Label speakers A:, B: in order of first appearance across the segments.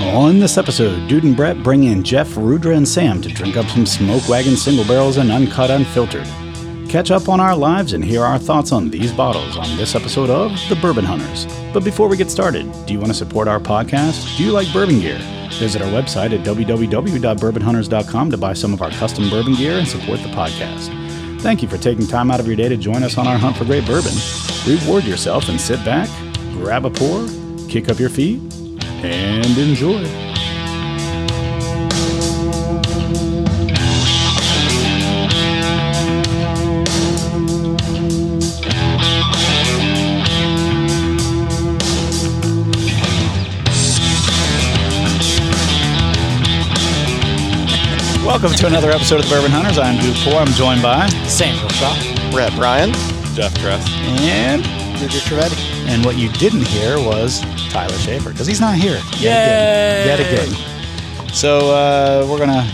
A: On this episode, Dude and Brett bring in Jeff, Rudra, and Sam to drink up some Smoke Wagon single barrels and uncut unfiltered. Catch up on our lives and hear our thoughts on these bottles on this episode of The Bourbon Hunters. But before we get started, do you want to support our podcast? Do you like bourbon gear? Visit our website at www.bourbonhunters.com to buy some of our custom bourbon gear and support the podcast. Thank you for taking time out of your day to join us on our hunt for great bourbon. Reward yourself and sit back, grab a pour, kick up your feet, and enjoy. Welcome to another episode of the Bourbon Hunters. I'm Duke Poor. I'm joined by
B: Samuel Shaw.
C: Brett Bryan.
D: Jeff Dress.
A: and
B: Roger Trevetti.
A: and what you didn't hear was Tyler Schaefer because he's not here yet
B: Yay!
A: again. Yet again. So uh, we're gonna.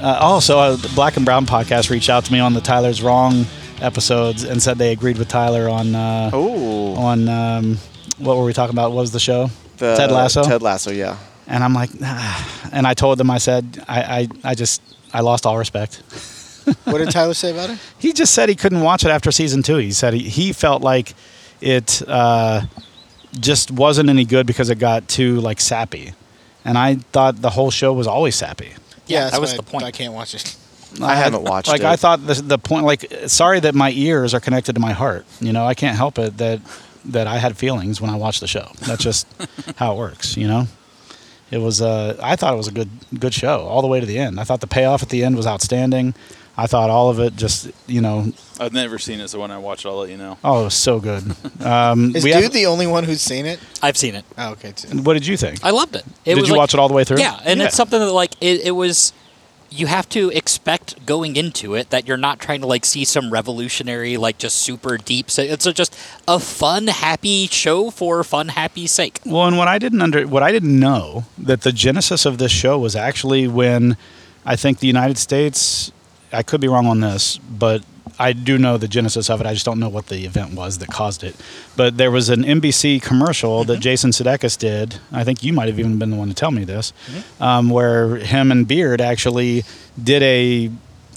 A: Uh, also, uh, the Black and Brown podcast reached out to me on the Tyler's Wrong episodes and said they agreed with Tyler on uh,
C: Oh,
A: on um, what were we talking about? What was the show?
C: the
A: Ted Lasso.
C: Ted Lasso, yeah.
A: And I'm like, ah. and I told them I said I, I I just I lost all respect.
B: What did Tyler say about it?
A: He just said he couldn't watch it after season two. He said he, he felt like it uh, just wasn't any good because it got too like sappy, and I thought the whole show was always sappy.
B: Yeah,
E: that
B: that's
E: was
B: why
E: the
B: I-
E: point.
B: I can't watch it.
C: I haven't watched
A: like
C: it.
A: I thought the, the point like sorry that my ears are connected to my heart. You know I can't help it that that I had feelings when I watched the show. That's just how it works. You know. It was uh, I thought it was a good good show all the way to the end. I thought the payoff at the end was outstanding. I thought all of it just you know
D: I've never seen it, so when I watch it, I'll let you know.
A: oh it was so good. Um,
B: Is
A: we
B: dude
A: have- Mm.
B: the only one who's seen it?
E: I've seen it.
B: Oh, okay. too.
A: what did you think?
E: I loved it. it
A: did
E: was
A: you
E: like-
A: watch it all the way through?
E: Yeah, and it's something that like it, it was. You have to expect going into it that you're not trying to like see some revolutionary like just super deep. se- It's a- just a fun, happy show for fun, happy sake.
A: Well, and what I didn't under what I didn't know that the genesis of this show was actually when I think the United States. I could be wrong on this, but I do know the genesis of it. I just don't know what the event was that caused it. But there was an NBC commercial
E: Mm-hmm.
A: that Jason Sudeikis did. I think you might have even been the one to tell me this,
E: Mm-hmm.
A: um, where him and Beard actually did a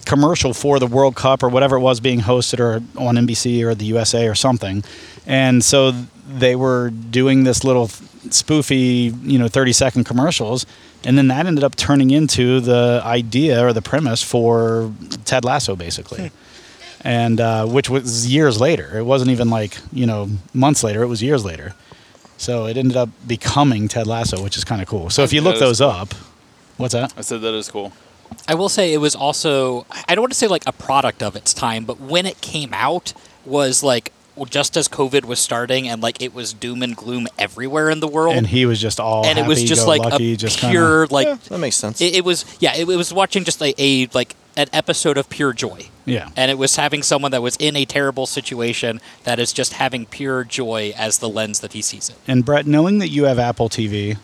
A: commercial for the World Cup or whatever it was being hosted or on NBC or the USA or something. And so they were doing this little spoofy, you know, 30 second commercials. And then that ended up turning into the idea or the premise for Ted Lasso, basically. and uh, which was years later. It wasn't even like, you know, months later, it was years later. So it ended up becoming Ted Lasso, which is kind of cool. So if you look
D: That is
A: those
D: cool.
A: up, what's that?
D: I said that is cool.
E: I will say it was also I don't want to say like a product of its time, but when it came out was like just as COVID was starting and like it was doom and gloom everywhere in the world.
A: And he was just all
E: and it was just like
A: lucky,
E: a
A: just kinda-
E: pure like
C: Yeah, that makes sense.
E: It, it was yeah. It, it was watching just a, a like an episode of pure joy.
A: Yeah.
E: And it was having someone that was in a terrible situation that is just having pure joy as the lens that he sees it.
A: And Brett, knowing that you have Apple TV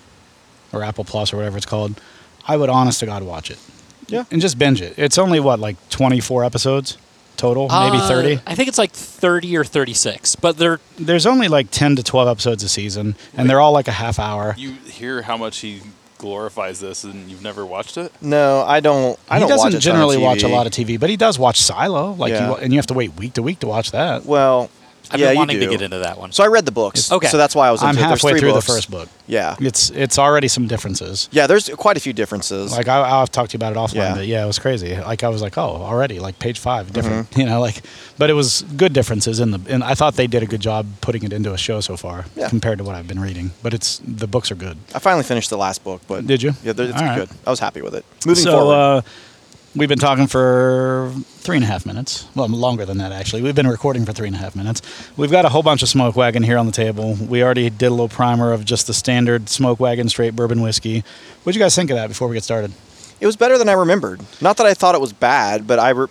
A: or Apple Plus or whatever it's called, I would honest to God watch it.
C: Yeah.
A: And just binge it. It's only what, like 24 episodes total, maybe
E: Uh,
A: 30?
E: I think it's like thirty or thirty-six, but they're
A: There's only like 10 to 12 episodes a season, and they're all like a half hour.
D: You hear how much he glorifies this, and you've never watched it.
C: no, I don't. I
A: he
C: don't
A: doesn't
C: watch a ton of
A: generally watch a
C: TV.
A: lot of TV, but he does watch Silo. Like,
C: Yeah.
A: you, and you have to wait week to week to watch that.
C: Well,
E: I've
C: yeah,
E: been
C: you
E: wanting to
C: do.
E: get into that one.
C: So I read the books.
E: Okay.
C: So that's why I was. Into
A: I'm
C: it. There's
A: halfway
C: three
A: through
C: books.
A: the first book.
C: Yeah.
A: It's it's already some differences.
C: Yeah. There's quite a few differences.
A: Like I, I'll talk to you about it offline,
C: Yeah. Mm-hmm.
A: but yeah, it was crazy. Like I was like, oh, already like page five, different, you know, like, but it was good differences in the. And I thought they did a good job putting it into a show so far
C: Yeah.
A: compared to what I've been reading. But it's the books are good.
C: I finally finished the last book, but
A: Did you?
C: Yeah, there- it's
A: All right.
C: good. I was happy with it. Moving
A: so
C: forward,
A: Uh, we've been talking for three and a half minutes. Well, longer than that actually. We've been recording for three and a half minutes. We've got a whole bunch of smoke wagon here on the table. We already did a little primer of just the standard smoke wagon straight bourbon whiskey. What'd you guys think of that before we get started?
C: it was better than I remembered. Not that I thought it was bad, but I re-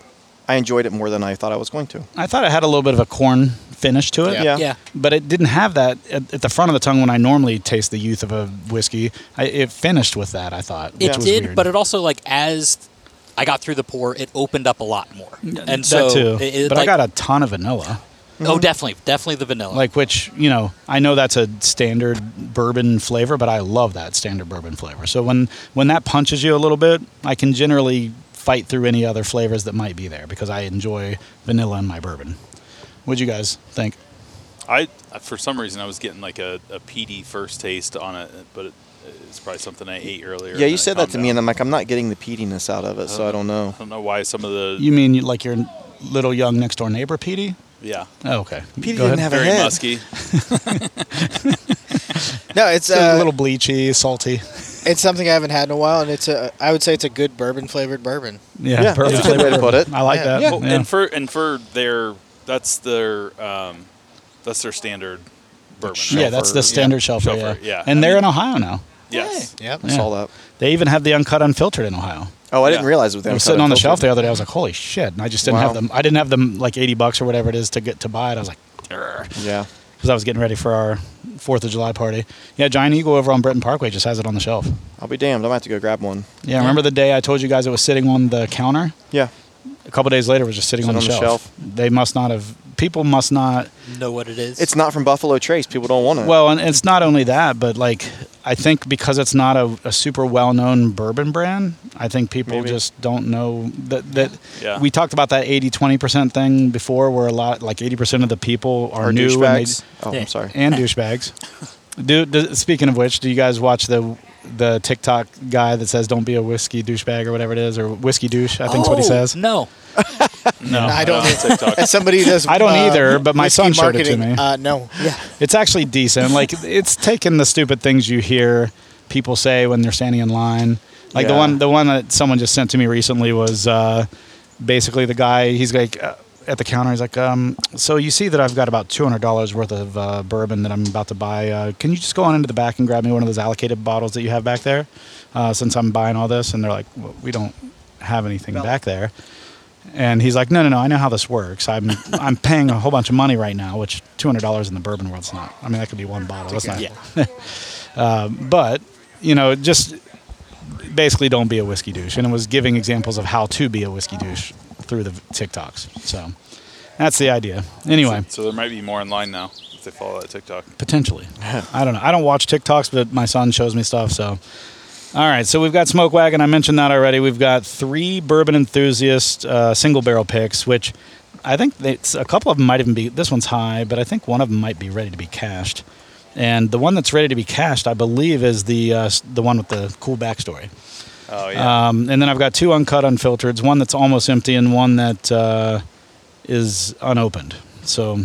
C: I enjoyed it more than I thought I was going to.
A: I thought it had a little bit of a corn finish to it.
B: Yeah.
C: Yeah.
E: yeah.
A: but it didn't have that at, at the front of the tongue when I normally taste the youth of a whiskey. I, it finished with that, I thought. Which
E: It
A: was
E: did,
A: weird.
E: but it also like as I got through the pour, it opened up a lot more, and
A: That
E: so
A: too.
E: it- it,
A: but
E: like-
A: I got a ton of vanilla.
E: Oh, definitely, definitely the vanilla.
A: Mhm. Like which you know, I know that's a standard bourbon flavor, but I love that standard bourbon flavor. So when when that punches you a little bit, I can generally fight through any other flavors that might be there because I enjoy vanilla in my bourbon. What'd you guys think?
D: I for some reason I was getting like a, a peaty first taste on it, but it, it's probably something I ate earlier.
C: Yeah,
D: and
C: you
D: it
C: said that
D: calmed
C: to me,
D: down.
C: and I'm like, I'm not getting the peatiness out of it,
E: Oh.
C: so I don't know.
D: I don't know why some of the
A: You mean you- like your little young next door neighbor, Petey?
D: yeah
A: Oh, okay.
C: Petey
A: Go
C: didn't
A: ahead.
C: have a
D: very
C: head.
D: musky.
B: No,
A: It's
B: it's uh,
A: a little bleachy, salty.
B: It's something I haven't had in a while, and it's a. I would say it's a good bourbon flavored bourbon.
A: Yeah,
C: Yeah,
A: bourbon
C: that's a good way to
A: flavored.
C: put it.
A: I like
B: Yeah.
A: that.
B: Yeah.
D: Well, and for and for their that's their um, that's their standard bourbon.
A: Yeah, that's the
D: Shelfer.
A: standard shelf.
D: Shelfer,
A: yeah.
D: yeah.
A: And
D: I
A: they're in
D: mean-
A: Ohio now.
D: Yes.
B: Yep.
C: I saw that.
A: They even have the uncut, unfiltered in Ohio.
C: Oh, I
D: Yeah.
C: didn't realize what they
A: I
C: were
A: was sitting on the shelf the
C: there.
A: other day. I was like, "Holy shit!" And I just didn't have
C: Wow.
A: them. I didn't have them like eighty bucks or whatever it is to get to buy it. I was like,
C: Yeah.
A: because I was getting ready for our Fourth of July party. Yeah, Giant Eagle over on Breton Parkway just has it on the shelf.
C: I'll be damned. I might have to go grab one.
A: Yeah, remember the day I told you guys it was sitting on the counter?
C: Yeah.
A: A couple days later, it was just sitting on,
C: Sitting
A: the,
C: on the
A: shelf. They must not have. People must not.
E: know what it is?
C: It's not from Buffalo Trace. People don't want it.
A: Well, and it's not only that, but like I think because it's not a, a super well-known bourbon brand, I think people
C: Maybe.
A: just don't know that that
D: Yeah.
A: we talked about that 80-20% thing before where a lot like 80% of the people are,
C: Or
A: new and,
C: douchebags.
A: they,
C: Oh, I'm sorry.
A: and douchebags. Do, do speaking of which, do you guys watch the the TikTok guy that says don't be a whiskey douchebag or whatever it is or whiskey douche, I think's what he
E: Oh,
A: says.
E: No,
A: No.
B: I don't.
D: On TikTok.
B: As somebody does.
A: I don't
B: uh,
A: either, but my
B: whiskey
A: son showed it to
B: marketing,
A: me.
B: Uh, no.
E: yeah,
A: It's actually decent. Like it's taking the stupid things you hear people say when they're standing in line. Like the
C: Yeah.
A: one the one that someone just sent to me recently was uh, basically the guy. He's like uh, at the counter. He's like, um, "So you see that I've got about two hundred dollars worth of uh, bourbon that I'm about to buy. Uh, can you just go on into the back and grab me one of those allocated bottles that you have back there? Uh, since I'm buying all this." And they're like, well, "We don't have anything back there." And he's like, no, no, no. I know how this works. I'm I'm paying a whole bunch of money right now, which two hundred dollars in the bourbon world's not. I mean, that could be one bottle. That's not. Uh,
E: yeah.
A: But you know, just basically don't be a whiskey douche. And it was giving examples of how to be a whiskey douche through the TikToks. So that's the idea. Anyway,
D: So there might be more in line now if they follow that TikTok.
A: potentially. I don't know. I don't watch TikToks, but my son shows me stuff. So. All right, so we've got Smoke Wagon. I mentioned that already. We've got three bourbon enthusiast uh, single barrel picks, which I think they, a couple of them might even be. This one's high, but I think one of them might be ready to be cashed. And the one that's ready to be cashed, I believe, is the uh, s- the one with the cool backstory.
D: Oh yeah.
A: Um, and then I've got two uncut, unfiltereds. One that's almost empty, and one that uh, is unopened. So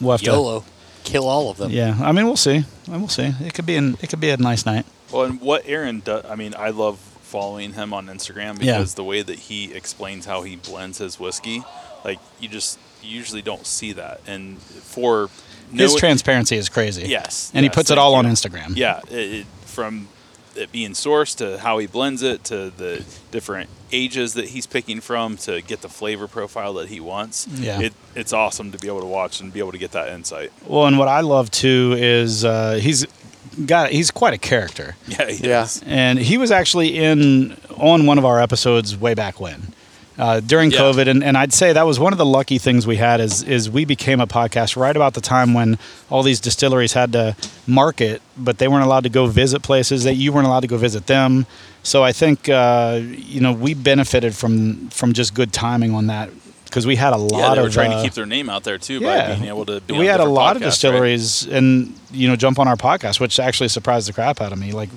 A: we'll have
E: YOLO, kill all of them.
A: to. Yeah, I mean, we'll see. We'll see. It could be an, it could be a nice night.
D: well, and what Aaron does, I mean, I love following him on Instagram
A: Yeah.
D: because the way that he explains how he blends his whiskey, like you just you usually don't see that. And for
A: His
D: no-
A: transparency is crazy.
D: Yes,
A: And he
D: yes,
A: puts it
D: thank
A: all on
D: you.
A: Instagram.
D: Yeah, it, it, from it being sourced to how he blends it to the different ages that he's picking from to get the flavor profile that he wants.
A: Yeah.
D: it, it's awesome to be able to watch and be able to get that insight.
A: Well, and what I love too is uh, he's got he's quite a character,
D: Yeah, he
C: Yeah.
D: is.
A: and he was actually in on one of our episodes way back when. Uh, during
D: Yeah.
A: COVID, and, and I'd say that was one of the lucky things we had is is we became a podcast right about the time when all these distilleries had to market, but they weren't allowed to go visit places that you weren't allowed to go visit them. So I think uh, you know we benefited from from just good timing on that because we had a lot
D: Yeah, they
A: of
D: were trying
A: uh,
D: to keep their name out there too by being able to. Be
A: we
D: on
A: had a
D: different
A: lot
D: podcasts,
A: of
D: right?
A: distilleries and you know jump on our podcast, which actually surprised the crap out of me. Like,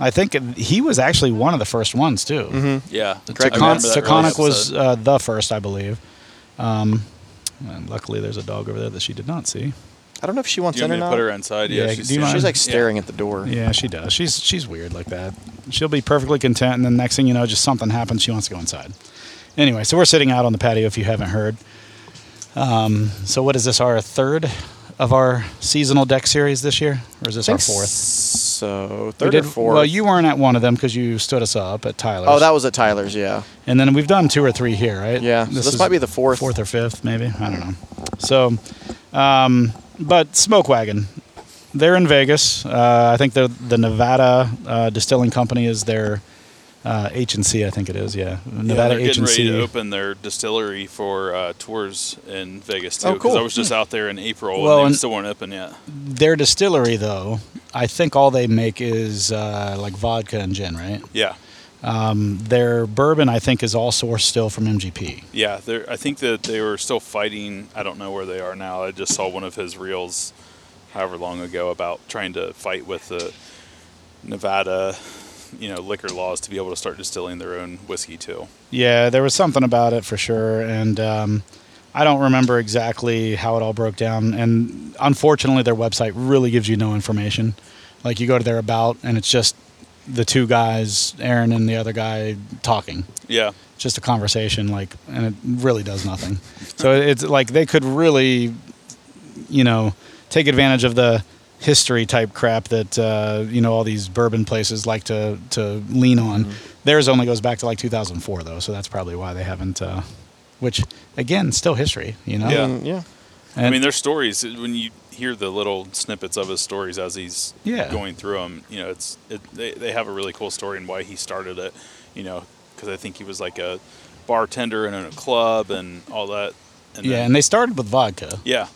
A: I think he was actually one of the first ones too. mm
D: Yeah, Mm-hmm. I remember that
A: Taconic
D: early
A: was
D: episode.
A: uh, the first, I believe. Um, and luckily, there's a dog over there that she did not see.
C: I don't know if she wants
D: Do you
C: in or
D: want me
A: uh,
D: to
C: not.
D: put her inside? Yeah,
A: Yeah,
D: she's,
A: do you mind?
C: She's like
D: Yeah.
C: staring at the door.
A: Yeah, she does. She's she's weird like that. She'll be perfectly content, and then next thing you know, just something happens. She wants to go inside. Anyway, so we're sitting out on the patio. If you haven't heard, um, so what is this? Our third of our seasonal deck series this year, or is this our
C: think
A: fourth?
C: So
A: We
C: third or
A: did-
C: fourth.
A: Well, you weren't at one of them because you stood us up at Tyler's.
C: Oh, that was at Tyler's. Yeah.
A: And then we've done two or three here, right?
C: Yeah, so this might be the fourth.
A: fourth or fifth, maybe. I don't know. So, um, but Smoke Wagon, they're in Vegas. Uh, I think they're the Nevada uh, Distilling Company is their Uh, H and C, I think it is. Yeah,
D: Yeah,
A: Nevada
D: they're
A: H
D: getting
A: and
D: ready to
A: C.
D: open their distillery for uh, tours in Vegas too.
C: Oh,
D: 'cause
C: cool.
D: I was just out there in April
A: Well,
D: and
A: and-
D: they still weren't open yet.
A: Their distillery, though, I think all they make is uh, like vodka and gin, right?
D: Yeah,
A: Their bourbon, I think, is all sourced still from MGP.
D: yeah. They're, I think that they were still fighting. I don't know where they are now. I just saw one of his reels, however long ago, about trying to fight with the Nevada, you know, liquor laws to be able to start distilling their own whiskey too.
A: Yeah, there was something about it for sure, and um, I don't remember exactly how it all broke down. And unfortunately, their website really gives you no information. Like you go to their about, and it's just the two guys, Aaron and the other guy, talking.
D: Yeah,
A: Just a conversation, like, and it really does nothing. so it's like they could really, you know, take advantage of the history type crap that uh, you know all these bourbon places like to to lean on.
D: Mm-hmm.
A: Theirs only goes back to like 2004 though, so that's probably why they haven't. Uh, which again, still history, you know.
D: Yeah.
C: Mm, yeah.
D: I
A: And-
D: mean, there's stories uh, when you hear the little snippets of his stories as he's
A: Yeah.
D: going through them. You know, it's it, they they have a really cool story and why he started it. You know, because I think he was like a bartender and in a club and all that. And
A: yeah,
D: then-
A: and they started with vodka,
D: yeah,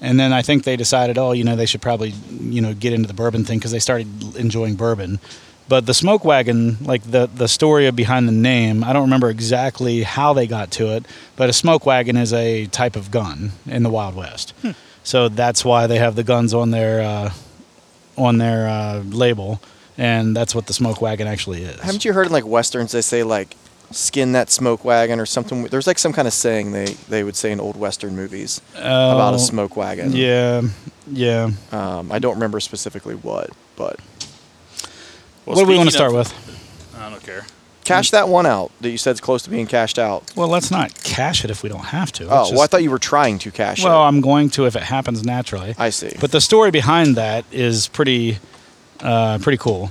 A: and then I think they decided, oh, you know, they should probably, you know, get into the bourbon thing because they started enjoying bourbon. But the smoke wagon, like the the story behind the name, I don't remember exactly how they got to it, but a smoke wagon is a type of gun in the Wild West, so that's why they have the guns on their uh, on their uh, label, and that's what the smoke wagon actually is.
C: Haven't you heard in like westerns they say like skin that smoke wagon or something? There's like some kind of saying they they would say in old western movies about
A: Oh,
C: a smoke wagon.
A: Yeah, yeah.
C: Um, I don't remember specifically what, but
D: Well,
A: what do we want to
D: speaking
A: start
D: of-
A: with?
D: I don't care.
C: cash that one out that you said's close to being cashed out.
A: Well, let's not cash it if we don't have to.
C: Oh,
A: Let's
C: well, I
A: just-
C: thought you were trying to cash
A: Well,
C: it.
A: I'm going to if it happens naturally.
C: I see.
A: But the story behind that is pretty, uh, pretty cool.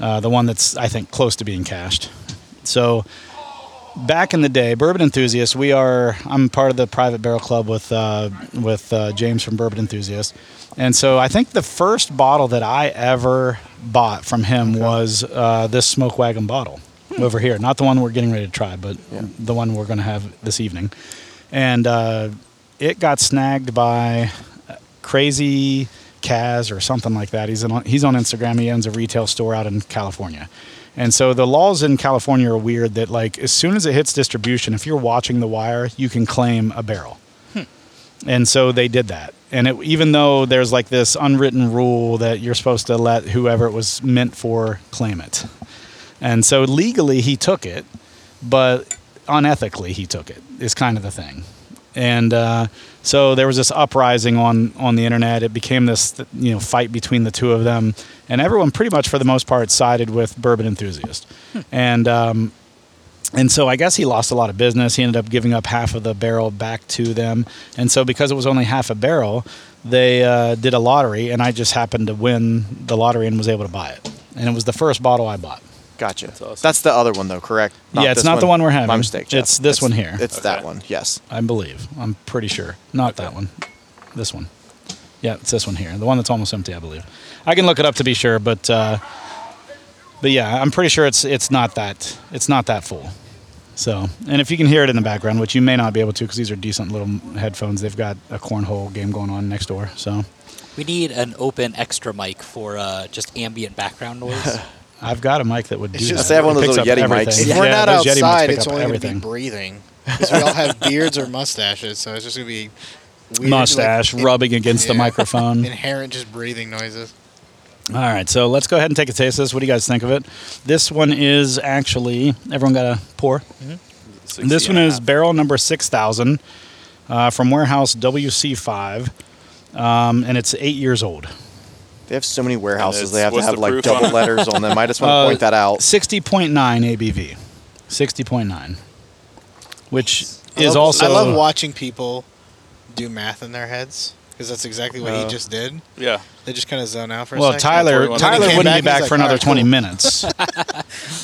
A: Uh, the one that's I think close to being cashed. So, back in the day, bourbon enthusiasts, we are. I'm part of the private barrel club with uh, with uh, James from Bourbon Enthusiast, and so I think the first bottle that I ever bought from him was uh, this smoke wagon bottle over here. Not the one we're getting ready to try, but
C: Yeah.
A: the one we're going to have this evening, and uh, it got snagged by crazy Kaz or something like that. He's on, he's on Instagram. He owns a retail store out in California. And so the laws in California are weird that like as soon as it hits distribution, if you're watching the wire, you can claim a barrel. And so they did that. And it, even though there's like this unwritten rule that you're supposed to let whoever it was meant for claim it. And so legally he took it, but unethically he took it is kind of the thing. And uh, so there was this uprising on on the internet. It became this you know fight between the two of them, and everyone pretty much for the most part sided with bourbon enthusiast. And um, and so I guess he lost a lot of business. He ended up giving up half of the barrel back to them. And so because it was only half a barrel, they uh, did a lottery, and I just happened to win the lottery and was able to buy it. And it was the first bottle I bought.
C: gotcha. That's,
D: awesome.
C: the other one though, correct?
A: Yeah, it's
C: this
A: not the one we're having.
C: My mistake. Jeff.
A: It's this one here.
C: It's that
D: Okay.
C: one. Yes.
A: I believe. I'm pretty sure. Not that one. This one. Yeah, it's this one here. The one that's almost empty, I believe. I can look it up to be sure, but uh, but yeah, I'm pretty sure it's it's not that it's not that full. So, and if you can hear it in the background, which you may not be able to because these are decent little headphones, they've got a cornhole game going on next door. So,
E: We need an open extra mic for uh, just ambient background noise.
A: I've got a mic that would do
B: It's
A: that.
B: just- They
C: have one of
A: It
C: those
A: picks
C: little
A: up
C: Yeti mics.
A: everything.
B: If
A: Yeah,
B: we're not
A: those Yeti mics
B: outside,
A: pick
B: it's
A: up
B: only going to be
A: everything.
B: breathing. 'Cause we all have beards or mustaches, so it's just going to be weird, like,
A: mustache
B: in-
A: rubbing against the
B: yeah,
A: microphone.
B: Inherent just breathing noises.
A: All right, so let's go ahead and take a taste of this. What do you guys think of it? This one is actually everyone got a pour.
D: 60
A: This one
D: and a
A: is
D: half.
A: barrel number six thousand uh, from warehouse WC five, um, and it's eight years old.
C: They have so many warehouses.
D: it's-
C: They have to
D: what's
C: have
D: the
C: like
D: proof on
C: double
D: it?
C: letters on them. I just
A: Uh,
C: want to point that out.
A: Sixty point nine ABV, sixty point nine, which
B: I
A: is
B: love-
A: also
B: I love watching people do math in their heads because that's exactly what he just did.
D: yeah.
B: They just kind of zone out for
A: Oh. well.
B: a second.
A: Tyler
D: Twenty-one.
A: Tyler
D: When he
B: came
A: wouldn't
B: back,
A: be
B: he's
A: back
B: like,
A: for another
B: "All right,
A: twenty
B: cool."
A: minutes.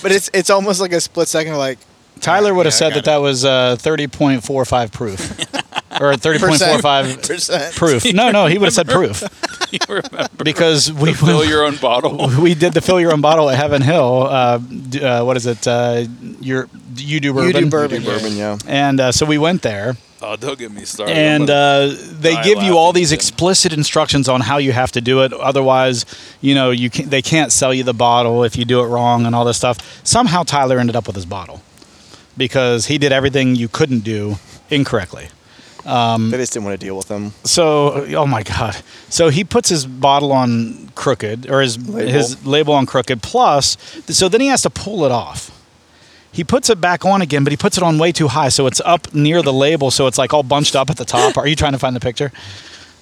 B: But it's it's almost like a split second, like
A: Tyler would have
B: Yeah, I
A: said
B: got
A: that
B: it.
A: that was uh, thirty point four five proof. or thirty point four five
B: Percent.
A: proof. No, no, he would have said proof
D: you remember?
A: because we
D: Fill your own bottle.
A: we did the fill your own bottle at Heaven Hill. Uh, d- uh, what is it? Uh, your you do bourbon.
B: bourbon.
C: Do bourbon, yeah.
A: And uh, so we went there,
D: Oh, don't get me started. I'm
A: and
D: gonna-
A: uh, they
D: die
A: give you all
D: laughing
A: these
D: again.
A: explicit instructions on how you have to do it. Otherwise, you know, you can, they can't sell you the bottle if you do it wrong and all this stuff. Somehow Tyler ended up with his bottle because he did everything you couldn't do incorrectly.
C: They just didn't want to deal with them.
A: So, oh my God. So he puts his bottle on crooked or his
C: Label.
A: his label on crooked. Plus, so then he has to pull it off. He puts it back on again, but he puts it on way too high, so it's up near the label, so it's like all bunched up at the top. Are you trying to find the picture?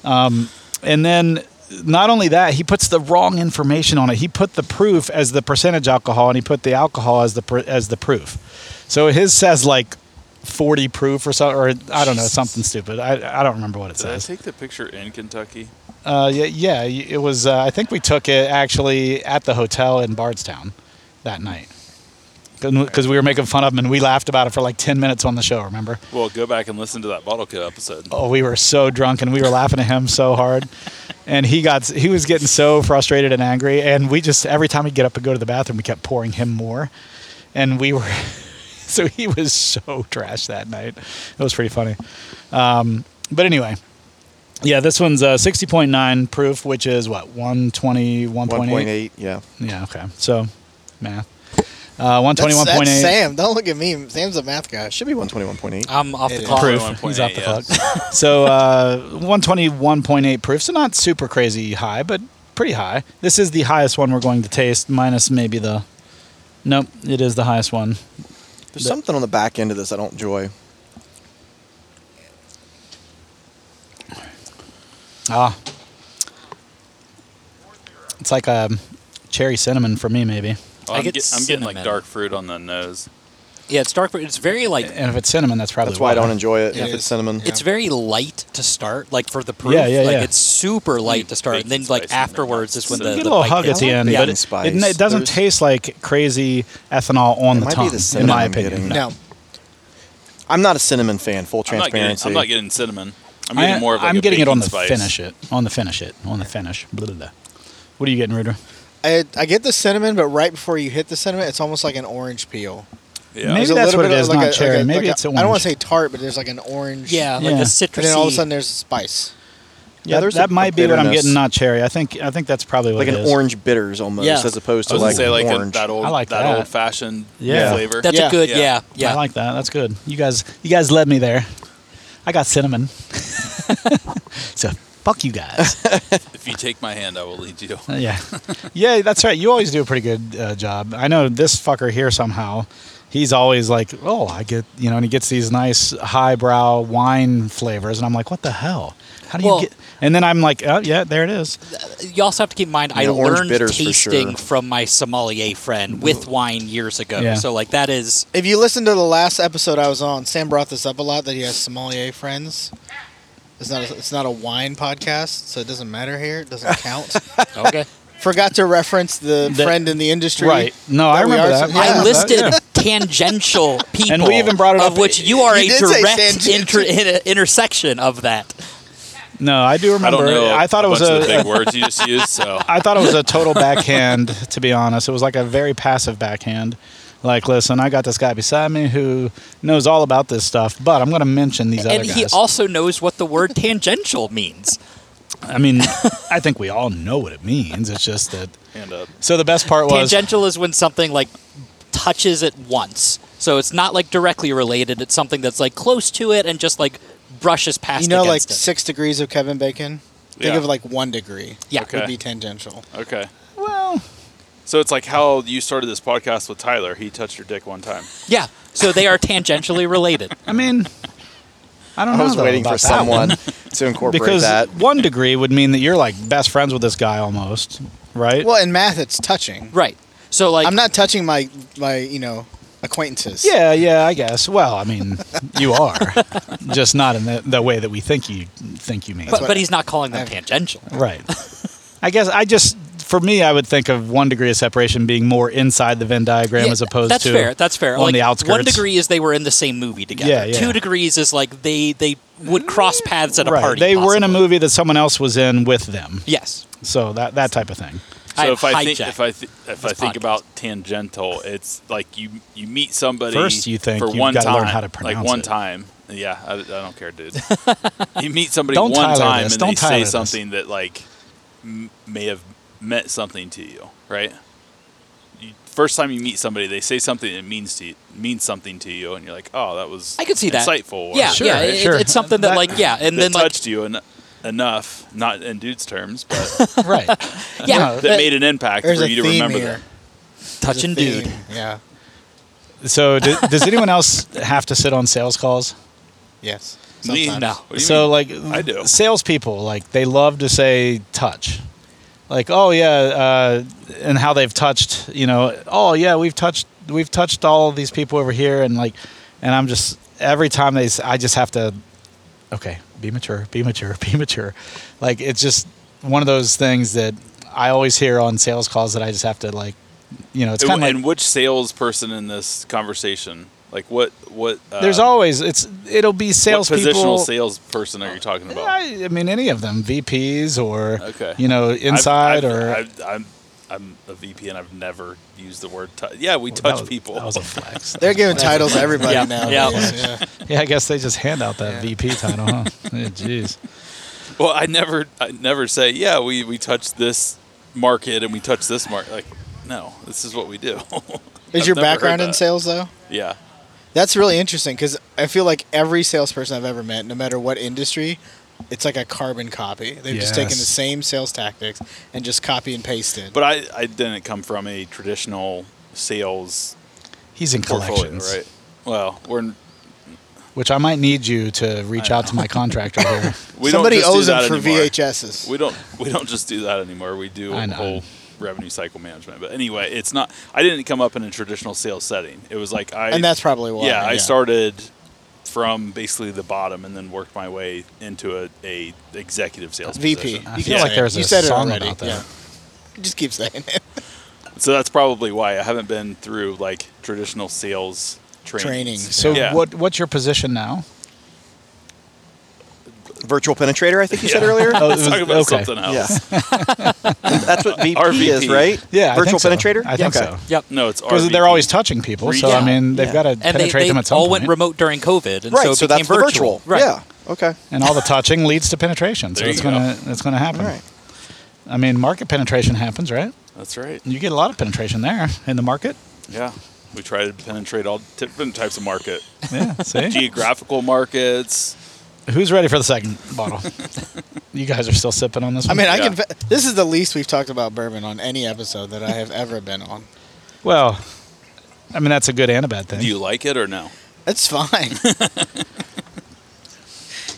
A: Um, and then not only that, he puts the wrong information on it. He put the proof as the percentage alcohol, and he put the alcohol as the pr- as the proof. So his says like. 40 proof or so, or I don't know, something stupid. I, I don't remember what it
D: Did I
A: says.
D: take the picture in Kentucky?
A: Uh, yeah, yeah, y- it was. Uh, I think we took it actually at the hotel in Bardstown that night because we were making fun of him and we laughed about it for like 10 minutes on the show remember
D: Well, go back and listen to that bottle cap episode.
A: oh we were so drunk and we were laughing at him so hard and he got he was getting so frustrated and angry and we just every time he'd get up and go to the bathroom we kept pouring him more and we were so he was so trash that night it was pretty funny um, but anyway yeah this one's uh, 60.9 proof which is what 120
C: One point
A: 1.8
C: eight, yeah.
A: yeah okay so math uh,
B: That's, that's
A: 121.8
B: Sam. Don't look at me. Sam's a math guy.
C: Should be one twenty one point eight.
D: Uh,
E: I'm off
B: It
E: the
B: is.
E: clock.
A: proof.
D: 121.8,
A: He's off the
D: yeah.
A: hook. so uh, 121.8 proof. So not super crazy high, but pretty high. This is the highest one we're going to taste, minus maybe the. Nope, it is the highest one.
C: There's
A: That-
C: something on the back end of this I don't enjoy.
A: Ah. It's like a cherry cinnamon for me, maybe.
D: Oh,
E: I
D: I'm,
E: get
D: get- I'm getting like
E: cinnamon.
D: dark fruit on the nose.
E: Yeah, it's dark, but it's very like
A: And if it's cinnamon, that's probably
C: That's why I don't
A: why.
C: enjoy it.
B: Yeah.
C: if it's cinnamon,
E: it's very light to start. Like for the proof,
A: Yeah, yeah,
E: like
A: yeah.
E: it's super light to start, and then
D: Bacon
E: like
D: spice in there.
E: afterwards is when
A: So
E: the
A: you get a
E: the
A: little
E: bite
A: hug at
E: hits.
A: the end,
E: Yeah.
A: but
C: bacon
A: it,
C: spice.
A: it, it doesn't
C: There's-
A: taste like crazy ethanol on
C: It
A: the
C: might be
A: tongue,
C: the
A: in
C: cinnamon
A: my
C: I'm
A: opinion.
C: getting.
B: No.
C: I'm not a cinnamon fan. Full
D: I'm not, getting,
C: transparency.
D: I'm not getting cinnamon. I'm
A: I-
D: getting more of like
A: I'm
D: a
A: getting it
D: bacon
A: on the
D: spice.
A: finish it on the finish it on the finish. Blah, blah, blah. What are you getting, Ruder?
B: I, I get the cinnamon, but right before you hit the cinnamon, it's almost like an orange peel.
D: Yeah.
A: Maybe
B: There's a
A: that's
B: little
A: what
B: bit
A: it
B: of
A: is, not
B: a-
A: cherry.
B: a-
A: Maybe
B: like a-
A: it's
B: I
A: an
B: don't want
A: orange.
B: to say tart, but there's like an orange.
E: yeah, like
A: Yeah.
E: a
B: And
E: citrusy.
B: then all of a sudden there's spice.
A: Yeah,
C: there's
A: that
C: a-
A: might
C: a
A: be what I'm
C: bitterness.
A: getting. Not cherry. I think I think that's probably what
C: like
A: it
C: an
A: is.
C: orange bitters almost,
E: Yeah.
C: as opposed to
D: I was gonna
C: like
D: say like a,
C: orange.
D: that old
A: I like
D: that,
A: that.
D: old fashioned
A: Yeah.
D: flavor.
E: that's
B: Yeah.
E: a good.
D: Yeah.
E: Yeah, yeah.
A: I like that. That's good. You guys, you guys led me there. I got cinnamon. so fuck you guys.
D: if you take my hand, I will lead you.
A: Uh, yeah, yeah, that's right. You always do a pretty good uh, job. I know this fucker here somehow. He's always like, oh, I get you know, and he gets these nice highbrow wine flavors, and I'm like, what the hell? How do
E: Well-
A: you get? And then I'm like, oh yeah, there it is.
E: you also have to keep in mind I
C: Yeah, orange
E: learned
C: bitters for
E: tasting
C: sure.
E: from my sommelier friend with wine years ago.
A: Yeah.
E: So like that is
B: If you listen to the last episode I was on, Sam brought this up a lot that he has sommelier friends. It's not a, it's not a wine podcast, so it doesn't matter here. It doesn't count.
E: okay.
B: Forgot to reference the
A: That-
B: friend in the industry.
A: Right. No, I
B: That we
A: remember
B: are
A: that.
B: some-
A: Yeah.
E: I listed
A: Yeah.
E: tangential people,
A: And we even brought it
E: of
A: up-
E: which you are
B: You
E: a
B: did say
E: direct inter-
B: tangential.
E: in- intersection of that.
A: No, I do remember.
D: I don't know.
A: I thought
D: a
A: it was
D: bunch
A: a.
D: of the big words you just used. So
A: I thought it was a total backhand, to be honest. It was like a very passive backhand. Like, listen, I got this guy beside me who knows all about this stuff, but I'm going to mention these other
E: And
A: guys.
E: he also knows what the word tangential means.
A: I mean, I think we all know what it means. It's just that.
D: hand up.
A: So the best part was
E: Tangential is when something like touches it once. So it's not like directly related. It's something that's like close to it and just like brushes past.
B: You know, like
E: against it.
B: six degrees of Kevin Bacon. Think
D: Yeah.
B: of like one degree.
E: Yeah.
B: would
D: Okay.
B: be tangential.
D: Okay.
A: well,
D: So it's like how you started this podcast with Tyler. He touched your dick one time.
E: yeah. So they are tangentially related.
A: I mean, I don't
C: I
A: know.
C: was
A: though
C: waiting
A: about
C: for
A: that one.
C: someone to incorporate
A: because
C: that.
A: one degree would mean that you're like best friends with this guy almost, right?
B: Well, in math, it's touching.
E: Right. So like
B: I'm not touching my my you know acquaintances.
A: Yeah, yeah, I guess. Well, I mean, you are, just not in the, the way that we think you think you mean.
E: but,
B: what-
E: but he's not calling them
B: I've-
E: tangential.
A: right. I guess I just for me, I would think of one degree of separation being more inside the Venn diagram
E: Yeah,
A: as opposed
E: that's
A: to
E: fair. That's fair.
A: on
E: like,
A: the outskirts.
E: One degree is they were in the same movie together.
A: Yeah, yeah.
E: Two degrees is like they they would cross paths at a
A: right.
E: party.
A: they were in a
E: possibly.
A: movie that someone else was in with them.
E: Yes.
A: So that that type of thing.
D: So
E: I
D: if I think
E: hijacked
D: if I th- if I
E: this
D: think
E: podcast.
D: about tangential, it's like you you meet somebody
A: First you think
D: for
A: you've
D: one
A: gotta
D: time,
A: learn how to
D: like
A: pronounce
D: one
A: it.
D: time. Yeah, I, I don't care, dude. you meet somebody
A: Don't
D: one
A: Tyler
D: time
A: this.
D: and
A: Don't
D: they
A: Tyler
D: say
A: this.
D: something that like m- may have meant something to you, right? You, first time you meet somebody, they say something that means to you, means something to you, and you're like, oh, that was
E: I could see that.
D: insightful. or
E: Yeah,
A: Sure,
E: yeah. it-
A: sure.
E: it's something that,
A: That-
E: like yeah, and
D: that
E: then like
D: touched you en- enough, not in dudes terms, but
A: right.
E: yeah,
D: that made an impact for
B: There's a
D: you to
B: theme
D: remember
B: here.
D: that.
B: There's a
E: touching
B: theme.
E: dude.
B: Yeah.
A: So do, does anyone else have to sit on sales calls?
B: Yes.
D: Me?
B: Sometimes.
E: No.
D: What do you
A: so
D: mean?
A: like
D: I do.
A: salespeople like they love to say touch like oh yeah uh, and how they've touched you know oh yeah we've touched we've touched all these people over here and like and i'm just every time they s- i just have to okay be mature be mature be mature like it's just one of those things that i always hear on sales calls that i just have to like you know it's
D: And
A: kind
D: w-
A: of
D: and
A: like
D: which salesperson in this conversation? Like what? What? Uh,
A: there's always it's it'll be
D: what
A: salespeople
D: positional salesperson are you talking about?
A: I, I mean, any of them, VPs or
D: Okay.
A: you know,
D: I've-
A: inside
D: I've-
A: or
D: I've, I'm I'm a VP and I've never used the word touch. Yeah, we
A: Well,
D: touch
A: that was-
D: people.
A: That was a flex.
B: They're giving titles to everybody
E: Yeah.
B: now.
E: Yeah.
B: Yeah.
A: yeah, I guess they just hand out that
B: Yeah.
A: VP title, huh? Yeah, Jeez.
D: well, I never I never say yeah we we touch this market and we touch this market. Like no, this is what we do.
B: Is
D: I've
B: your
D: never heard
B: background in
D: that.
B: sales though?
D: yeah.
B: That's really interesting because I feel like every salesperson I've ever met, no matter what industry, it's like a carbon copy. They've just taken the
A: Yes.
B: same sales tactics and just copy and pasted.
D: But I I didn't come from a traditional sales
A: He's in
D: portfolio,
A: collections,
D: right? Well, we're
A: which I might need you to reach out to my contractor here.
D: we
B: Somebody
D: don't just do
B: owes them
D: that
B: for
D: anymore.
B: VHSs.
D: We don't we don't just do that anymore. We do
A: I
D: a
A: know.
D: whole revenue cycle management. But anyway, it's not. I didn't come up in a traditional sales setting. It was like I
B: and that's probably why.
D: yeah, I started from basically the bottom and then worked my way into a, a executive sales
B: VP.
D: position.
A: I
B: You
A: feel
B: can
A: like
B: say
A: there's
B: it.
A: a
B: You said it
A: song
B: already,
A: about that.
B: yeah. Just keep saying it.
D: So that's probably why I haven't been through like traditional sales training.
B: Training.
A: So
D: Yeah.
A: what what's your position now?
C: Virtual penetrator, I think you said
D: Yeah.
C: earlier.
A: Oh, it
D: Let's
A: was-
D: talk about
A: okay.
D: something
C: Yeah,
D: else.
C: that's what VP,
D: RVP.
C: is, right?
A: Yeah, I
C: virtual
A: think so.
C: penetrator.
A: I think
C: Okay.
A: so.
E: Yep.
D: No, it's
A: Because
D: RVP.
A: they're always touching people, so
E: Yeah.
A: I mean they've
C: Yeah.
A: got to
E: And they,
A: penetrate
E: they
A: them at some
E: all
A: point,
E: went remote during COVID, and
C: Right,
E: so
C: so,
E: it became
C: that's the virtual.
E: Right.
C: Yeah. Okay.
A: and all the touching leads to penetration. So
D: There
A: it's
D: you go.
A: gonna it's gonna happen.
C: All right.
A: I mean, market penetration happens, right?
D: That's right.
A: You get a lot of penetration there in the market.
D: Yeah. We try to penetrate all different types of market,
A: Yeah, see?
D: geographical markets.
A: Who's ready for the second bottle? You guys are still sipping on this
B: I
A: one?
B: mean, I
D: Yeah.
B: can. This is the least we've talked about bourbon on any episode that I have ever been on.
A: well, I mean, that's a good and a bad thing.
D: Do you like it or no?
B: That's fine.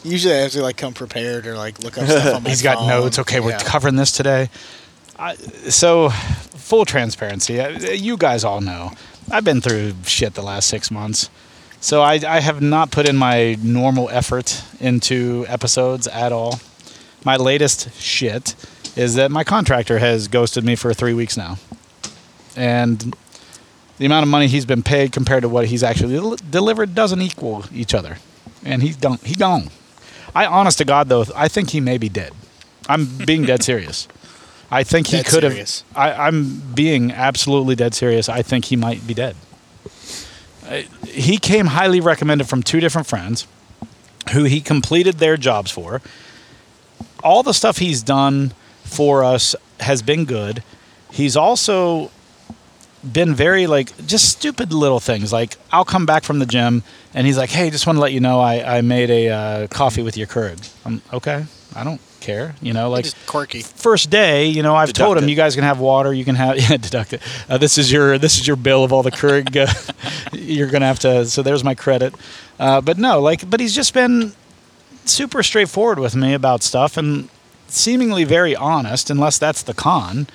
B: Usually, I have to like come prepared or like look up stuff on my
A: He's got
B: phone.
A: notes. Okay, we're
B: Yeah.
A: covering this today. I, so, full transparency, uh, you guys all know I've been through shit the last six months. So, I, I have not put in my normal effort into episodes at all. My latest shit is that my contractor has ghosted me for three weeks now. And the amount of money he's been paid compared to what he's actually del- delivered doesn't equal each other. And he's done. He gone. I honest to God though, I think he may be dead. I'm being dead serious. I think he
B: Dead
A: could have.
B: serious.
A: I, I'm being absolutely dead serious. I think he might be dead. I- he came highly recommended from two different friends, who he completed their jobs for. All the stuff he's done for us has been good. He's also been very like just stupid little things. Like I'll come back from the gym and he's like, "Hey, just want to let you know I I made a uh, coffee with your Keurig." I'm okay. I don't care. You know, like
B: Just quirky.
A: first day, you know, I've
C: Deduct
A: told him
C: it.
A: you guys can have water, you can have yeah, deduct it. Uh, this is your this is your bill of all the Keurig. Uh, you're gonna have to. So there's my credit. Uh, but no, like, but he's just been super straightforward with me about stuff and seemingly very honest, unless that's the con,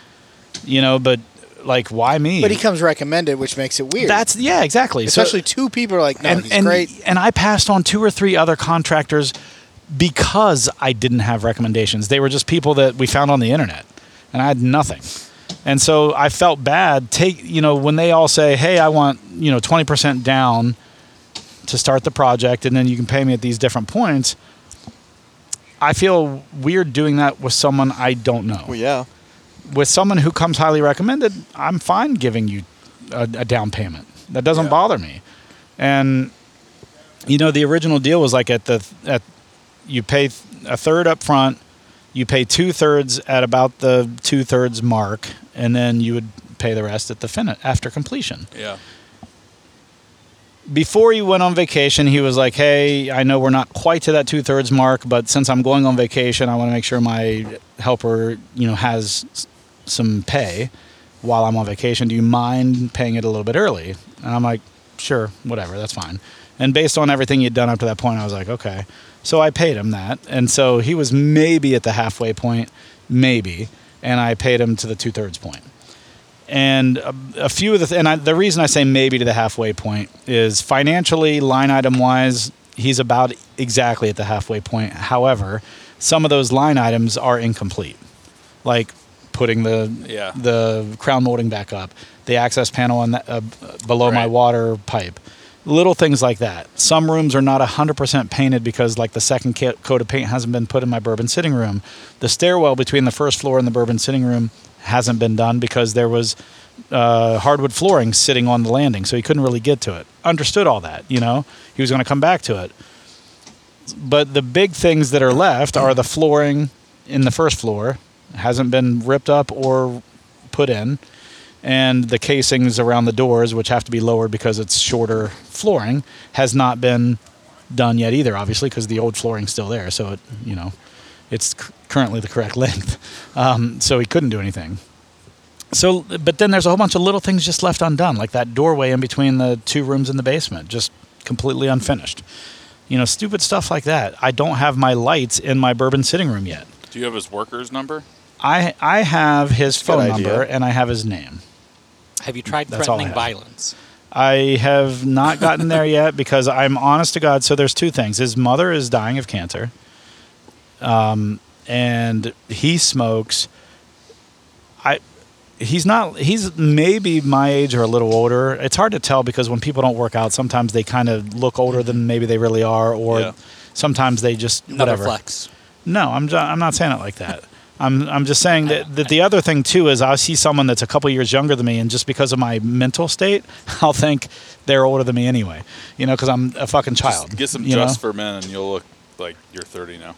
A: you know. But like, why me?
B: But he comes recommended, which makes it weird.
A: That's yeah, exactly. So-
B: especially two people are like, no,
A: and
B: he's
A: and
B: great.
A: and I passed on two or three other contractors because I didn't have recommendations. They were just people that we found on the internet. and I had nothing. And so I felt bad. Take you know when they all say, "Hey, I want you know twenty percent down to start the project, and then you can pay me at these different points." I feel weird doing that with someone I don't know.
C: Well, yeah.
A: With someone who comes highly recommended, I'm fine giving you a, a down payment. That doesn't
C: Yeah.
A: bother me. And you know, the original deal was like at the at you pay th- a third up front, you pay two thirds at about the two thirds mark, and then you would pay the rest at the fin after completion.
D: Yeah.
A: Before you went on vacation, he was like, "Hey, I know we're not quite to that two thirds mark, but since I'm going on vacation, I want to make sure my helper, you know, has s- some pay while I'm on vacation. Do you mind paying it a little bit early?" And I'm like, "Sure, whatever, that's fine." And based on everything he'd done up to that point, I was like, "Okay." So I paid him that, and so he was maybe at the halfway point, maybe, and I paid him to the two thirds point and a, a few of the th- and I, the reason I say maybe to the halfway point is financially line item wise he's about exactly at the halfway point however some of those line items are incomplete like putting the
D: Yeah.
A: the crown molding back up the access panel on that, uh, below my
D: Right.
A: water pipe little things like that some rooms are not 100% painted because like the second ca- coat of paint hasn't been put in my bourbon sitting room the stairwell between the first floor and the bourbon sitting room hasn't been done because there was uh, hardwood flooring sitting on the landing, so he couldn't really get to it. Understood all that, you know? He was going to come back to it. But the big things that are left are the flooring in the first floor, hasn't been ripped up or put in, and the casings around the doors, which have to be lowered because it's shorter flooring, has not been done yet either, obviously, because the old flooring's still there. So it, you know, it's c- currently the correct length. Um, so he couldn't do anything. So, but then there's a whole bunch of little things just left undone, like that doorway in between the two rooms in the basement, just completely unfinished. You know, stupid stuff like that. I don't have my lights in my bourbon sitting room yet.
D: Do you have his worker's number?
A: I I have his
C: a good
A: phone
C: idea.
A: number and I have his name.
E: Have you tried
A: That's all I
E: threatening
A: have.
E: violence?
A: I have not gotten there yet because I'm honest to God. So there's two things. His mother is dying of cancer, um, and he smokes. I, he's not. He's maybe my age or a little older. It's hard to tell because when people don't work out, sometimes they kind of look older than maybe they really are, or
D: Yeah.
A: sometimes they just
E: Another
A: whatever.
E: flex.
A: No, I'm ju- I'm not saying it like that. I'm I'm just saying that, that the other thing too is I see someone that's a couple years younger than me, and just because of my mental state, I'll think they're older than me anyway. You know, because I'm a fucking
D: Just
A: child.
D: get some
A: you
D: Just
A: know?
D: for Men, and you'll look like you're 30 now.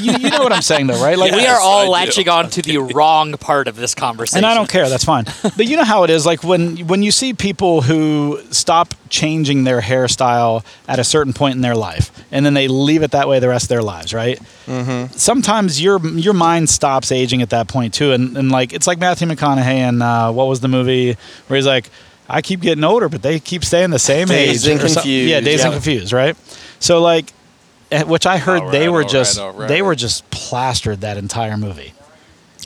A: you, you know what I'm saying though, right? Like
E: we
D: Yes,
E: are all
D: I do.
E: latching on to the wrong part of this conversation.
A: and I don't care. That's fine. but you know how it is. Like when when you see people who stop changing their hairstyle at a certain point in their life, and then they leave it that way the rest of their lives, right? Mm-hmm. Sometimes your your mind stops aging at that point too, and, and like it's like Matthew McConaughey and uh, what was the movie where he's like, I keep getting older, but they keep staying the same
C: Dazed
A: age.
C: and
A: or some-
C: Confused.
A: Yeah, dazed and
C: Yeah.
A: confused, right? So like, eh, which I heard
D: All
A: they
D: right,
A: were
D: all right,
A: just
D: all right.
A: they were just plastered that entire movie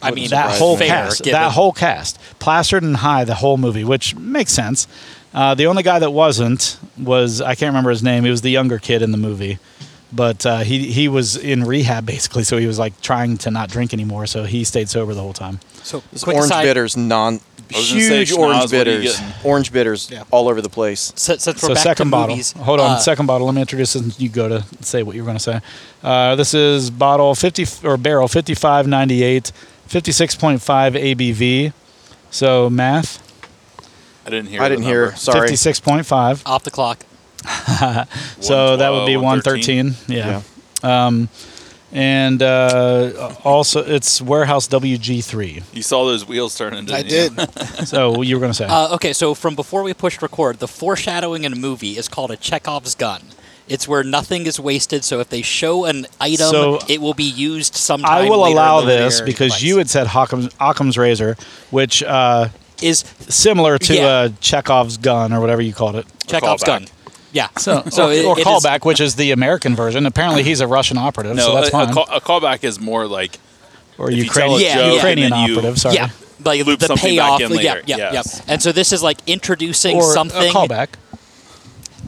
E: I mean,
A: that
C: surprise
A: whole
C: me.
E: fair,
A: cast,
E: given-
A: that whole cast, plastered and high, the whole movie, which makes sense. Uh, the only guy that wasn't was I can't remember his name. He was the younger kid in the movie, but uh, he he was in rehab basically, so he was like trying to not drink anymore. So he stayed sober the whole time.
E: So
C: This
E: quick
C: orange
E: aside,
C: bitters, non
D: was gonna say,
C: huge
D: schnoz,
C: orange
D: what are you
C: bitters,
D: getting?
C: orange bitters
B: Yeah.
C: all over the place.
E: Since, since we're
A: so
E: back
A: second
E: to
A: bottle.
E: movies,
A: Hold on,
E: uh,
A: second bottle. Let me introduce this, and you go to say what you were going to say. Uh, this is bottle fifty or barrel fifty five ninety eight. 56.5 ABV. So math,
D: I didn't hear.
C: I
D: the
C: didn't hear.
D: number.
C: Sorry.
A: 56.5.
E: off the clock.
A: So that would be
D: 112,
A: 113. Yeah. Um, and uh, also, it's warehouse WG3.
D: You saw those wheels turning. Didn't
B: I
D: you?
B: did.
A: So you were going to say.
E: Uh, okay, so from before we pushed record, the foreshadowing in a movie is called a Chekhov's gun. It's where nothing is wasted. So if they show an item,
A: So,
E: it will be used sometime.
A: I will
E: later in
A: allow
E: the
A: this
E: later
A: because
E: device.
A: you had said Occam's, Occam's razor, which uh,
E: is
A: similar to
E: Yeah.
A: uh, Chekhov's gun or whatever you called it.
E: Chekhov's
D: callback.
E: gun. Yeah.
A: So,
E: so
A: or,
E: it-
A: or
E: it is-
A: callback, which is the American version. Apparently, he's a Russian operative, so
D: No,
A: that's
D: a, a
A: fine.
D: call, a callback is more like
A: or
D: if you tell
A: Ukrainian,
D: a
E: joke and
A: Ukrainian
D: then you-
A: operative. Sorry,
E: Yeah. Like
D: Loop
E: the
D: something back
E: payoff.
D: in
E: Yeah,
D: later,
E: yeah, yeah.
D: yes.
E: And so this is like introducing
A: or uh,
E: something.
A: a callback.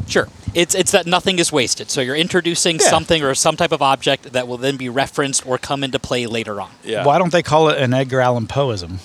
E: Sure. It's it's that nothing is wasted. So you're introducing
C: Yeah.
E: something or some type of object that will then be referenced or come into play later on.
D: Yeah.
A: Why don't they call it an Edgar Allan Poeism?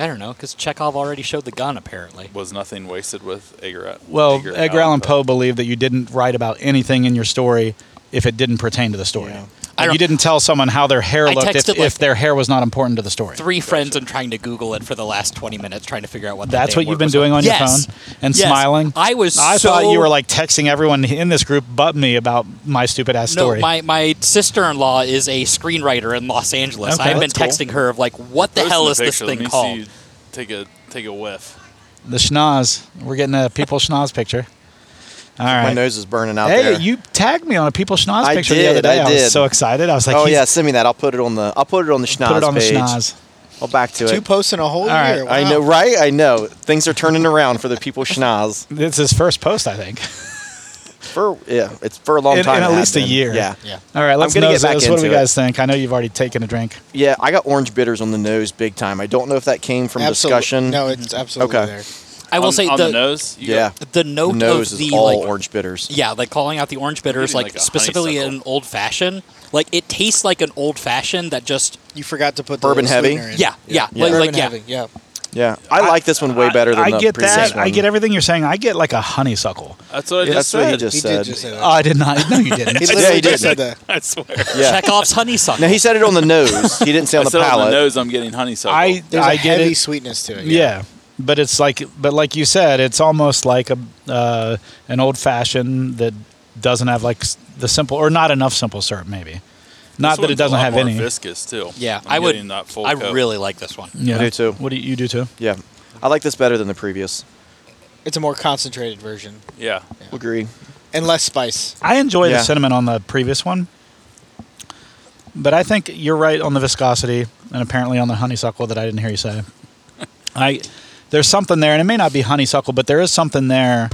E: I don't know because Chekhov already showed the gun apparently.
D: was nothing wasted with Edgar?
A: Well, Edgar, Allan Poe believed that you didn't write about anything in your story if it didn't pertain to the story.
C: Yeah.
E: I
A: Like,
E: don't-
A: you didn't tell someone how their hair
E: I
A: looked if,
E: texted, like,
A: if their hair was not important to the story.
E: Three friends and trying to Google it for the last 20 minutes trying to figure out what. that
A: That's
E: damn
A: what
E: word
A: you've been
E: was.
A: doing on
E: Yes.
A: your phone and
E: Yes.
A: smiling.
E: I was.
A: I
E: so
A: thought you were like texting everyone in this group but me about my stupid ass
E: No,
A: story.
E: my, my sister-in-law is a screenwriter in Los Angeles.
A: Okay,
E: I've been
A: that's cool.
E: texting her of like, what the hell is this thing called?
D: take a take a whiff.
A: the schnoz. We're getting a people schnoz picture. All
C: My
A: right.
C: nose is burning out
A: hey,
C: there.
A: you tagged me on a people schnoz
C: I
A: picture
C: did,
A: the other day.
C: I
A: was
C: did.
A: so excited. I was like,
C: oh
A: he's-
C: yeah, send me that. I'll put it on the I'll put it on the schnoz
A: put it on
C: page.
A: the schnoz.
C: I'll back to
B: Two
C: it.
B: posts in a whole
A: right,
B: year.
C: I
B: wow.
C: know, right? I know. Things are turning around for the people schnoz.
A: It's his first post, I think.
C: For yeah, it's for a long
A: In-
C: time.
A: in
C: it
A: at
C: has
A: least a
C: been.
A: year.
C: Yeah.
B: Yeah.
A: All right, let's
C: gonna
A: know
C: get back
A: this. What do
C: into
A: we guys think? I know you've already taken a drink.
C: Yeah, I got orange bitters on the nose big time. I don't know if that came from
B: Absolute-
C: discussion.
B: No, it's absolutely
C: Okay.
B: there.
E: I will
D: on,
E: say
D: on
E: the,
D: the, nose. you
C: yeah.
D: go-
E: the note
C: The nose
E: of
C: is
E: the
C: all
E: like,
C: orange bitters.
E: Yeah, like calling out the orange bitters,
D: Getting
E: like,
D: like a
E: specifically
D: honeysuckle.
E: an old fashioned. Like it tastes like an old fashioned that just
B: You forgot to put
C: Bourbon
B: the
C: heavy?
B: sweetener in.
E: yeah yeah,
C: Yeah.
E: like,
B: Bourbon
E: like yeah.
B: heavy. Yeah.
C: Yeah. I, like this one way better than
A: I
C: the
A: get
C: previous
A: that.
C: one.
A: I get everything you're saying. I get like a honeysuckle.
D: that's what I
C: That's
D: just
C: what he
D: said.
C: just
B: He
C: said.
B: did just say that.
A: Oh, I did not. No, you
B: he
A: didn't.
B: literally
C: he
B: just said
C: did.
B: that.
D: I swear.
C: yeah.
E: Chekhov's honeysuckle.
C: Now he said it on the nose. He didn't say on
D: I
C: the
D: said on the
C: palate.
D: nose, I'm getting honeysuckle.
A: I
B: There's
A: I
B: a
A: get
B: heavy
A: it.
B: sweetness to it.
A: Yeah. but it's like, but like you said, it's almost like a uh, an old fashioned that doesn't have like s- the simple or not enough simple syrup, maybe. Not
D: This
A: that
D: one's
A: it
D: a
A: doesn't
D: lot
A: have
D: more
A: any.
D: viscous too.
E: yeah,
D: I'm
E: i would.
D: getting That full
E: I
D: coat.
E: really like this one.
A: Yeah.
C: I do too.
A: What do you, you do too?
C: Yeah. I like this better than the previous.
B: It's a more concentrated version
D: yeah.
C: Agree.
B: and less spice.
A: I enjoy the
C: Yeah.
A: cinnamon on the previous one, but I think you're right on the viscosity and apparently on the honeysuckle that I didn't hear you say. I there's something there, and it may not be honeysuckle, but there is something there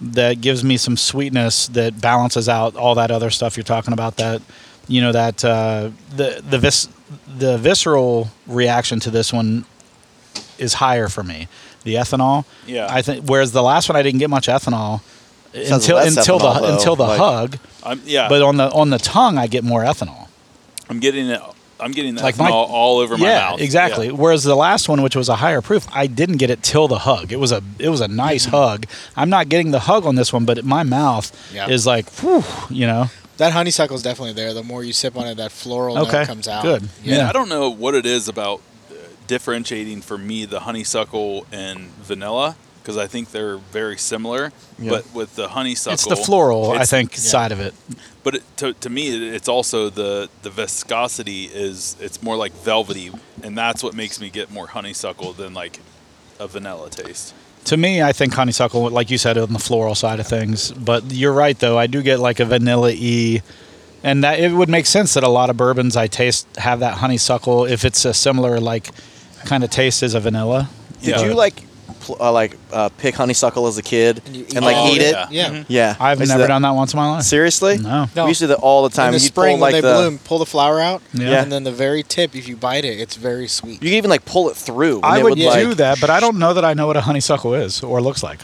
A: that gives me some sweetness that balances out all that other stuff you're talking about. That you know that uh, the the vis the visceral reaction to this one is higher for me. The ethanol,
D: Yeah.
A: I think. Whereas the last one, I didn't get much ethanol.
C: Sounds
A: Until,
C: less
A: until
C: ethanol,
A: the
C: though,
A: until the
C: like-
A: hug,
D: I'm yeah.
A: but uh, on the on the tongue, I get more ethanol.
D: I'm getting it. I'm getting that
A: Like
D: like
A: my-
D: all over my
A: yeah,
D: mouth.
A: exactly. Whereas the last one, which was a higher proof, I didn't get it till the hug. It was a it was a nice hug. I'm not getting the hug on this one, but my mouth
B: Yeah.
A: is like, whew, you know.
B: That honeysuckle is definitely there. The more you sip on it, that floral
A: Okay,
B: note comes out.
A: good.
D: Yeah.
A: Yeah.
D: I don't know what it is about uh, differentiating for me the honeysuckle and vanilla because I think they're very similar.
C: Yeah.
D: But with the honeysuckle,
A: It's the floral, I
D: it's-
A: think, side of it.
D: But it, to, to me, it- it's also the the viscosity is it's more like velvety, and that's what makes me get more honeysuckle than like a vanilla taste.
A: To me, I think honeysuckle, like you said, on the floral side of things. But you're right, though. I do get like a vanilla e, and that it would make sense that a lot of bourbons I taste have that honeysuckle if it's a similar like kind of taste as a vanilla.
C: Did
D: Yeah.
C: you like pl- uh, like uh, pick honeysuckle as a kid and,
B: you eat
C: like eat
D: it. Oh,
C: it?
D: yeah.
B: Yeah.
C: Yeah.
A: I've
C: I used to
A: never
C: that-
A: done that once in my life.
C: Seriously?
A: No.
E: No.
C: We used to do that all the time.
B: In the
C: You'd
B: spring
C: pull, like
B: when they
C: the,
B: bloom, pull the flower out,
A: Yeah.
B: and then the very tip, if you bite it, it's very sweet.
C: You could even like pull it through. and
A: I
C: it
A: would
C: would like,
A: do that, but I don't know that I know what a honeysuckle is or looks like.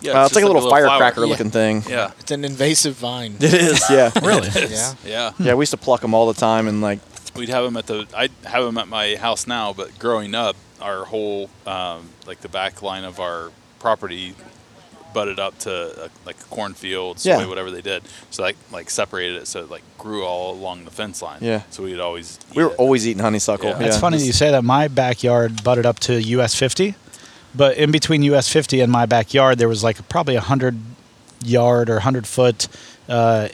D: Yeah,
C: Uh, it's
D: just
C: like a little,
D: flower.
C: firecracker looking thing.
D: Yeah,
B: It's an invasive vine.
C: It is. Yeah.
A: Really?
B: yeah.
D: yeah.
C: yeah. We used to pluck them all the time and like
D: We'd have them at the. I have them at my house now, but growing up, our whole um, like the back line of our property butted up to uh, like cornfields,
C: Yeah.
D: soy, whatever they did. So like like separated it so it like grew all along the fence line.
C: Yeah.
D: So we'd always eat
C: we were
D: it.
C: always eating honeysuckle.
D: Yeah.
C: Yeah.
A: It's funny that you say that. My backyard butted up to US 50, but in between US 50 and my backyard, there was like probably a 100 yard or 100 foot uh,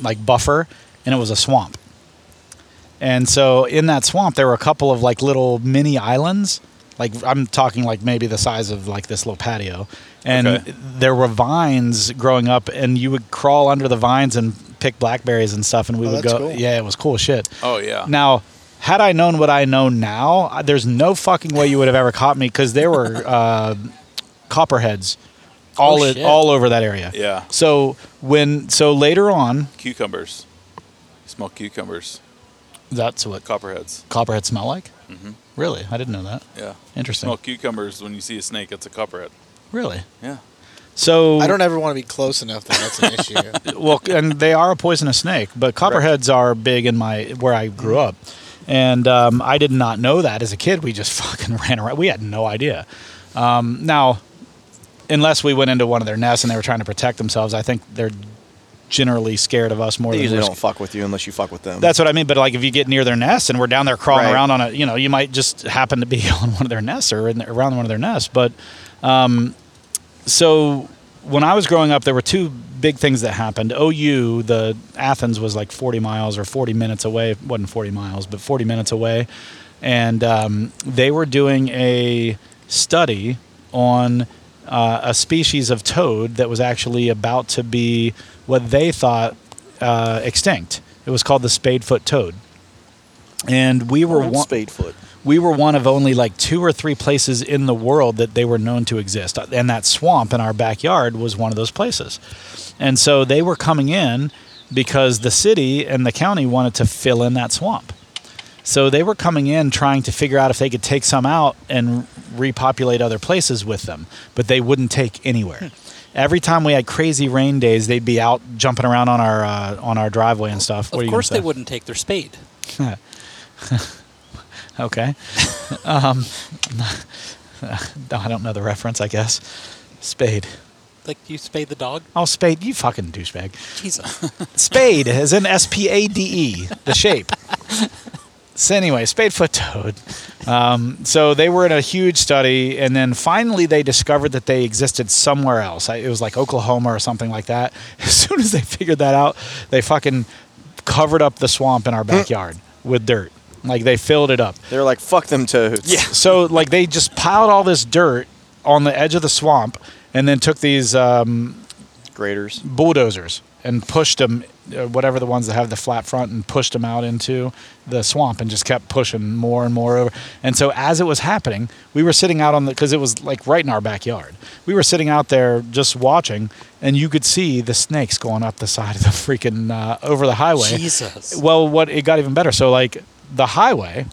A: like buffer, and it was a swamp. And so in that swamp, there were a couple of like little mini islands. Like I'm talking like maybe the size of like this little patio. And
D: Okay.
A: there were vines growing up, and you would crawl under the vines and pick blackberries and stuff. And we
B: Oh,
A: would
B: that's
A: go,
B: cool.
A: yeah, it was cool shit.
D: Oh yeah.
A: Now, had I known what I know now, I- there's no fucking way you would have ever caught me because there were uh, copperheads all
E: Oh,
A: i-
E: shit.
A: all over that area.
D: Yeah.
A: So when so later on,
D: Cucumbers. Small cucumbers.
A: that's what
D: Copperheads.
A: copperheads smell like. Really, I didn't know that.
D: Yeah.
A: Interesting.
D: Small cucumbers. When you see a snake, it's a copperhead.
A: Really.
D: Yeah.
A: So
B: I don't ever want to be close enough that that's an issue.
A: well, and they are a poisonous snake, but copperheads are big in my where I grew up, and um, I did not know that as a kid. We just fucking ran around. We had no idea. Um, now, unless we went into one of their nests and they were trying to protect themselves, I think they're generally scared of us more
C: They
A: than
C: usually
A: we're
C: don't fuck with you unless you fuck with them.
A: That's what I mean. But like, if you get near their nest and we're down there crawling
C: Right.
A: around on a, you know, you might just happen to be on one of their nests or in, around one of their nests. But um, so when I was growing up, there were two big things that happened. OU, the Athens was like 40 miles or 40 minutes away. It wasn't 40 miles, but 40 minutes away, and um, they were doing a study on. Uh, a species of toad that was actually about to be what they thought uh, extinct. It was called the spadefoot toad, and we were one,
C: Spadefoot.
A: we were one of only like two or three places in the world that they were known to exist. And that swamp in our backyard was one of those places. And so they were coming in because the city and the county wanted to fill in that swamp. So they were coming in trying to figure out if they could take some out and repopulate other places with them, but they wouldn't take
E: Hmm.
A: anywhere. Every time we had crazy rain days, they'd be out jumping around on our uh, on our driveway and stuff. What are
E: of
A: you
E: course,
A: gonna
E: they
A: say?
E: wouldn't take their spade.
A: Okay. um, I don't know the reference, I guess. Spade.
E: Like you spade the dog.
A: Oh, spade. You fucking douchebag.
E: Jesus.
A: Spade, as in S P A D E, the shape. so anyway, spadefoot toad. Um, so they were in a huge study, and then finally they discovered that they existed somewhere else. I- It was like Oklahoma or something like that. As soon as they figured that out, they fucking covered up the swamp in our backyard with dirt. Like they filled it up.
C: They're like fuck them toads.
E: Yeah.
A: So like they just piled all this dirt on the edge of the swamp, and then took these um,
C: Graders.
A: bulldozers and pushed them, uh, whatever the ones that have the flat front, and pushed them out into the swamp and just kept pushing more and more over. And so as it was happening, we were sitting out on the because it was like right in our backyard. We were sitting out there just watching, and you could see the snakes going up the side of the freaking uh, over the highway.
E: Jesus.
A: Well, what it got even better. So like the highway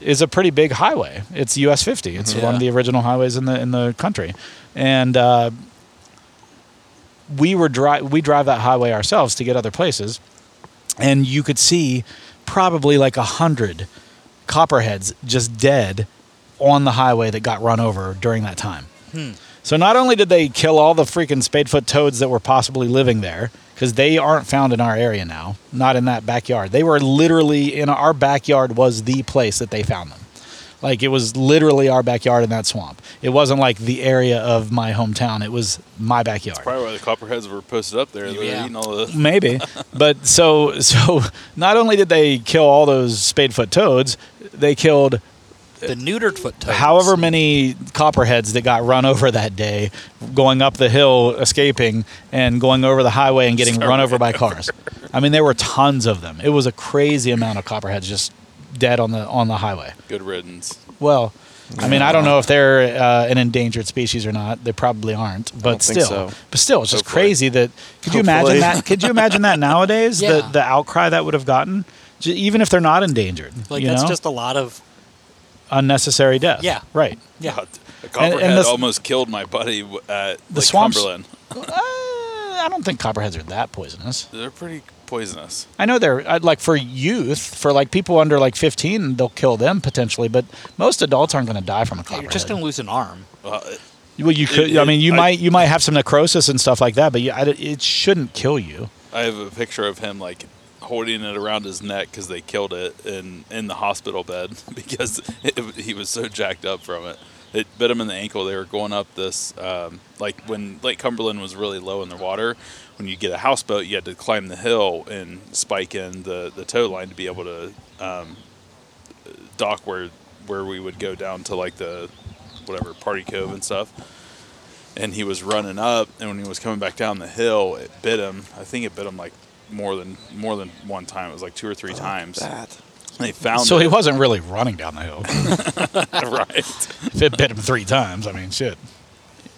A: is a pretty big highway. It's US 50. It's
E: Mhm.
A: one of
E: Yeah.
A: the original highways in the in the country, and uh, we were dri- we drive that highway ourselves to get other places, and you could see probably like a hundred copperheads just dead on the highway that got run over during that time. So not only did they kill all the freaking spadefoot toads that were possibly living there, because they aren't found in our area now, not in that backyard. They were literally in our backyard was the place that they found them. Like it was literally our backyard in that swamp. It wasn't like the area of my hometown. It was my backyard.
D: Probably why the copperheads were posted up there. They
E: Yeah.
D: were eating all the.
A: Maybe, but so so. Not only did they kill all those spadefoot toads, they killed
E: The neutered foot toads.
A: however many copperheads that got run over that day going up the hill escaping and going over the highway and getting run over by cars i mean there were tons of them it was a crazy amount of copperheads just dead on the on the highway
D: Good riddance.
A: well i mean i don't know if they're uh, an endangered species or not they probably aren't but
C: don't think
A: still
C: so.
A: but still it's just
D: Hopefully.
A: crazy that could you
C: Hopefully.
A: imagine that could you imagine that nowadays
E: Yeah.
A: the, the outcry that would have gotten J- even if they're not endangered
E: Like
A: you
E: that's
A: know?
E: just a lot of.
A: unnecessary death
E: Yeah.
A: right
E: Yeah.
D: God, a copperhead
A: this-
D: almost killed my buddy w- at
A: The
D: Lake
A: swamps-
D: Cumberland.
A: Uh, I don't think copperheads are that poisonous.
D: They're pretty poisonous.
A: I know they're I'd like for youth, for like people under like 15, they'll kill them potentially, but most adults aren't going to die from a copperhead.
E: You're just gonna lose an arm.
D: Well, it-
A: well, you could.
D: it-
A: I mean, you
D: I-
A: might you might have some necrosis and stuff like that, but you, I, it shouldn't kill you.
D: I have a picture of him like holding it around his neck because they killed it in in the hospital bed because it, he was so jacked up from it. It bit him in the ankle. They were going up this um, like when Lake Cumberland was really low in the water. When you get a houseboat, you had to climb the hill and spike in the the tow line to be able to um, dock where where we would go down to like the whatever party cove and stuff and he was running up and when he was coming back down the hill it bit him i think it bit him like more than more than one time it was like two or three times
C: That.
D: And they
E: Oh,
D: found
A: So
D: it
A: he wasn't really running down the hill.
D: right
A: if it bit him three times, I mean, shit.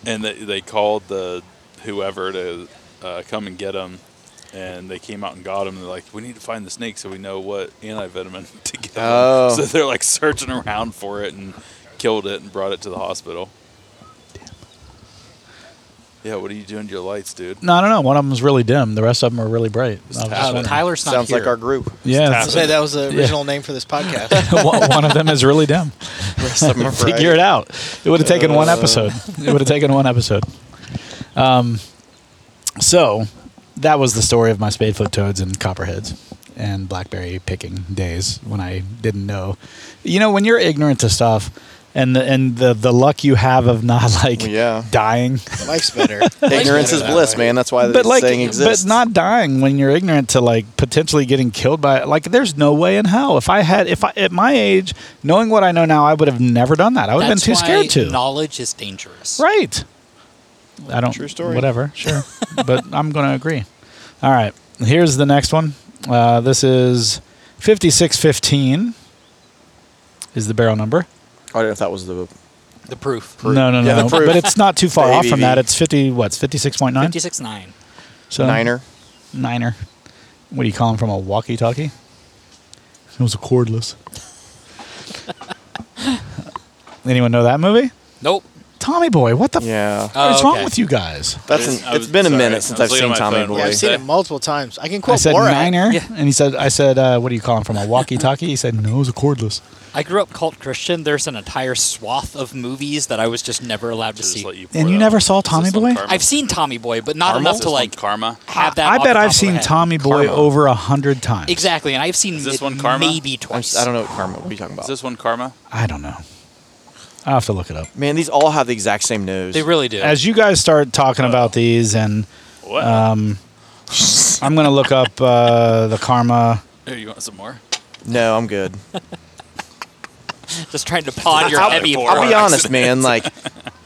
D: and they, they called the whoever to uh, come and get him and they came out and got him. They're like, "We need to find the snake so we know what antivitamin to give." him."
C: Oh.
D: So they're like searching around for it and killed it and brought it to the hospital. Yeah, what are you doing to your lights, dude?
A: No, I don't know. One of them's really dim. The rest of them are really bright. I was just
D: tap it.
E: Oh,
A: wondering.
E: Tyler's not
C: Sounds
E: here.
C: like our group.
A: yeah,
B: I
D: tap
B: was gonna say that was the original name for this podcast.
A: one one of them is really dim.
C: Rest of 'em are
A: Figure
C: bright.
A: it out. It would have taken one
C: Uh.
A: episode. It would have taken one episode. Um, so that was the story of my spadefoot toads and copperheads and blackberry picking days when I didn't know. You know, when you're ignorant to stuff and the, and the, the luck you have of not like
C: Yeah.
A: dying.
B: Life's better.
C: Ignorance is
B: better that
C: bliss,
B: way.
C: man. That's why the
A: but like
C: saying exists.
A: but not dying when you're ignorant to like potentially getting killed by like there's no way in hell if i had if i at my age knowing what i know now i would have never done that i would have been
E: That's
A: too
E: why
A: scared to
E: Knowledge is dangerous.
A: right i don't
C: True story.
A: whatever sure but i'm gonna agree all right here's the next one uh, this is 5615 is the barrel number
C: I don't know if Oh, that was the.
E: The proof.
A: no no no
C: Yeah, the
A: no.
C: proof.
A: but it's not too far
C: The
A: off from
C: ABV.
A: that it's 50 what's 56.9
E: Fifty-six nine.
A: so
C: Niner.
A: Niner. What do you call him from a walkie talkie? It was a cordless. Anyone know that movie?
E: Nope.
A: Tommy Boy, what the
C: Yeah.
A: f- what's
E: Oh,
A: wrong
E: okay.
A: with you guys?
C: That's
D: I was-
C: an,
D: I
C: it's
D: was-
C: been a
D: sorry, I
C: minute since
D: was
C: I've seen
D: looking at my
C: Tommy
D: phone.
C: Boy.
D: Yeah,
B: Yeah, I've seen
D: that-
B: it multiple times. I can
A: I
B: quote
A: said
B: Borat.
A: Niner,
E: Yeah.
A: and he said, "I said, uh, what do you call him from a walkie talkie?" He said, "No, it was a cordless."
E: I grew up cult Christian. There's an entire swath of movies that I was just never allowed to
D: Just
E: see.
D: let you
A: And
D: pour
A: you
D: it
A: never
D: out.
A: saw
D: Is this
A: Tommy
D: on
A: Boy?
D: Karma?
E: I've seen Tommy Boy, but not
D: Karma?
E: enough
D: Is
E: to
D: this on
E: like
D: Karma.
E: have that.
A: I
E: off
A: bet
E: the top
A: I've
E: of
A: seen
E: my head.
A: Tommy Boy
C: Karma.
A: over a hundred times.
E: Exactly, and I've seen
D: Is this
E: it
D: one Karma?
E: maybe
C: I'm
E: twice.
C: just, I don't know what karma. What are you talking
D: Is
C: about?
D: this one Karma?
A: I don't know. I will have to look it up.
C: man, these all have the exact same nose.
E: They really do.
A: As you guys start talking about these, and
D: What?
A: Um, I'm gonna look up uh, the karma.
D: Here, you want some more?
C: No, I'm good.
E: just trying to pod your
D: I'll-
E: heavy.
D: I'll
C: I'll
E: pork.
C: be honest, man. Like,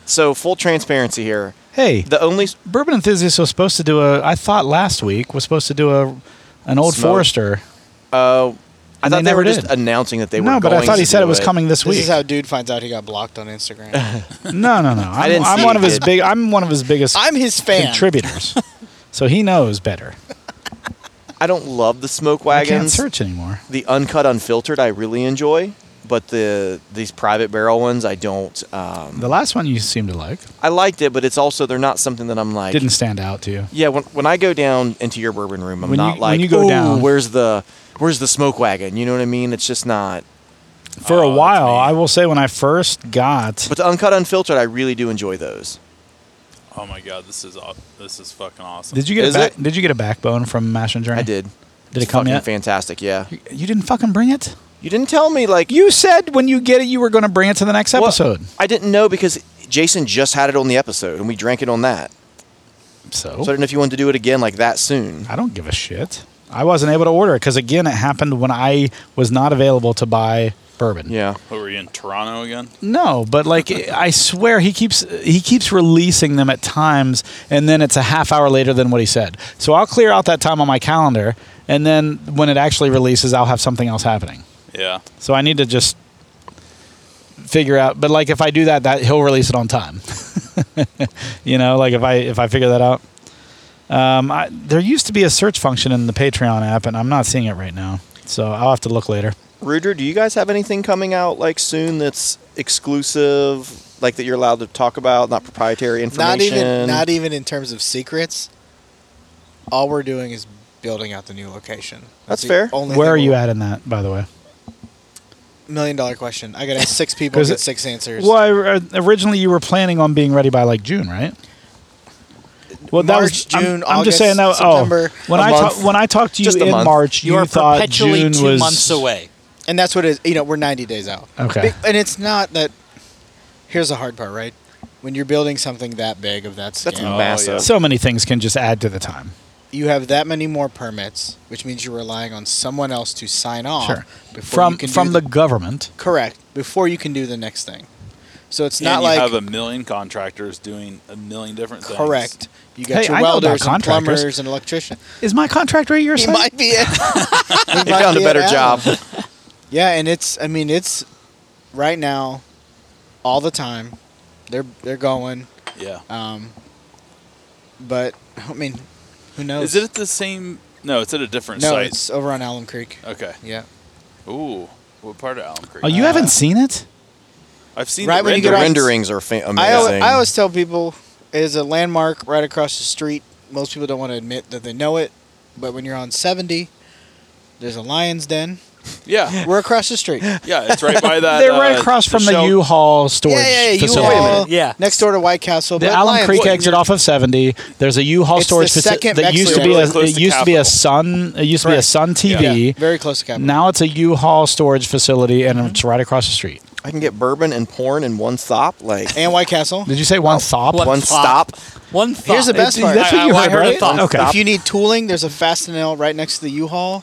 C: so full transparency here.
A: Hey,
C: The only
A: Bourbon enthusiast was supposed to do a. I thought last week was supposed to do a, an old
C: Smoke.
A: Forester.
C: uh, I
A: And
C: thought
A: they
C: they,
A: never
C: were
A: did.
C: just announcing that they were.
A: No, but I
C: going
A: thought he
C: to
A: said
C: do
A: it was coming this
B: This
A: week.
B: is how dude finds out he got blocked on Instagram.
A: no, no, no. I'm, I am
C: didn't
A: i am
C: see
A: one
C: it,
A: of his
C: dude.
A: big. I'm one of his biggest
B: I'm his fan.
A: contributors, so he knows better.
C: I don't love the smoke
A: I can't
C: wagons.
A: search anymore.
C: The uncut, unfiltered, I really enjoy. But the these private barrel ones, I don't. Um,
A: The last one you seemed to like
C: I liked it, but it's also they're not something that I'm like.
A: didn't stand out to you.
C: Yeah, when, when I go down into your bourbon room, I'm
A: When you-
C: not
A: when
C: like,
A: you go
C: "Ooh,
A: down."
C: where's the where's the smoke wagon? You know what I mean? It's just not.
A: For
D: Oh,
A: a
D: that's
A: while,
D: me.
A: I will say when I first got.
C: But the uncut, unfiltered, I really do enjoy those.
D: Oh my god, this is aw- this is fucking awesome.
A: Did you get a
C: Is
A: back,
C: it?
A: did you get a backbone from Mash and Journey?
C: I did.
A: Did
C: It's
A: it come
C: fucking
A: yet?
C: Fantastic, yeah.
A: you didn't fucking bring it.
C: You didn't tell me like
A: You said when you get it, you were going to bring it to the next
C: Well,
A: episode.
C: I didn't know because Jason just had it on the episode and we drank it on that.
A: So
C: So I didn't know if you wanted to do it again like that soon.
A: I don't give a shit. I wasn't able to order it because again, it happened when I was not available to buy bourbon.
C: Yeah.
D: What, were you in Toronto again?
A: No, but like I swear he keeps he keeps releasing them at times, and then it's a half hour later than what he said. So I'll clear out that time on my calendar, and then when it actually releases, I'll have something else happening.
D: Yeah.
A: So I need to just figure out. But like if I do that, that he'll release it on time. you know, like if I if I figure that out. Um, I, there used to be a search function in the Patreon app, and I'm not seeing it right now. So I'll have to look later.
C: Rudra, do you guys have anything coming out like soon that's exclusive, like that you're allowed to talk about, not proprietary information?
B: Not even not even in terms of secrets. All we're doing is building out the new location.
C: That's
B: the
C: fair.
B: Only
A: Where
B: thing
A: are you
B: we'll-
A: at in that, by the way?
B: Million dollar question. I got to ask six people
A: 'Cause
B: get
A: it-
B: six answers.
A: Well, I, uh, originally you were planning on being ready by like June, right? Well,
B: March,
A: I'm-
B: June,
A: I'm, just saying that.
B: August, September,
A: oh, when
C: a
A: I
C: month.
A: ta- when I talked to you
C: Just a
A: in
C: month.
A: March, you,
E: You are
A: thought
E: perpetually
A: June
E: two
A: was
E: months away.
B: and that's what it is. You know, we're 90 days out.
A: Okay.
B: Be- And it's not that. Here's the hard part, right? When you're building something that big of that scale,
C: That's
D: Oh,
C: massive.
D: yeah.
A: So many things can just add to the time.
B: you have that many more permits, which means you're relying on someone else to sign off
A: Sure.
B: before
A: From
B: you can do
A: from the government.
B: correct before you can do the next thing. So it's
D: and
B: not
D: you
B: like
D: have a million contractors doing a million different things.
B: correct. You got
A: Hey,
B: your
A: I know about
B: welders and
A: contractors.
B: plumbers and electricians.
A: Is my contract right your
B: He
A: side?
B: might be it.
C: You found a better job.
B: Yeah, and it's I mean it's right now, all the time. They're they're going,
D: Yeah.
B: um, but I mean, who knows?
D: Is it at the same? No, it's at a different
B: no,
D: site.
B: it's over on Allen Creek.
D: Okay.
B: Yeah,
D: Ooh, what part of Allen Creek?
A: Oh, you
B: Uh,
A: haven't seen it?
D: I've seen
B: right
D: the
B: when you
C: The
B: get
D: rendering.
B: off-
C: renderings are fa-
B: I, al-
C: amazing.
B: I always tell people It is a landmark right across the street. Most people don't want to admit that they know it, but when you're on 70, there's a lion's den.
D: Yeah,
B: We're across the street. Yeah,
D: yeah, it's right by that.
A: They're right
D: uh,
A: across from the,
D: shell-
A: U-Haul storage
B: yeah, yeah.
A: facility.
B: U-Haul,
E: Yeah.
B: Next door to White Castle.
A: The
B: but
A: Allen
B: Lion-
A: Creek
B: Well,
A: exit off of 70. There's a U-Haul
B: It's
A: storage
B: the
A: facility
B: second
A: that
B: next
A: used to
B: to
A: be
B: Really
A: a
D: close
A: it
D: to
A: used to be a
D: Capitol.
A: Sun it used to be a
B: Correct.
A: Sun
B: Yeah,
A: TV.
B: very close to Capitol.
A: Now it's a U-Haul storage facility and it's right across the street.
C: I can get bourbon and porn in one stop. Like
B: and White Castle.
A: Did you say one thop?
E: One
C: one stop.
E: thought. One thought.
B: Here's the best part.
A: That's what you
E: I- I
A: heard,
E: heard
A: right?
E: a thought.
A: Okay.
B: If you need tooling, there's a Fastenal right next to the U-Haul.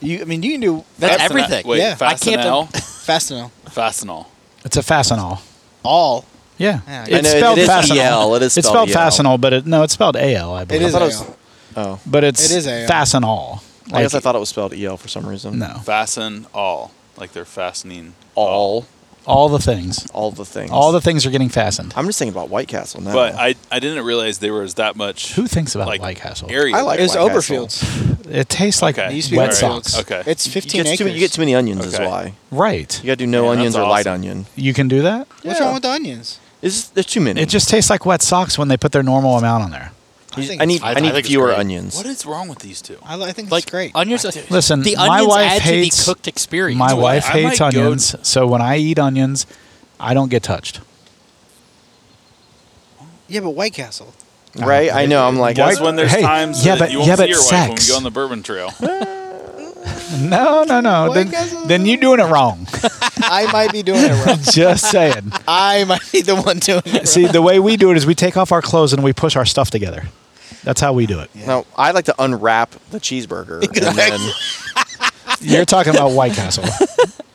B: You, I mean, you can do
E: That's
D: Fastenal-
E: everything.
D: Wait,
B: Yeah.
E: I can't
D: Fastenal,
B: Fastenal.
D: Fastenal.
A: It's a Fastenal.
B: All.
A: Yeah.
B: Yeah, I
A: It's
C: know, it
A: spelled
C: is
A: Fastenal.
C: EL. It is
A: it's
C: spelled
A: spelled
C: EL.
A: Fastenal, but it no, it's spelled AL, I believe.
B: It is
C: thought it
B: AL.
C: Oh,
A: But it's
B: It is AL.
A: Fastenal.
C: I guess I
A: Like,
C: thought it was spelled el for some reason.
A: no.
D: Fasten all, like they're fastening
C: all,
A: All the things.
C: all the things.
A: All the things are getting fastened.
C: I'm just thinking about White Castle now.
D: But I, I didn't realize there was that much.
A: Who thinks about
D: like,
A: White Castle?
D: Area.
C: I like
B: It's
C: White Castle.
B: Oberfields.
A: It tastes like
D: Okay.
B: It
D: It
B: used to be
A: wet
D: Alright.
B: Oberfields.
A: socks.
D: Okay.
B: It's
C: you
B: 15
C: get,
B: acres.
C: too, you get too many onions is
D: Okay.
C: why.
A: Right.
C: You got to do no
D: Yeah,
C: onions or
D: that's
C: light
D: awesome.
C: onion.
A: You can do that?
B: What's
C: Yeah.
B: wrong with the onions?
C: It's, there's too many.
A: It just tastes like wet socks when they put their normal amount on there.
C: You-
B: I think
C: I need
E: I-
C: I,
E: I
C: need
E: think it's
C: fewer
E: great.
C: onions.
D: What is wrong with these two?
B: I, li- I think
E: Like uh,
B: it's great.
E: onions.
A: Listen,
E: the
A: my
E: onions
A: wife
E: add
A: hates
E: to the cooked experience.
A: My
D: know what?
A: wife
D: I
A: hates
D: might go-
A: onions, so when I eat onions, I don't get touched.
B: yeah, but White Castle.
C: Right? I know. I'm like,
D: Guess
A: White-
D: when there's
A: hey,
D: times
A: yeah,
D: that
A: but-
D: you won't
A: yeah,
D: see
A: but
D: your wife when we
A: sex.
D: go on the bourbon trail.
A: No, no, no.
B: White
A: Then,
B: Castle.
A: then you're doing it wrong.
B: I might be doing it wrong.
A: Just saying.
B: I might be the one doing it.
A: See, the way we do it is we take off our clothes and we push our stuff together. That's how we do it.
C: no, I like to unwrap the cheeseburger. And then,
A: You're talking about White Castle.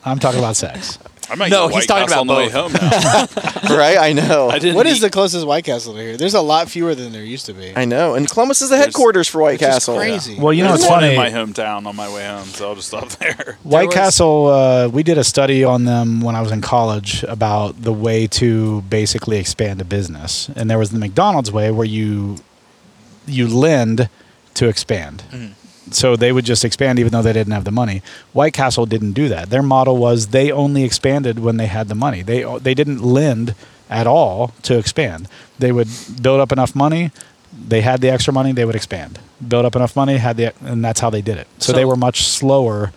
A: I'm talking about sex.
D: I might
E: No,
D: get
E: he's
D: White
E: talking
D: Castle on
E: about
D: the way home now.
C: right? I know.
D: I didn't.
B: What is
D: eat-
B: the closest White Castle to here? There's a lot fewer than there used to be.
C: I know. And Columbus is the
D: There's-
C: headquarters for White
B: It's just
C: Castle.
B: crazy.
A: Well, you know,
D: There's
A: it's
D: one
A: funny.
D: in my hometown on my way home, so I'll just stop there.
A: White
E: was-
A: Castle, uh, we did a study on them when I was in college about the way to basically expand a business, and there was the McDonald's way where you you lend to expand. So they would just expand even though they didn't have the money. White Castle didn't do that. Their model was they only expanded when they had the money. They they didn't lend at all to expand. They would build up enough money. They had the extra money. They would expand. Build up enough money. Had the and that's how they did it. so
E: So-
A: they were much slower.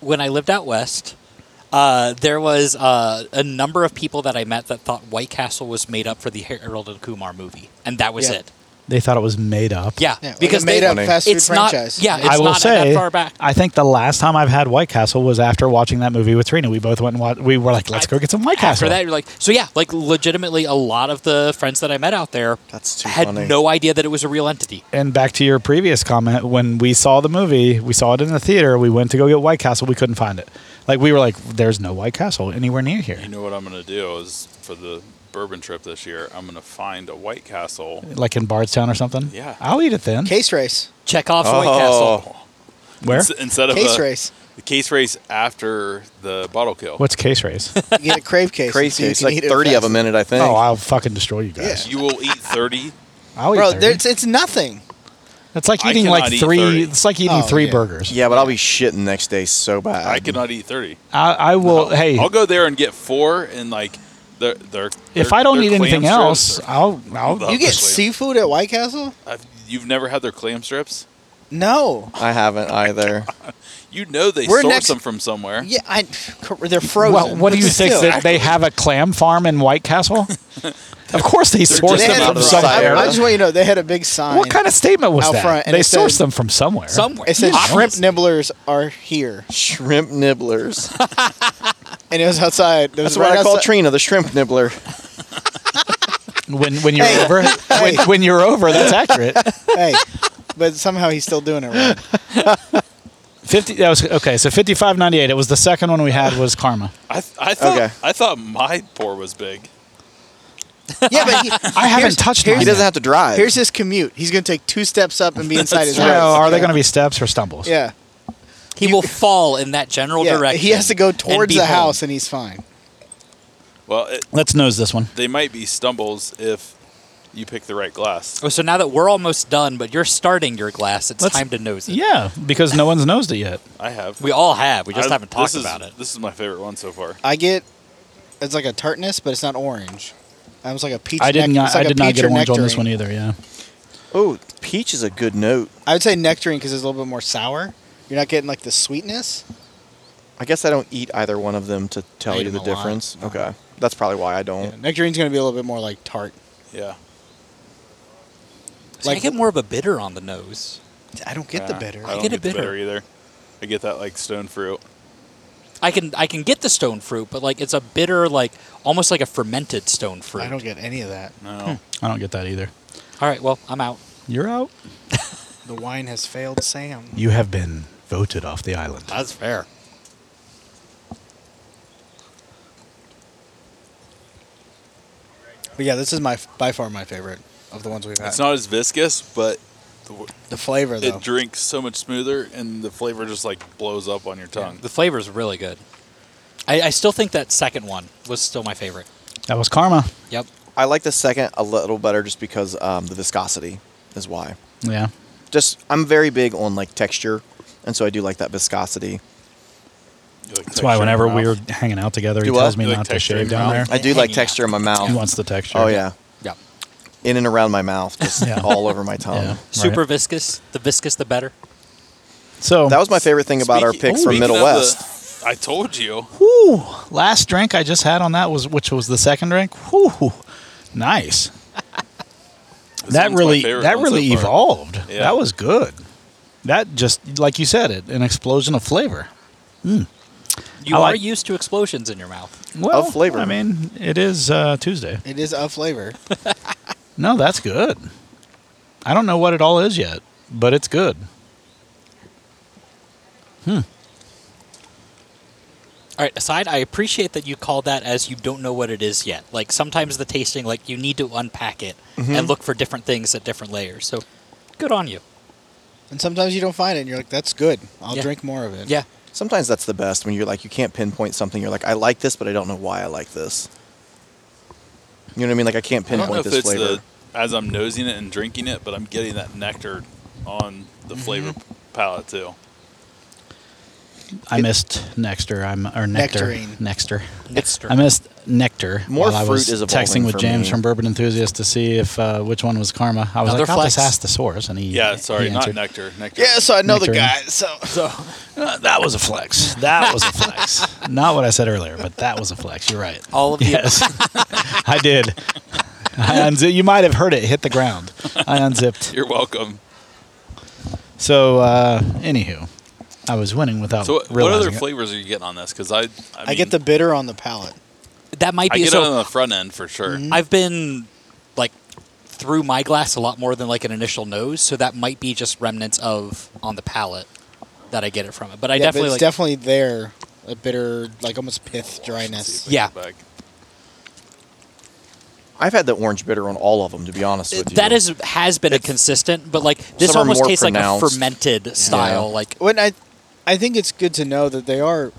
E: when I lived out west, uh, there was uh, a number of people that I met that thought White Castle was made up for the Harold and Kumar movie, and that was
B: Yeah.
E: it.
A: They thought it was made up.
E: Yeah,
B: Yeah, like
E: because
B: a made
E: they,
B: up fast food
E: it's
B: franchise.
E: Not, yeah, it's
A: I will
E: not
A: say,
E: that far back.
A: I think the last time I've had White Castle was after watching that movie with Trina. We both went and watched, we were like, let's go get some White
E: After
A: Castle.
E: that, you're like, so yeah, like legitimately, a lot of the friends that I met out there
C: That's too
E: had
C: funny.
E: no idea that it was a real entity.
A: and back to your previous comment, when we saw the movie, we saw it in the theater. We went to go get White Castle. We couldn't find it. Like we were like, there's no White Castle anywhere near here.
D: You know what I'm going to do is for the bourbon trip this year, I'm going to find a White Castle.
A: Like in Bardstown or something.
D: Yeah.
A: I'll eat it then.
B: Case race.
E: Chekhov's
B: Oh.
E: White
C: Oh,
E: Castle.
A: Where?
D: Ins- Instead of
B: Case
D: a-
B: race.
D: The case race after the bottle kill.
A: What's case race?
B: You get a crave case.
C: Crazy.
B: so you
C: it's
B: can
C: like
B: eat it
C: 30 of
B: fast.
C: them in it, I think.
A: oh, I'll fucking destroy you guys.
D: You will eat 30.
A: I'll eat
B: Bro,
A: thirty.
B: there- it's, it's nothing.
A: That's like
D: I
A: eating
D: cannot
A: like
D: eat
A: three.
D: 30.
A: It's like eating
B: Oh,
A: three
B: yeah.
A: burgers.
C: yeah, but I'll be shitting next day so bad.
D: I cannot eat 30.
A: I, I will. Um, Hey,
D: I'll go there and get four and like they're, they're
A: if
D: they're-
A: I don't eat
D: their
A: anything
D: clam
A: else,
D: strips
A: I'll, I'll
D: Love
B: you get
D: this flavor.
B: seafood at White Castle?
D: are- I've- you've never had their clam strips?
B: No.
C: I haven't either.
D: You know they
B: We're
D: source
B: next-
D: them from somewhere.
B: Yeah, I, they're frozen.
A: Well, what do
B: but
A: you think
B: still.
A: that they have a clam farm in White Castle? of course they source
D: just
A: them
D: out
A: from
D: of the
A: somewhere.
B: I,
C: side.
B: I just want you to know they had a big sign.
A: what kind of statement was
B: out
A: that?
B: front, and
A: they
B: it said-
A: source them from somewhere.
E: Somewhere.
B: It said
E: Obvious.
B: shrimp nibblers are here,
C: shrimp nibblers.
B: and it was outside. It was
C: That's
B: right
C: what I call
B: outside-
C: Trina, the shrimp nibbler.
A: When when you're over, when, when you're over, that's accurate.
B: Hey, but somehow he's still doing it right.
A: Fifty. That was okay. So fifty-five ninety-eight. It was the second one we had was Karma.
D: I, th- I thought
C: Okay.
D: I thought my pour was big.
B: Yeah, but he,
A: I haven't
B: here's-
A: touched
B: here's-
A: mine
C: He doesn't have to drive.
B: Here's his commute. He's gonna take two steps up and be inside his
A: Well,
B: house.
A: are they going to be steps or stumbles?
B: Yeah,
E: He will fall in that general
B: yeah.
E: direction.
B: He has to go
E: and
B: towards
E: be
B: the
E: home.
B: house, and he's fine.
D: Well, it,
A: Let's nose this one.
D: they might be stumbles if you pick the right glass.
E: Oh, so now that we're almost done, but you're starting your glass, it's
A: Let's-
E: time to nose it.
A: Yeah, because no one's nosed it yet.
D: I have.
E: We all have. We just
D: I-
E: haven't talked
D: this is-
E: about it.
D: This is my favorite one so far.
B: I get it's like a tartness, but it's not orange. Almost like a peach.
A: I did
B: nec-
A: not.
B: it's like
A: I
B: a
A: did not
B: peach
A: get
B: or
A: a orange on this
B: nectarine.
A: one e- either. Yeah.
C: Oh, peach is a good note.
B: I would say nectarine because it's a little bit more sour. You're not getting like the sweetness.
C: I guess I don't eat either one of them to
B: I
C: tell
B: eat
C: you the
B: them a lot.
C: difference. Okay, that's probably why I don't.
B: Yeah, nectarine's going to be a little bit more like tart.
D: Yeah.
E: See, I
B: Like-
E: get more of a bitter on the nose.
B: I don't get
D: Yeah,
B: the bitter.
D: Uh, I don't
E: get
D: get,
E: a
D: the
E: bitter.
D: bitter either. I get that like stone fruit.
E: I can I can get the stone fruit, but like it's a bitter, like almost like a fermented stone fruit.
B: I don't get any of that.
D: No.
A: I don't get that either.
E: All right, well I'm out.
A: You're out.
B: The wine has failed Sam.
A: You have been voted off the island.
E: That's fair.
B: But yeah, this is my by far my favorite of the ones we've had.
D: It's not as viscous, but the,
B: the flavor though.
D: it drinks so much smoother, and the flavor just like blows up on your tongue.
E: The flavor's really good. I, I still think that second one was still my favorite.
A: That was karma.
E: Yep.
C: I like the second a little better just because um, the viscosity is why.
A: Yeah.
C: Just I'm very big on like texture, and so I do like that viscosity.
D: You like
A: That's why
D: texture in
A: whenever
D: your
A: we were
D: mouth.
A: hanging out together, he
C: Do what?
A: tells me
D: You like
A: not to
D: texture in
A: shave
D: your
A: down there.
E: mouth?
C: I do like
E: Hanging out.
C: texture in my mouth.
A: He wants the texture.
C: Oh yeah,
E: Yep.
C: in and around my mouth, just
A: Yeah.
C: all over my tongue.
A: Yeah. Right.
E: Super viscous. The viscous the better.
A: So
C: That was my favorite thing about our
D: Speaking-
C: pick from
D: speaking
C: Middle
D: of the-
C: West.
D: I told you.
A: Whew, last drink I just had on that was which was the second drink. Whew, nice.
D: This
A: that
D: one's my
A: really
D: favorite
A: that
D: one so
A: really
D: far.
A: evolved.
D: Yeah.
A: That was good. That just like you said it, an explosion of flavor. I
E: You are
A: like-
E: used to explosions in your mouth.
A: Well,
C: Of flavor.
A: I mean, it is uh, Tuesday.
B: it is a flavor.
A: No, that's good. I don't know what it all is yet, but it's good.
E: All right, aside, I appreciate that you called that as you don't know what it is yet. Like sometimes the tasting, like you need to unpack it and look for different things at different layers. So good on you.
B: and sometimes you don't find it and you're like, that's good. I'll
E: Yeah.
B: drink more of it.
E: Yeah.
C: Sometimes that's the best when you're like you can't pinpoint something. You're like I like this, but I don't know why I like this. You know what I mean? Like I can't
D: I don't know
C: pinpoint
D: if
C: this
D: it's
C: flavor.
D: the as I'm nosing it and drinking it, but I'm getting that nectar on the flavor palette too.
A: I missed nectar. I'm or nectar.
B: Nectarine.
A: Nectar.
E: Nectar.
A: I missed nectar.
C: More
A: while I
C: fruit
A: was
C: is evolving
A: texting with
C: for
A: James
C: me.
A: from Bourbon Enthusiast to see if uh, which one was karma. I was
E: Another
A: like, I'll just
E: flex.
A: ask the source, and he
D: Yeah, sorry,
A: he
D: not
A: answered.
D: nectar. Nectar.
B: Yeah, so I know the guy.
A: Nectarine.
B: So
E: So
A: Uh, that was a flex. That was a flex. Not what I said earlier, but that was a flex. You're right.
E: all of the
A: Yes, I did. I unzi- you might have heard it hit the ground. I unzipped.
D: You're welcome.
A: So, uh, anywho, I was winning without
D: So what, what
A: realizing
D: other
A: it.
D: flavors are you getting on this? Because I, I,
B: I get the
D: mean,
B: bitter on the palate.
E: that might
D: I
E: be
D: get
E: so.
D: it on the front end for sure.
B: Mm-hmm.
E: I've been like through my glass a lot more than like an initial nose, so that might be just remnants of on the palate that I get it from it. But I
B: yeah,
E: definitely
B: but it's
E: like
B: definitely there. A bitter, like almost pith dryness.
D: See if Oh, I
E: Yeah.
D: can go back.
C: I've had the orange bitter on all of them, to be honest with you.
E: that is has been a consistent, but like this
C: Some are
E: almost
C: more
E: tastes like a
C: pronounced.
E: fermented style. Like
B: When I, I think it's good to know that they are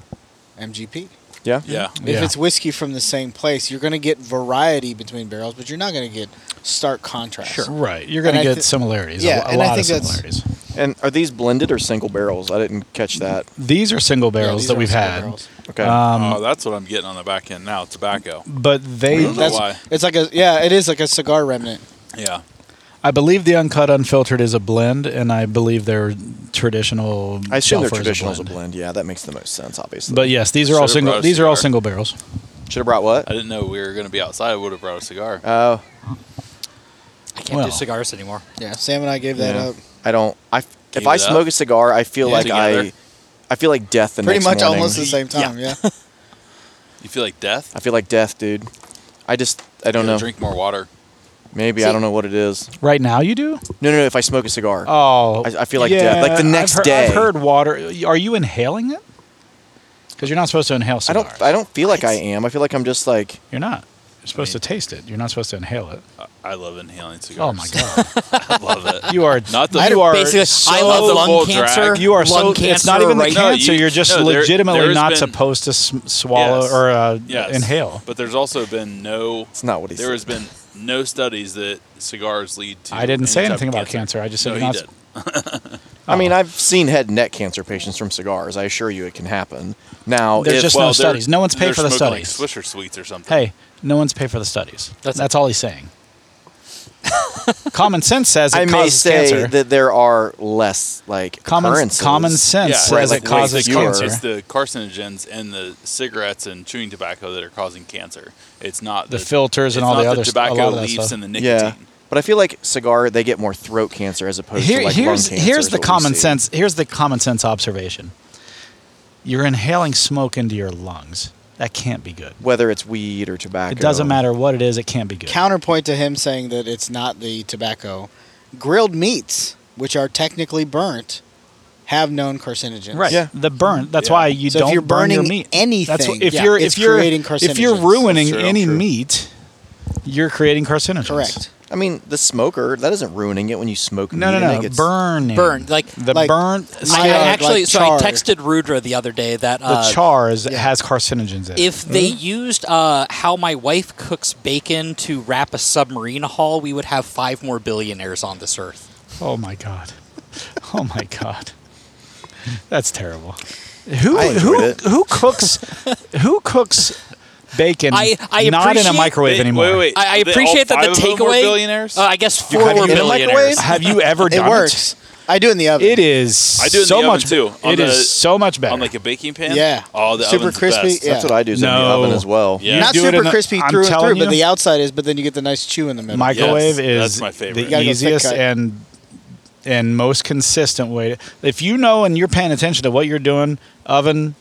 B: MGP.
C: yeah,
D: Yeah.
A: Yeah.
B: If it's whiskey from the same place, you're going to get variety between barrels, but you're not going to get stark contrast.
A: Right. You're going to
B: And I
A: get
B: thi-
A: similarities.
B: Yeah,
A: Yeah, a,
B: and I
A: lot of
B: think that's-
A: similarities.
C: And are these blended or single barrels? I didn't catch that.
A: These are single
B: Yeah,
A: barrels
B: these
A: that
B: are
A: we've
B: single
A: had,
B: barrels.
C: Okay,
A: Um,
D: oh, that's what I'm getting on the back end now. Tobacco.
A: but they.
D: don't know
B: That's
D: why.
B: It's like a yeah, it is like a cigar remnant.
D: Yeah.
A: I believe the uncut, unfiltered is a blend, and I believe their traditional.
C: I assume their
A: shelfer is
C: traditional is a blend. Yeah, that makes the most sense, obviously.
A: But yes, these are all
D: Should've brought
A: single.
D: a
A: These are all
D: cigar.
A: single barrels.
C: should have brought
D: I
C: what?
D: didn't know we were going to be outside. I would have brought a cigar.
A: Uh,
C: Oh,
E: I can't
A: Well.
E: do cigars anymore.
B: Yeah, Sam and I gave that
C: yeah.
B: up.
C: I don't. I f- if
D: Gave
C: I
D: it up?
C: smoke a cigar, I feel
D: Yeah.
C: like I,
D: Together.
C: I feel like death. The
B: Pretty
C: next
B: much
C: morning.
B: almost the same time, yeah.
D: you feel like death?
C: I feel like death, dude. I just I don't
D: You gotta
C: know.
D: Drink more water.
C: Maybe I
E: See-
C: don't know what it is.
A: Right now, you do.
C: No, no, no. If I smoke a cigar,
A: Oh,
C: I- I feel like death. Like, the
A: I've
C: next
A: heard-
C: day.
A: I've heard water. Are you inhaling it? Because you're not supposed to inhale
C: I
A: cigars.
C: don't. I don't feel like I am. I feel like I'm just like.
A: You're not. You're supposed
D: mean-
A: to taste it. You're not supposed to inhale it.
D: I- I love inhaling cigars.
A: Oh my god,
D: I love it.
A: you are
D: Not the-
A: you
D: I
A: are
E: basically- I
A: so
E: love
D: the
E: lung
D: full
E: cancer.
D: drag.
A: You are
E: lung
A: so.
E: cancer
A: It's not even the
E: right now.
D: No,
A: cancer.
D: you-
A: You, are just
D: no, there-
A: legitimately
D: there's
A: not
D: been-
A: supposed to s- swallow
D: Yes.
A: or uh,
D: Yes.
A: inhale.
D: But there's also been no.
C: It's not what he
D: There
C: said.
D: has been no studies that cigars lead to.
A: I didn't
D: any
A: say
D: type
A: anything
D: of
A: about cancer. I just said
D: no,
A: you're
D: he
A: not-
D: did.
C: I mean, I've seen head and neck cancer patients from cigars. I assure you, it can happen. Now,
A: They're just-
C: if,
A: There's no
D: well, they're-
A: studies. No one's paid
D: they're
A: for the
D: smoking, like,
A: studies.
D: Swisher sweets or something.
A: Hey, no one's paid for the studies.
E: That's-
A: That's, all he's saying. common sense says it
C: I may
A: causes
C: say
A: cancer.
C: that there are less like
A: common,
C: occurrences.
A: common sense
D: Yeah,
A: says
C: like
A: it
C: way
A: causes
C: fewer.
A: cancer.
D: It's the carcinogens and the cigarettes and chewing tobacco that are causing cancer. It's not
A: The filters and
D: it's
A: all
D: not
A: the other st- a
D: tobacco
A: lot of that
D: leaves
A: stuff.
D: and the nicotine.
C: Yeah, but I feel like cigar they get more throat cancer as opposed
A: Here-
C: to like
A: here's
C: lung cancer.
A: here's
C: is
A: the
C: what we
A: common
C: see.
A: sense. Here's the common sense observation. You're inhaling smoke into your lungs. That can't be good.
C: Whether it's weed or tobacco,
A: It doesn't matter what it is. It can't be good.
B: Counterpoint to him saying that it's not the tobacco, grilled meats, which are technically burnt, have known carcinogens.
A: Right.
C: Yeah.
A: The burn. That's
D: Yeah.
A: why you
B: So if
A: don't
B: you're
A: burn your
B: burning
A: meat. That's
B: anything,
A: what, if
B: yeah,
A: you're
B: it's
A: if you're
B: creating
A: if you're
B: carcinogens.
A: ruining
D: That's true,
A: any
D: true.
A: meat, you're creating carcinogens.
B: Correct.
C: I mean, the smoker that isn't ruining it when you smoke.
A: No,
C: meat
A: no,
C: and
A: no.
C: it gets-
A: Burning.
E: Burned, like-
A: the
B: like-
A: burnt.
B: I-
E: I, I
B: Yeah, like
E: actually, so I
B: charred.
E: texted Rudra the other day that
A: the Hmm?
E: uh,
A: char is,
B: yeah.
A: has carcinogens in it.
E: if they used uh, how my wife cooks bacon to wrap a submarine hull, we would have five more billionaires on this earth.
A: Oh my god. Oh my god. That's terrible. Who
C: I enjoyed
A: who
C: it.
A: who cooks who cooks bacon
E: I- I
A: not in a
E: appreciate-
A: microwave
D: Wait,
A: anymore?
D: wait, wait.
E: I, I
D: They- all
E: appreciate that
D: five
E: the
D: of them were
E: takeaway.
D: billionaires?
E: Uh, I guess four
A: have it
E: were
A: in a
E: billionaires.
C: microwave?
A: Have you ever
B: It
A: done
B: works. I do it in the oven.
A: It is
D: I do it in
A: so
D: the oven,
A: much
D: too. On
A: It is
D: the-
A: so much better.
D: On like a baking pan.
B: Yeah.
D: Oh, the
B: Super
D: oven's the
B: crispy,
D: best.
B: yeah.
C: That's what I do. Is in the
A: No.
C: oven as well.
D: Yeah.
B: Not
A: do it
B: super
A: in a-
B: crispy
A: I'm
B: through and
A: telling
B: through, but
A: you.
B: the outside is. But then you get the nice chew in the middle.
A: microwave
D: Yes,
A: is
D: that's my favorite. You
A: the
B: gotta go thick
A: easiest
B: cut.
A: and and most consistent way. To, if you know and you're paying attention to what you're doing, oven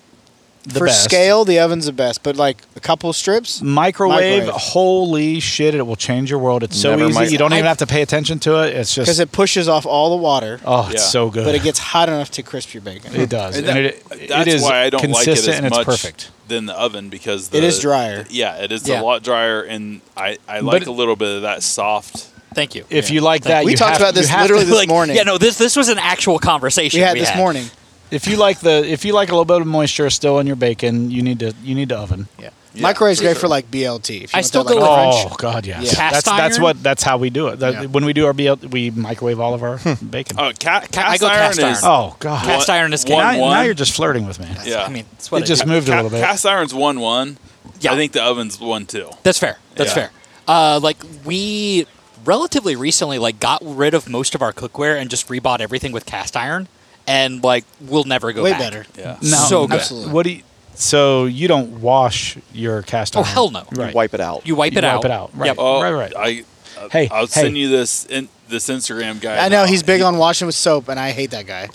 A: the
B: For
A: best. Mm,
B: scale, the oven's the best, but like a couple strips.
A: Microwave,
B: Microwave.
A: holy shit! It will change your world. It's so
C: Never
A: easy.
C: micro-
A: you don't even
E: I-
A: have to pay attention to it. It's just
B: because it pushes off all the water,
A: oh, it's
D: Yeah.
A: so good.
B: but it gets hot enough to crisp your bacon.
A: it does.
D: And
A: And
D: that-
A: it, it
D: that's
A: is
D: why I don't like it
A: consistent
D: as
A: and it's
D: much
A: perfect.
D: than the oven because the,
B: It is drier.
D: the- yeah, it is
E: Yeah.
D: a lot drier, and I, I like
A: But-
D: a little bit of that soft.
E: Thank you.
A: If you like
E: Thank
A: that,
E: you.
B: We
A: you
B: talked
A: have-
B: about this
A: you have to-
B: literally this
E: Like,
B: morning.
E: Yeah, no, this this was an actual conversation
B: we had this morning.
A: If you like the if you like a little bit of moisture still in your bacon, you need to you need to oven.
B: Yeah.
D: Yeah,
B: Microwave's
D: for
B: great
D: sure.
B: for like BLT. If you
E: I
B: want
E: still
B: that, like,
E: go with-
B: French-
A: Oh God, yes.
B: Yeah.
A: That's
E: Cast
A: that's
E: iron?
A: what that's how we do it. That,
B: Yeah.
A: When we do our BL, we microwave all of our
B: Hmm.
A: bacon.
D: Oh, ca- cast
E: I go
D: iron
E: cast
D: is.
E: iron.
A: Oh God,
E: Cast iron is
A: Now-
E: one,
A: now,
D: one.
A: you're just flirting with me.
D: Yeah.
E: I mean, it's what
A: It just
E: do.
A: moved a
D: Ca-
A: little bit.
D: Cast iron's one one.
E: Yeah.
D: I think the oven's one two.
E: That's fair. That's
D: Yeah.
E: fair. Uh, like we relatively recently like got rid of most of our cookware and just rebought everything with cast iron, and like we'll never go
B: way
E: back.
B: better.
D: Yeah.
A: No,
E: So good.
B: Absolutely.
A: What do you? So you don't wash your cast
E: Oh,
A: iron?
E: hell no.
A: Right.
C: Wipe it out.
E: You wipe
A: You
E: it
A: wipe
E: out.
A: it out, right.
E: Yep.
D: Oh,
A: Right, right.
D: I,
A: Hey,
D: I'll
A: hey.
D: send you this in, this Instagram guy.
B: I know
D: now.
B: he's big
D: He-
B: on washing with soap, and I hate that guy.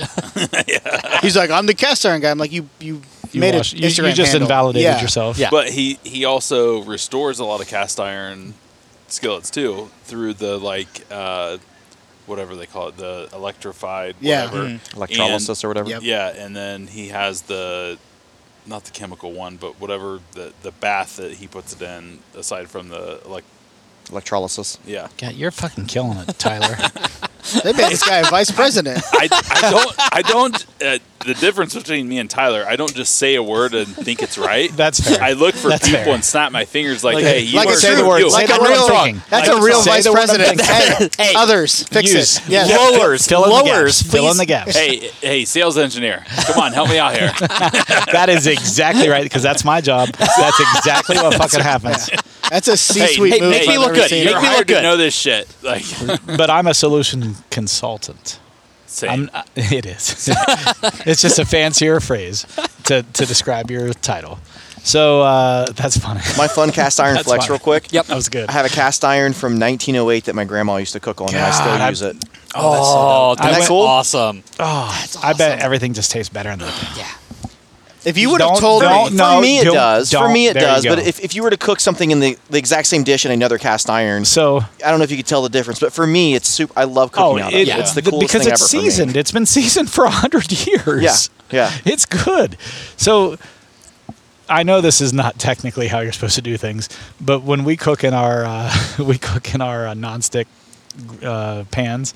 B: He's like, I'm the cast iron guy. I'm like, you you,
A: You
B: made
A: wash-
B: it.
A: you, you just invalidated yourself.
E: Yeah.
D: But he he also restores a lot of cast iron skillets too through the like uh, whatever they call it, the electrified
B: Yeah.
D: whatever
B: Mhm.
C: Electrolysis or whatever.
B: Yep.
D: Yeah, and then he has the not the chemical one, but whatever the the bath that he puts it in aside from the like
C: Electrolysis.
D: yeah.
A: God, you're fucking killing it, Tyler.
B: They made this guy a vice president.
D: I, I don't I don't uh, the difference between me and Tyler I don't just say a word and think it's right.
A: That's fair.
D: I look for
A: That's
D: people
A: fair.
D: and snap my fingers like,
E: Like-
D: hey, you
B: like
D: are
B: a true-
D: screwed.
B: word.
D: You.
B: like
A: Say
B: a
A: the word
B: real-
A: I'm thinking.
B: That's
A: Like,
B: a real
A: say
B: vice
A: the word I'm
B: president.
A: thinking.
B: Hey,
E: Hey.
B: others, fix
A: Use-
B: it. Yes.
A: Fill-
E: Lowers,
A: fill in the gaps,
E: lowers,
A: Fill in
E: please.
A: the gaps.
D: hey, hey, sales engineer, come on, help me out here.
A: That is exactly right because that's my job. That's exactly what fucking happens.
B: That's a C-suite
E: hey,
B: move.
E: make me
B: I've
E: look
B: never
E: good.
B: seen.
D: You're
E: Make me look
D: hired
E: good.
D: to know this shit. Like,
A: But I'm a solution consultant.
D: say,
A: I'm, uh, it is. it's just a fancier phrase to, to describe your title. So uh, that's funny.
C: My fun cast iron
A: That's
C: flex,
A: fine.
C: real quick.
E: Yep.
A: That was good.
C: I have a cast iron from 1908 that my grandma used to cook on, and
A: God,
C: I still
A: I-
C: use it.
E: Oh,
A: I
E: that's
A: went-
E: awesome.
A: Oh, I bet everything just tastes better in the pan.
E: Yeah.
B: If you would have
A: Don't-
B: told
A: don't-
B: me,
A: no,
C: for me, it
A: don't-
C: does. For
A: don't.
C: me, it
A: There you
C: does. But
A: go.
C: if, if you were to cook something in the, the exact same dish in another cast iron,
A: So
C: I don't know if you could tell the difference, but for me, it's super. I love cooking out of Oh, it.
E: yeah.
C: It's the
A: Oh, th-
C: coolest
A: because
C: thing
A: it's
C: ever for me.
A: seasoned. It's been seasoned for hundred years.
C: Yeah, yeah.
A: It's good. So I know this is not technically how you're supposed to do things, but when we cook in our uh, we cook in our uh, nonstick uh, pans,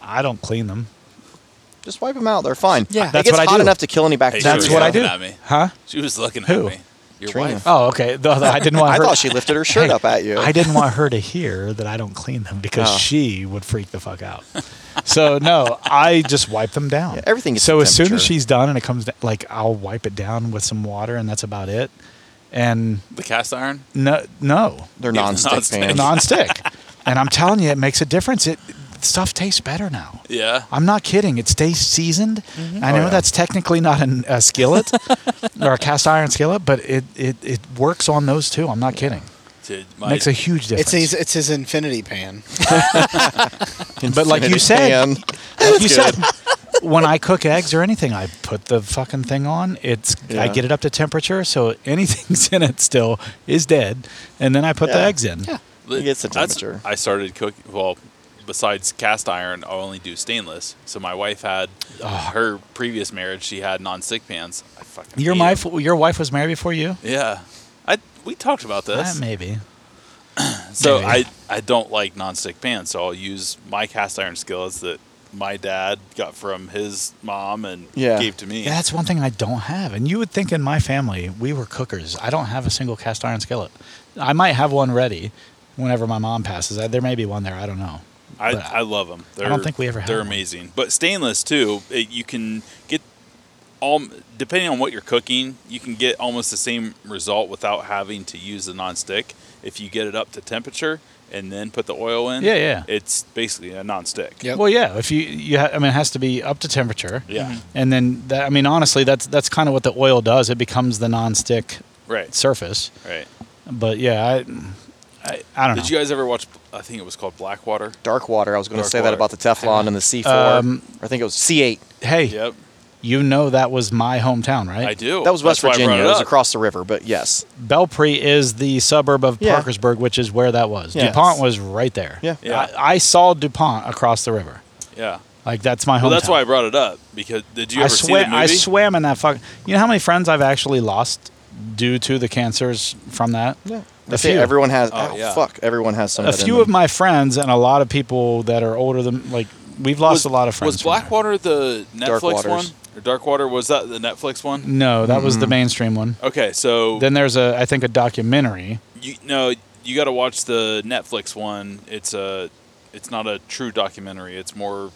A: I don't clean them.
C: Just wipe them out. They're fine.
E: Yeah.
C: it
A: That's
C: gets
A: what I
C: hot
A: do.
C: enough to kill any
D: hey,
C: bacteria.
A: That's
D: she was
A: what I
D: laughing
A: do.
D: At me.
A: Huh?
D: She was looking
A: Who?
D: at me.
E: Your
C: Trina.
E: wife.
A: Oh, okay. The, the- I didn't want.
C: I
A: her,
C: thought she lifted her shirt
A: Hey,
C: up at you.
A: I didn't want her to hear that I don't clean them because
C: Oh.
A: she would freak the fuck out. So no, I just wipe them down.
C: Yeah, everything gets
A: So
C: to
A: as soon as
C: temperature.
A: she's done and it comes, da- like I'll wipe it down with some water and that's about it. And
D: The cast iron.
A: no, no,
C: They're
D: Yeah,
C: non-stick
D: non-stick.
C: pans.
A: nonstick. and I'm telling you, it makes a difference. It stuff tastes better now.
D: Yeah.
A: I'm not kidding. It stays seasoned. I
C: Oh,
A: know
C: yeah.
A: that's technically not an, a skillet or a cast iron skillet, but it, it, it works on those too. I'm not kidding.
D: Dude, my,
A: Makes a huge difference.
B: It's his, it's his infinity pan.
A: But like you
C: Infinity
A: said,
C: pan.
A: like you said, when I cook eggs or anything, I put the fucking thing on. It's I
C: Yeah.
A: get it up to temperature, so anything's in it still is dead, and then I put the
C: Yeah.
A: eggs in.
E: Yeah.
D: It
C: gets the
D: that's-
C: temperature.
D: I started cooking. Well, besides cast iron, I only do stainless. So my wife had her previous marriage. She had non-stick pans. I fucking
A: Your
D: hate
A: wife,
D: 'em.
A: your wife was married before you.
D: Yeah, I we talked about
A: Uh,
D: this.
A: maybe.
D: so I
A: maybe.
D: I don't like non-stick pans. So I'll use my cast iron skillets that my dad got from his mom and
C: Yeah.
D: gave to me.
A: Yeah, that's one thing I don't have. And you would think in my family we were cookers. I don't have a single cast iron skillet. I might have one ready whenever my mom passes. I, there may be one there. I don't know.
D: I,
A: But-
D: I love them. They're,
A: don't think we ever had
D: They're
A: one.
D: amazing, but stainless too. It, you can get all depending on what you're cooking, you can get almost the same result without having to use the nonstick. If you get it up to temperature and then put the oil in,
A: Yeah, yeah.
D: it's basically a nonstick.
B: Yep.
A: Well, yeah. If you, you ha- I mean, it has to be up to temperature.
C: Mm-hmm.
D: Yeah,
A: And then, that, I mean, honestly, that's that's kind of what the oil does. It becomes the nonstick
D: right,
A: surface.
D: right.
A: But yeah, I, I, I don't
D: Did you
A: know.
D: guys ever watch? I think it was called Blackwater.
C: Dark water. I was going to
D: Dark
C: say
D: water.
C: that about the Teflon and the C4.
A: Um,
C: I think it was C8.
A: hey,
D: Yep,
A: you know that was my hometown, right?
D: I do.
C: That was West
D: That's why I brought
C: Virginia. It was
D: up.
C: across the river, but yes.
A: Belpre is the suburb of
C: Yeah.
A: Parkersburg, which is where that was.
C: Yes.
A: DuPont was right there.
C: Yeah.
D: Yeah.
A: I, I saw DuPont across the river.
D: Yeah.
A: Like that's my hometown.
D: Well, that's why I brought it up because did you
A: I
D: ever see the
A: swam.
D: movie?
A: I swam in that fuck. You know how many friends I've actually lost due to the cancers from that?
C: Yeah.
A: A
C: I say
A: few.
C: everyone has.
D: Oh,
C: Oh,
D: yeah.
C: fuck! Everyone has some.
A: a
C: of that in
A: few of
C: them.
A: my friends and a lot of people that are older than like we've lost a lot of friends.
D: Was
A: from there.
D: Blackwater the
C: Dark
D: Netflix
C: Waters.
D: one? Or Darkwater was that the Netflix one?
A: No, that was the mainstream one.
D: Okay, so
A: Then there's a I think a documentary.
D: you no, you got to watch the Netflix one. It's a it's not a true documentary. It's more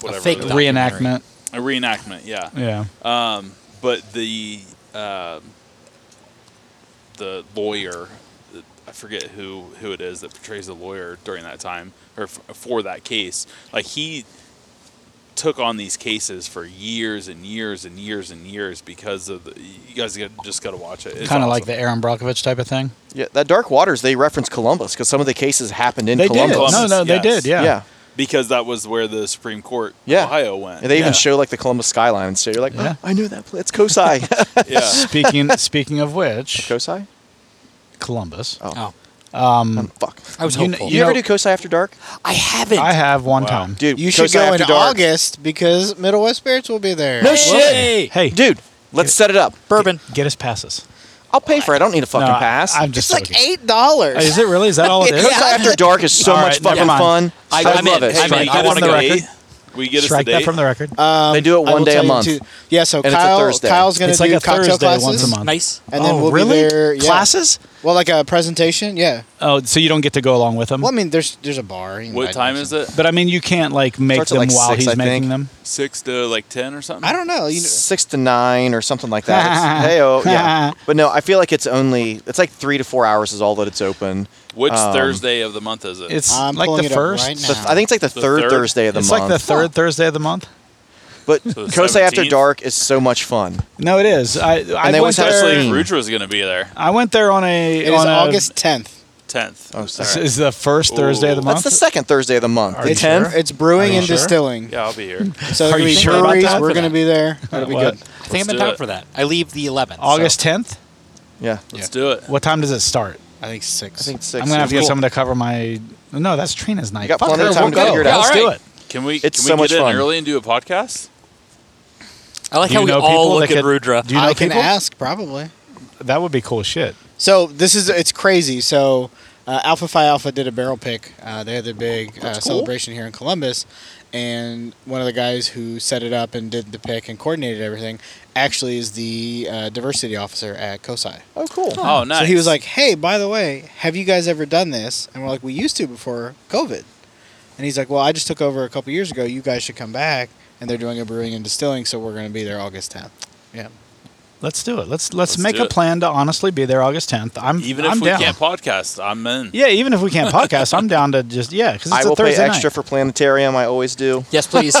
D: whatever
E: fake
D: the-
E: doc-
A: reenactment.
D: a reenactment, yeah.
A: Yeah.
D: But the um the lawyer I forget who who it is that portrays the lawyer during that time or f- for that case. Like he took on these cases for years and years and years and years because of the, you guys get, just got to watch it. It's
A: kind of like
D: awesome.
A: the Aaron Brockovich type of thing.
C: Yeah, that Dark Waters. They reference Columbus because some of the cases happened in
A: they
C: Columbus.
A: did. No,
D: Columbus,
A: no, they
D: yes.
A: did. Yeah.
C: yeah.
D: because that was where the Supreme Court of
C: Yeah.
D: Ohio went.
C: And they
A: Yeah.
C: even show like the Columbus skyline, and so you're like, oh,
A: Yeah.
C: I knew that. Place. It's Kosai.
D: yeah.
A: Speaking speaking of which,
C: Kosai.
A: Columbus.
C: Oh,
E: Oh,
C: um, fuck.
E: I was
A: You kn-
E: hopeful.
C: You,
A: know-
C: ever do Kosai after dark,
E: I haven't.
A: I have one
D: Wow.
A: time.
C: dude?
B: You should
C: Kosai
B: go
C: after
B: in
C: dark.
B: August because Middle West Spirits will be there.
C: No
E: Hey,
A: Hey,
C: dude. Let's set it up.
E: bourbon.
A: get us passes.
C: I'll pay for it. I don't need a fucking
A: No, I-
C: pass.
A: I'm just
B: It's like
A: joking.
B: eight dollars.
A: Is it really? Is that all it is?
C: Kosai after dark is so
A: All
C: much
A: right, never
C: fucking
A: mind.
C: fun. I,
E: I- I'm
C: love
E: in.
C: it.
E: I'm
D: Hey,
E: in.
D: we
E: I
D: get
E: wanna
D: us
E: go.
D: a date. We get
A: Strike
D: us a
A: that
D: date.
A: from the record.
C: they do it
B: I
C: one
B: will
C: day a
B: tell you
C: month.
B: too- yeah, so
C: And it's a
B: Kyle,
C: Thursday.
B: Kyle's going to
A: It's
B: do
A: like a
B: cocktail
A: Thursday once
B: classes
A: a month.
E: Nice.
B: and then
A: oh,
B: we'll
A: really?
B: be there. Yeah.
A: Classes?
B: Well, like a presentation. Yeah.
A: Oh, so you don't get to go along with them?
B: Well, I mean, there's there's a bar. you can
D: What
B: invite
D: time
B: them.
D: is it?
A: but I mean, you can't like make
C: Starts at,
A: them
C: like,
A: while
C: six,
A: he's
C: I
A: making
C: think.
A: them.
D: Six to like ten or something.
B: I don't know. You know
C: six to nine or something like that. Hey oh yeah. But no, I feel like it's only it's like three to four hours is all that it's open.
D: Which
C: Um,
D: Thursday of the month is it?
A: It's
B: I'm
A: like
B: pulling
A: the
B: it up
A: first.
B: right
C: The,
B: now.
C: I think it's like the,
D: The
C: third,
D: third?
C: Thursday of the
A: It's
C: month.
A: like the third Thursday of the month.
C: But
D: the
C: Kosai after
D: 17th?
C: dark is so much fun.
A: No, it is. I I
C: they
A: went
C: always have
A: there.
C: sleep.
D: Actually, Rudra's going to be there.
A: I went there on a.
B: It
A: on
B: is
A: a-
B: August 10th.
D: Tenth.
C: Oh, sorry.
A: This Is the first Thursday of the
D: Ooh.
A: month?
C: That's the second Thursday of the month.
A: Are you
C: the
B: It's,
A: sure?
C: tenth.
B: it's brewing
A: you
B: and
A: sure?
B: distilling.
D: Yeah, I'll be here.
B: So
A: Are you
B: there's
A: sure about
B: breweries,
A: that?
B: We're going to be there. That'll be
A: What?
B: good.
E: I think
D: Let's
E: I'm in
D: do
E: time
D: it.
E: for that. I leave the 11th. so-
A: August 10th.
C: yeah.
D: Let's do it.
A: What time does it start?
B: I think six.
C: I think six.
A: I'm gonna have to get
C: Cool.
A: someone to cover my. No, that's Trina's night.
C: got
A: Fuck
C: plenty
A: her,
C: of time
A: we'll
C: to
A: go.
C: figure it
A: Yeah,
E: out.
A: Let's do
E: Alright.
A: it.
D: Can we?
C: It's
D: can
C: so
D: we
C: much
D: get
C: fun.
D: in early and do a podcast?
E: I like
A: Do
E: how
A: you
E: we
A: know
E: all
A: people
E: look
A: that
E: at
A: could-
E: Rudra.
A: Do you know
B: I can
A: people?
B: ask probably.
A: That would be cool shit.
B: So this is it's crazy. So Uh, Alpha Phi Alpha did a barrel pick. Uh, they had their big uh,
C: That's cool.
B: celebration here in Columbus, and one of the guys who set it up and did the pick and coordinated everything actually is the uh, diversity officer at COSI.
C: Oh, cool.
D: Oh, nice.
B: So he was like, "Hey, by the way, have you guys ever done this?" And we're like, "We used to before COVID." And he's like, "Well, I just took over a couple years ago. You guys should come back." And they're doing a brewing and distilling, so we're going to be there August 10th. Yeah.
A: Let's do it. Let's let's,
D: Let's
A: make
D: do
A: a
D: it.
A: plan to honestly be there August 10th. I'm
D: even if
A: I'm
D: we
A: down.
D: can't podcast, I'm in.
A: yeah, even if we can't podcast, I'm down to just yeah, because it's
C: I
A: a
C: will pay
A: Thursday
C: extra
A: night.
C: for planetarium. I always do.
E: Yes, please.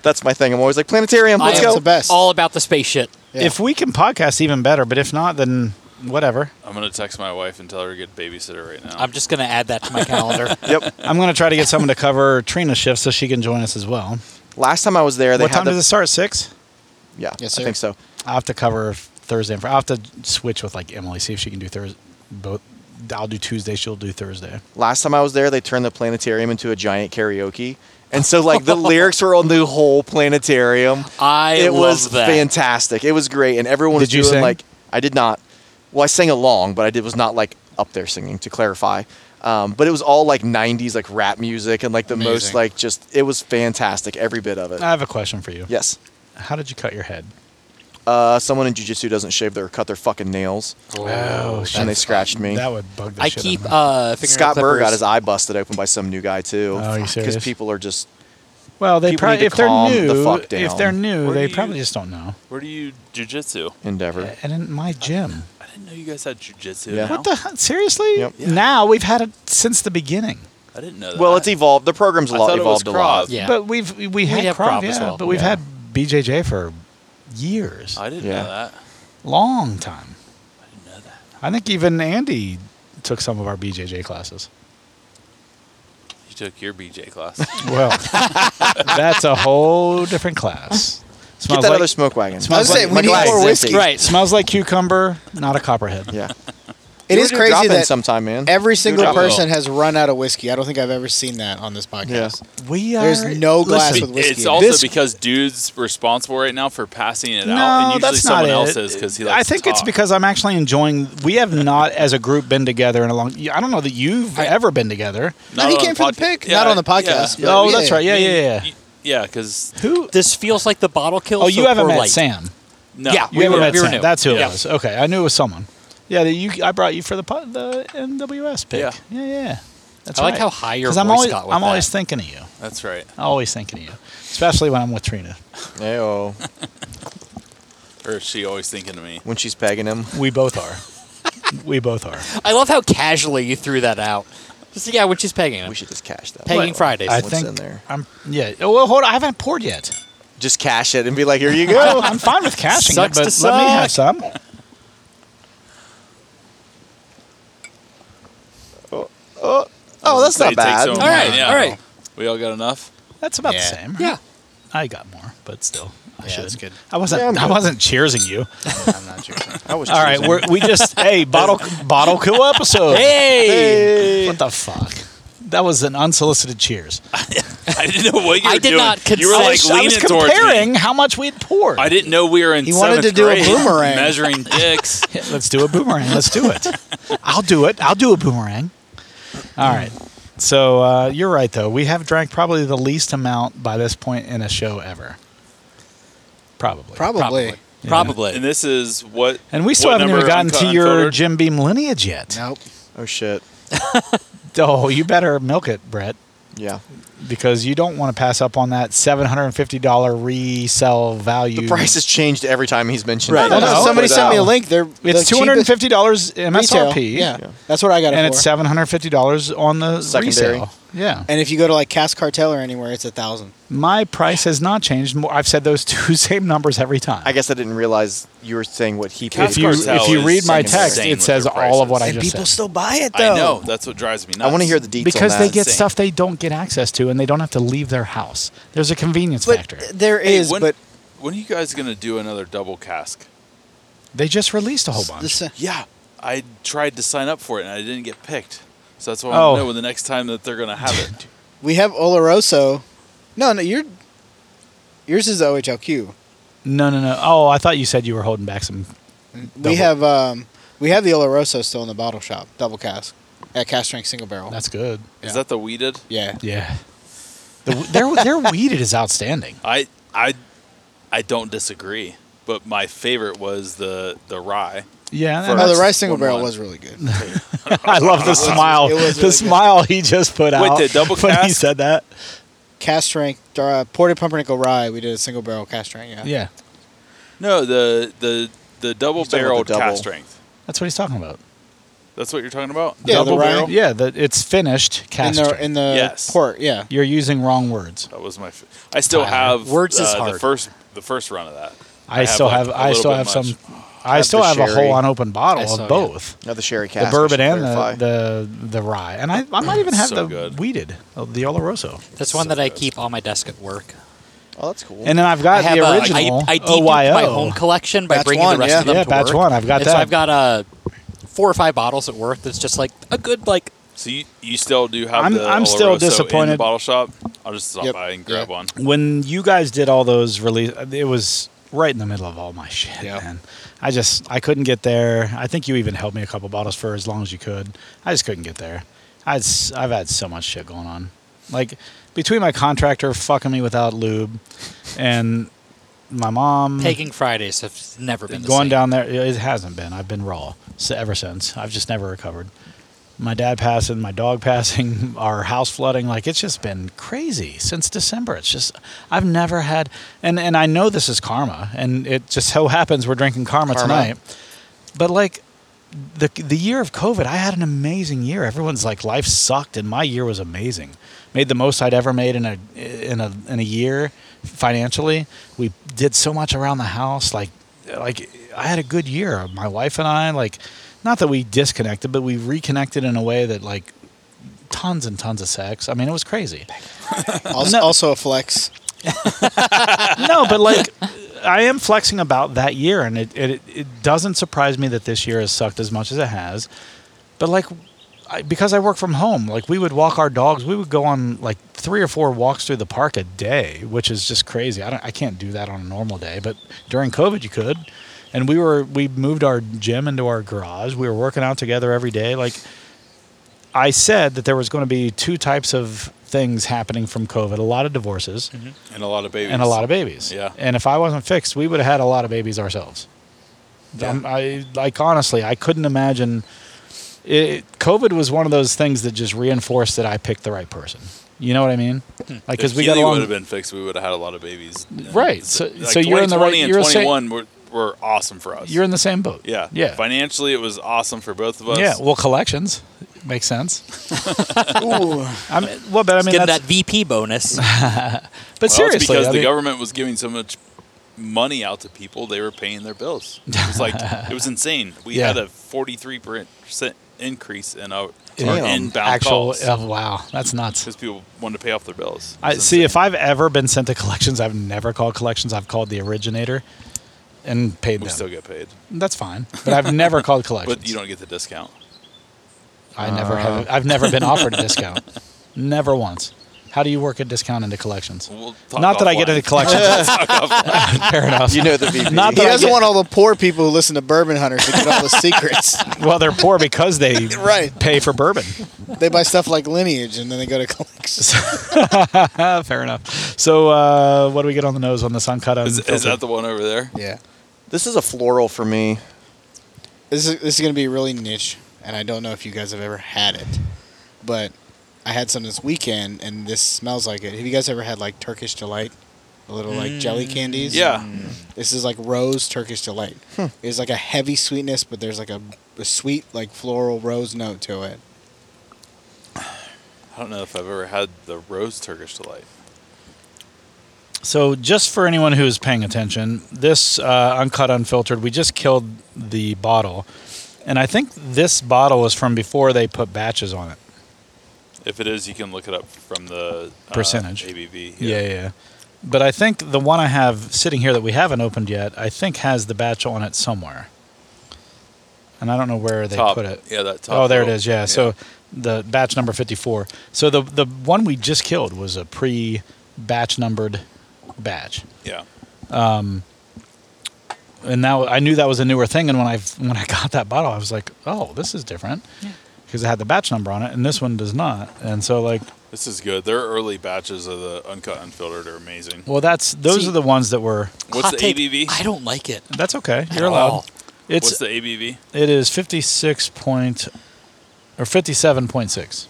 C: That's my thing. I'm always like planetarium.
E: I
C: Let's
E: am
B: It's
C: go.
B: the best.
E: all about the space shit.
B: Yeah.
A: If we can podcast, even better. But if not, then whatever.
D: I'm gonna text my wife and tell her to get a babysitter right now.
E: I'm just gonna add that to my calendar.
C: Yep.
A: I'm going to try to get someone to cover Trina's shift so she can join us as well.
C: Last time I was there, they
A: what
C: had
A: time
C: the
A: does it start? Six.
C: yeah.
B: Yes,
C: I
B: sir.
C: think so.
A: I will have to cover Thursday. and Fri- I will have to switch with like Emily, see if she can do Thursday. Both. I'll do Tuesday. She'll do Thursday.
C: Last time I was there, they turned the planetarium into a giant karaoke, and so like the lyrics were on the whole planetarium.
E: I
C: it
E: love
C: was
E: that.
C: fantastic. It was great, and everyone was
A: Did you
C: doing
A: sing?
C: like I did not. Well, I sang along, but I did was not like up there singing to clarify. Um, but it was all like '90s like rap music and like the most
B: Amazing.
C: like just it was fantastic every bit of it.
A: I have a question for you.
C: yes,
A: How did you cut your head?
C: uh, someone in jujitsu doesn't shave their cut their fucking nails,
A: Oh, shit.
C: and they scratched me.
A: That would bug the
E: I
A: shit
E: keep
A: out of me.
E: uh, fingernail
C: Scott Burr got
E: clippers.
C: his eye busted open by some new guy too.
A: Oh, are you serious?
C: people are just
A: well, they
C: people
A: probably
C: need to
A: if they're
C: calm the
A: new,
C: fuck
A: if
C: down.
A: they're new,
D: Where
A: they
D: do you-
A: probably just don't know.
D: Where do you jujitsu?
C: endeavor.
A: And in my gym,
D: I didn't know you guys had jujitsu.
C: Yeah.
D: Yeah.
A: what the hell? seriously?
C: Yep.
D: Yeah.
A: Now we've had it since the beginning,
D: I didn't know that.
C: Well, it's evolved. The program's a
D: I
C: lot
D: thought it was
C: evolved a lot.
D: Krav.
E: Yeah.
A: but we've we, we had
E: have
A: Krav,
E: Krav as
A: yeah,
E: well.
A: but we've
C: Yeah.
A: had BJJ for years,
D: I didn't
C: Yeah.
D: know that.
A: long time.
D: I didn't know that.
A: I think even Andy took some of our BJJ classes.
D: You took your BJ class.
A: Well, that's a whole different class.
C: Get
A: Smells
C: that
A: like,
C: other smoke wagon.
B: I was
A: Smells
B: say
A: like
B: we need
C: glass
B: more
C: is
B: whiskey.
C: empty.
E: right.
A: smells like cucumber, not a copperhead.
C: Yeah.
B: It is crazy that
C: sometime, man.
B: every single
D: drop it.
B: person has run out of whiskey. I don't think I've ever seen that on this podcast.
A: We are
B: There's no glass
A: listen,
B: with whiskey.
D: it's
B: in it.
D: also
A: This-
D: because dude's responsible right now for passing it
A: No,
D: out, and usually
A: that's
D: someone
A: not
D: else
A: it.
D: is because he
A: I
D: likes. to
A: think it's
D: talk.
A: because I'm actually enjoying. We have not, as a group, been together in a long. I don't know that you've ever been together.
B: No, he
D: on
B: came for the
D: podca-
B: pick,
D: Yeah,
B: not on the
D: yeah.
B: podcast. but
A: Oh,
B: yeah.
A: that's right. Yeah, yeah, yeah.
D: Y- Yeah, because
A: Who?
E: This feels like the bottle kill.
A: Oh, you
E: so
A: haven't
E: poor
A: met
E: light.
A: Sam.
D: no,
E: Yeah,
A: You
E: We
A: haven't
E: were-
A: met
E: we were
A: Sam.
E: new.
A: That's who it
D: Yeah.
A: was. Okay, I knew it was someone. Yeah, that you. I brought you for the po- the NWS pick.
D: Yeah.
A: yeah, yeah. That's
E: I like
A: right.
E: how high your
A: 'Cause I'm
E: voice
A: always,
E: got with
A: I'm always
E: that.
A: thinking of you.
D: That's right.
A: Always thinking of you, especially when I'm with Trina.
C: Ayo.
D: Or is she always thinking of me?
C: When she's pegging him.
A: We both are. we both are.
E: I love how casually you threw that out. Just yeah, when she's pegging him.
C: We should just cash that.
E: Pegging Fridays.
A: I
C: What's
A: think
C: in there?
A: I'm. Yeah. Oh, well, hold on. I haven't poured yet.
C: Just cash it and be like, here you go.
A: I'm fine with cashing it,
E: Sucks
A: but
E: to
A: let me have
E: suck.
A: some.
C: oh, that's
D: Say
C: not
D: it takes
C: bad.
D: over
E: all right,
D: mine, yeah.
E: all right.
D: We all got enough.
A: That's about the
B: Yeah.
A: same. right?
E: Yeah.
A: I got more, but still, I
B: Yeah,
A: should.
B: that's good.
A: I wasn't.
C: Yeah, I'm
A: I
C: good.
A: wasn't cheersing you.
B: I'm not sure.
C: I was
A: All right,
C: choosing.
A: we're, we just hey bottle bottle cool episode.
E: Hey.
C: Hey.
A: What the fuck? That was an unsolicited cheers.
D: I didn't know what you
E: I
D: were
E: did
D: doing.
E: not
D: you were
E: consult- I
D: like
E: was-
A: I
D: leaning
A: was
D: towards
A: comparing
D: me.
A: how much we had poured.
D: I didn't know we were in.
B: He wanted
D: seventh
B: to do a
D: grade
B: boomerang.
D: measuring dicks.
A: Let's do a boomerang. Let's do it. I'll do it. I'll do a boomerang. All right. So uh, you're right, though. We have drank probably the least amount by this point in a show ever. Probably.
B: Probably.
A: Yeah.
E: Probably.
D: and this is what.
A: And we still
D: what
A: haven't even
D: number
A: gotten
D: unco-
A: to your
D: unfiltered?
A: Jim Beam lineage yet.
B: Nope.
C: Oh, shit.
A: Oh, you better milk it, Brett,
C: Yeah.
A: because you don't want to pass up on that $750 resell value.
C: The price has changed every time he's mentioned
A: Right.
C: it.
A: No,
B: Well,
A: no,
B: no, somebody
A: it's
B: sent me a
A: out.
B: link. They're
A: It's
B: the
A: two hundred and
B: cheapest
A: fifty dollars
B: retail.
A: MSRP,
B: Yeah.
C: Yeah.
B: that's what I got it
A: and
B: for.
A: it's seven hundred fifty dollars on the
C: Secondary.
A: resale. Yeah,
B: and if you go to like Cask Cartel or anywhere, it's a thousand.
A: my price has not changed. More, I've said those two same numbers every time.
C: I guess I didn't realize you were saying what he paid.
A: if you
D: Cartel
A: if you
D: is
A: read my
D: secondary.
A: text,
D: Insane
A: it
D: with
A: says
D: their
A: all of what I
D: prices.
A: just said.
B: still buy it
D: I know. That's what drives me nuts.
C: I want to hear the details.
A: because they get
D: Insane.
A: stuff they don't get access to, and they don't have to leave their house. There's a convenience
B: But
A: factor.
B: there
D: Hey,
B: is,
D: when,
B: but
D: when are you guys gonna do another double cask?
A: They just released a whole bunch.
B: this, uh,
D: Yeah, I tried to sign up for it and I didn't get picked. So that's why
A: Oh.
D: I know when the next time that they're gonna have it.
B: we have Oloroso. No, no, your yours is OHLQ.
A: no, no, no. Oh, I thought you said you were holding back some.
B: We
A: Double.
B: have um, we have the Oloroso still in the bottle shop, double cask. Yeah, cast strength single barrel.
A: That's good.
D: Is
B: Yeah.
D: that the weeded?
B: yeah.
A: Yeah. The, their their weeded is outstanding.
D: I I I don't disagree. But my favorite was the the rye.
A: Yeah.
D: For-
A: that-
B: Oh,
D: that's
B: the rice single
D: one
B: barrel
D: line.
B: was really good.
A: I love the smile.
B: it was
A: the
B: really good.
A: smile he just put
D: Wait,
A: out
D: the double
A: when he
D: cast?
A: said that.
B: cast strength, uh, ported pumpernickel rye. We did a single barrel cast strength. Yeah.
A: Yeah.
D: No, the the the double
C: talking about
D: barreled
C: the double.
D: cast strength.
A: That's what he's talking about.
D: That's what you're talking about.
B: Yeah, the
D: double
B: rye.
D: barrel.
A: Yeah, that it's finished
B: In
A: cast.
B: the in the
D: Yes.
B: port. Yeah.
A: You're using wrong words.
D: That was my. F- I still
A: Tyler.
D: have
E: Words is
D: uh, The
E: hard.
D: first the first run of that.
A: I,
D: have,
A: still
D: like,
A: have
D: a
A: I
D: little
A: still
D: bit
A: have
D: much.
A: some I
C: have
A: still
C: the
A: have a
C: sherry.
A: whole unopened bottle
E: I
A: of
E: saw, yeah.
A: both.
C: Now Oh, the sherry cast.
A: The
C: I
A: bourbon
C: should
A: and
C: clarify.
A: the, the the rye, and I, I might even have
D: So
A: the
D: good.
A: weeded, uh, the Oloroso,
E: That's one
D: So
E: that I
D: good.
E: keep on my desk at work.
C: Oh, that's cool.
A: and then I've got
E: I have
A: the
E: a-
A: original Oh,
E: I, I deduped
A: OYO.
E: my home collection by
B: Batch
E: bringing
B: one,
E: the rest
B: yeah.
E: of them
A: Yeah,
E: to
A: batch
E: work.
A: one, I've got
E: and
A: that.
E: So I've got uh, four or five bottles at work. That's just like a good like.
D: So you, you still do have
A: I'm-
D: the
A: I'm still
D: Oloroso in the
A: disappointed.
D: bottle shop. I'll just stop
B: Yep.
D: by and grab
B: Yeah.
D: one.
A: when you guys did all those release, it was right in the middle of all my shit,
B: Yeah.
A: man. I just I couldn't get there. I think you even held me a couple bottles for as long as you could. I just couldn't get there. I'd, s- I've had so much shit going on, like between my contractor fucking me without lube, and my mom
E: Taking Fridays have never been the
A: going
E: same.
A: Mm. down there. It hasn't been. I've been raw s- ever since. I've just never recovered. My dad passing, my dog passing, our house flooding. Like it's just been crazy since December. It's just I've never had, and and I know this is karma, and it just so happens we're drinking karma,
C: Karma.
A: tonight. But like the the year of COVID, I had an amazing year. Everyone's like life sucked, and my year was amazing. Made the most I'd ever made in a in a in a year financially. We did so much around the house. Like like I had a good year. My wife and I like not that we disconnected, but we reconnected in a way that like tons and tons of sex. I mean, it was crazy.
B: Also,
A: No.
B: also a flex.
A: no, but like I am flexing about that year, and it, it it doesn't surprise me that this year has sucked as much as it has. But like, I, because I work from home, like we would walk our dogs. We would go on like three or four walks through the park a day, which is just crazy. I don't, I can't do that on a normal day, but during COVID you could. And we were we moved our gym into our garage. We were working out together every day, like. I said that there was going to be two types of things happening from COVID: a lot of divorces,
D: And a lot of babies.
A: and a lot of babies.
D: Yeah.
A: And if I wasn't fixed, we would have had a lot of babies ourselves. Um, I like honestly, I couldn't imagine. It, COVID was one of those things that just reinforced that I picked the right person. You know what I mean? Like because
D: If
A: we got
D: Keely
A: along.
D: would have been fixed, we would have had a lot of babies. And
A: Right,
D: it's-
A: so- so you're in the
D: 2020
A: right-
D: And
A: you're saying-
D: 21 were, were awesome for us.
A: You're in the same boat.
D: yeah.
A: Yeah.
D: Financially, it was awesome for both of us.
A: yeah. Well, collections makes sense.
B: Ooh.
A: I mean, well, but I mean,
E: Give 'em
A: that's,
E: that VP bonus.
A: but
D: Well, it's
A: seriously,
D: because
A: I
D: the
A: mean-
D: government was giving so much money out to people, they were paying their bills. It was like it was insane. We
A: Yeah.
D: had a forty-three percent increase in our,
A: In
D: our
C: our
D: inbound
A: actual.
D: calls
A: Oh, wow, that's nuts.
D: because people wanted to pay off their bills.
A: I
D: It's
A: see.
D: insane.
A: If I've ever been sent to collections, I've never called collections. I've called the originator and paid
D: we
A: them.
D: still get paid,
A: That's fine, but I've never called collections.
D: but you don't Uh. get the discount.
A: I never have. I've never been offered a discount. Never once. How do you work a discount into collections?
D: We'll talk
A: Not that I get
D: offline.
A: into collections. Fair enough.
C: you know the VP.
A: Not
B: He
A: that I
B: doesn't
A: get-
B: want all the poor people who listen to Bourbon Hunters to get all the secrets.
A: well, they're poor because they
B: Right.
A: pay for bourbon.
B: They buy stuff like Lineage and then they go to collections.
A: Ah, Fair enough. So, uh, what do we get on the nose on this uncut?
D: Is, is that the one over there?
B: Yeah.
C: This is a floral for me.
B: This is this is gonna be really niche, and I don't know if you guys have ever had it, but I had some this weekend, and this smells like it. Have you guys ever had like Turkish delight, the little like jelly
A: Mm,
B: candies?
D: Yeah,
B: This is like rose Turkish delight. It's like a heavy sweetness, but there's like a, a sweet like floral rose note to it.
D: I don't know if I've ever had the rose Turkish delight.
A: So, just for anyone who's paying attention, this uh, uncut, unfiltered, we just killed the bottle, and I think this bottle was from before they put batches on it.
D: If it is, you can look it up from the uh,
A: Percentage.
D: ABV.
A: Yeah, yeah. yeah. But I think the one I have sitting here that we haven't opened yet, I think has the batch on it somewhere. And I don't know where they
D: top.
A: put it.
D: Yeah, that top.
A: Oh, there it
D: little-
A: is. Yeah. So the batch number 54. So the the one we just killed was a pre batch numbered batch.
D: yeah,
A: And now I knew that was a newer thing and when I when I got that bottle I was like, "Oh, this is different." because it had the batch number on it, and this one does not. And so like,
D: This is good. Their early batches of the uncut unfiltered are amazing.
A: well, that's those
E: See-
A: are the ones that were.
D: What's
E: Hot
D: the
E: take,
D: ABV?
E: I don't like it.
A: That's okay.
E: At
A: You're allowed.
E: all.
A: It's
D: What's the ABV?
A: it is fifty six point or fifty seven point six.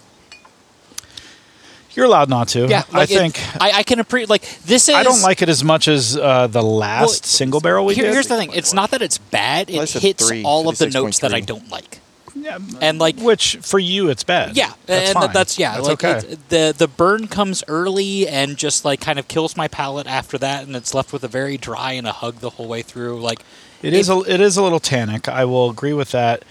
A: You're allowed not to.
E: Yeah,
A: Uh, I
E: like it-
A: think
E: I, I can appreciate. Like this is.
A: I don't like it as much as uh, the last
E: Well,
A: single barrel we
E: Here-
A: did.
E: here's the thing. It's not that it's bad.
C: Well, I
E: It
C: said
E: hits
C: three,
E: all of the notes that I
C: 56.3.
E: don't like.
A: Yeah,
E: And like
A: which for you it's bad.
E: Yeah,
A: that's
E: and
A: fine.
E: that's yeah.
A: That's
E: like
A: okay.
E: it- the the burn comes early and just like kind of kills my palate after that, and it's left with a very dry and a hug the whole way through. Like
A: It is a it is a little tannic. I will agree with that.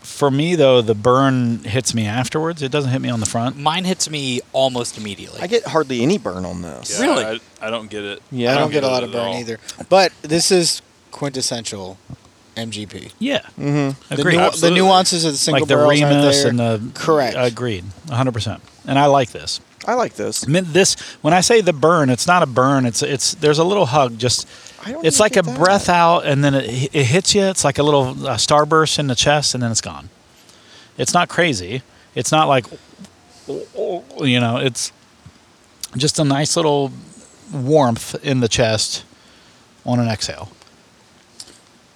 A: For me though, the burn hits me afterwards. It doesn't hit me on the front.
E: mine hits me almost immediately.
C: I get hardly any burn on this.
D: Yeah,
E: Really?
D: I, I don't get it.
C: Yeah,
B: I don't get a
D: it
B: lot of
D: at
B: burn
D: all.
B: either. But this is quintessential MGP.
A: Yeah,
C: Mm-hmm.
B: The,
A: agreed.
B: nu- the
D: Absolutely.
B: nuances of the single
A: like the
B: barrels aren't
A: Remus
B: there.
A: and the uh,
B: Correct.
A: Agreed, hundred percent. And I like this.
C: I like this.
A: I mean, this when I say the burn, it's not a burn. It's it's there's a little hug. Just
C: I don't
A: it's
C: even
A: like a
C: get that.
A: breath out, and then it it hits you. It's like a little uh, starburst in the chest, and then it's gone. It's not crazy. It's not like you know. It's just a nice little warmth in the chest on an exhale.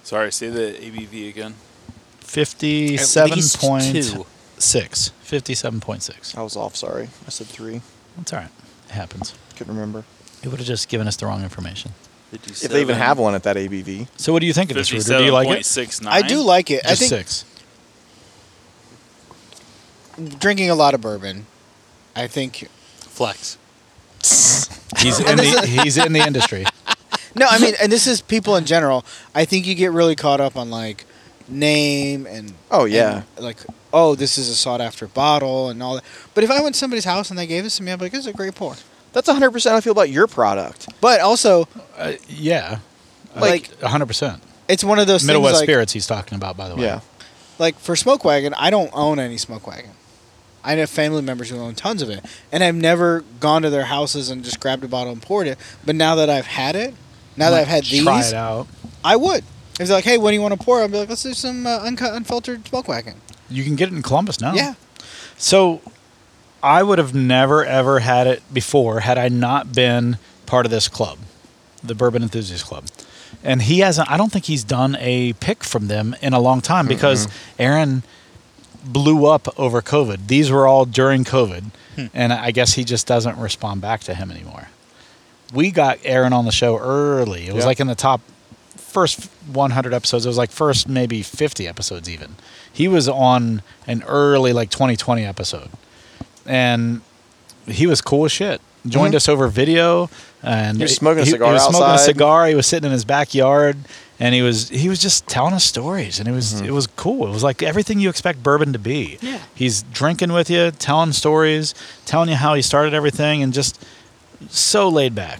D: Sorry, say the ABV again.
A: Fifty-seven
E: least
A: point
E: two.
A: six. Fifty-seven point six.
C: I was off. Sorry, I said three.
A: That's all right. It happens.
C: Couldn't remember
A: It would have just given us the wrong information.
C: if they even have one at that ABV.
A: So, what do you think of this, Ruder? Do
D: Fifty-seven
A: you like
D: point
A: it?
D: six nine.
B: I do like it. I
A: Just
B: think
A: six.
B: drinking a lot of bourbon, I think.
E: Flex.
A: He's in
B: And this
A: the he's in the industry.
B: No, I mean, and this is people in general. I think you get really caught up on like name and
C: Oh yeah,
B: and, like oh this is a sought after bottle and all that. But if I went to somebody's house and they gave this to me, I'd be like, this is a great pour.
C: that's 100 percent. I feel about your product.
B: But also,
A: Uh, yeah,
B: Like-
A: hundred percent.
B: it's one of those
A: Middle
B: things
A: West
B: like,
A: spirits. He's talking about, by the way.
C: Yeah,
B: like for smoke wagon i don't own any smoke wagon i have family members who own tons of it and i've never gone to their houses and just grabbed a bottle and poured it but now that i've had it now that i've had these
A: try it out.
B: i would if they're like hey what do you want to pour i'd be like let's do some uh, uncut unfiltered smoke wagon
A: You can get it in Columbus now.
B: yeah
A: So, I would have never ever had it before had I not been part of this club, the Bourbon Enthusiast Club. And he hasn't. I don't think he's done a pick from them in a long time because Aaron blew up over COVID. These were all during COVID,
B: Hmm.
A: and I guess he just doesn't respond back to him anymore. We got Aaron on the show early. It was
C: Yeah.
A: like in the top first 100 episodes. It was like first maybe 50 episodes even. He was on an early like 2020 episode, and he was cool as shit. Joined us over video, and
C: Mm-hmm. He was smoking a cigar
A: He was smoking a
C: outside.
A: cigar. He was sitting in his backyard, and he was he was just telling us stories, and it was
C: Mm-hmm.
A: it was cool. It was like everything you expect bourbon to be.
E: Yeah.
A: he's drinking with you, telling stories, telling you how he started everything, and just so laid back.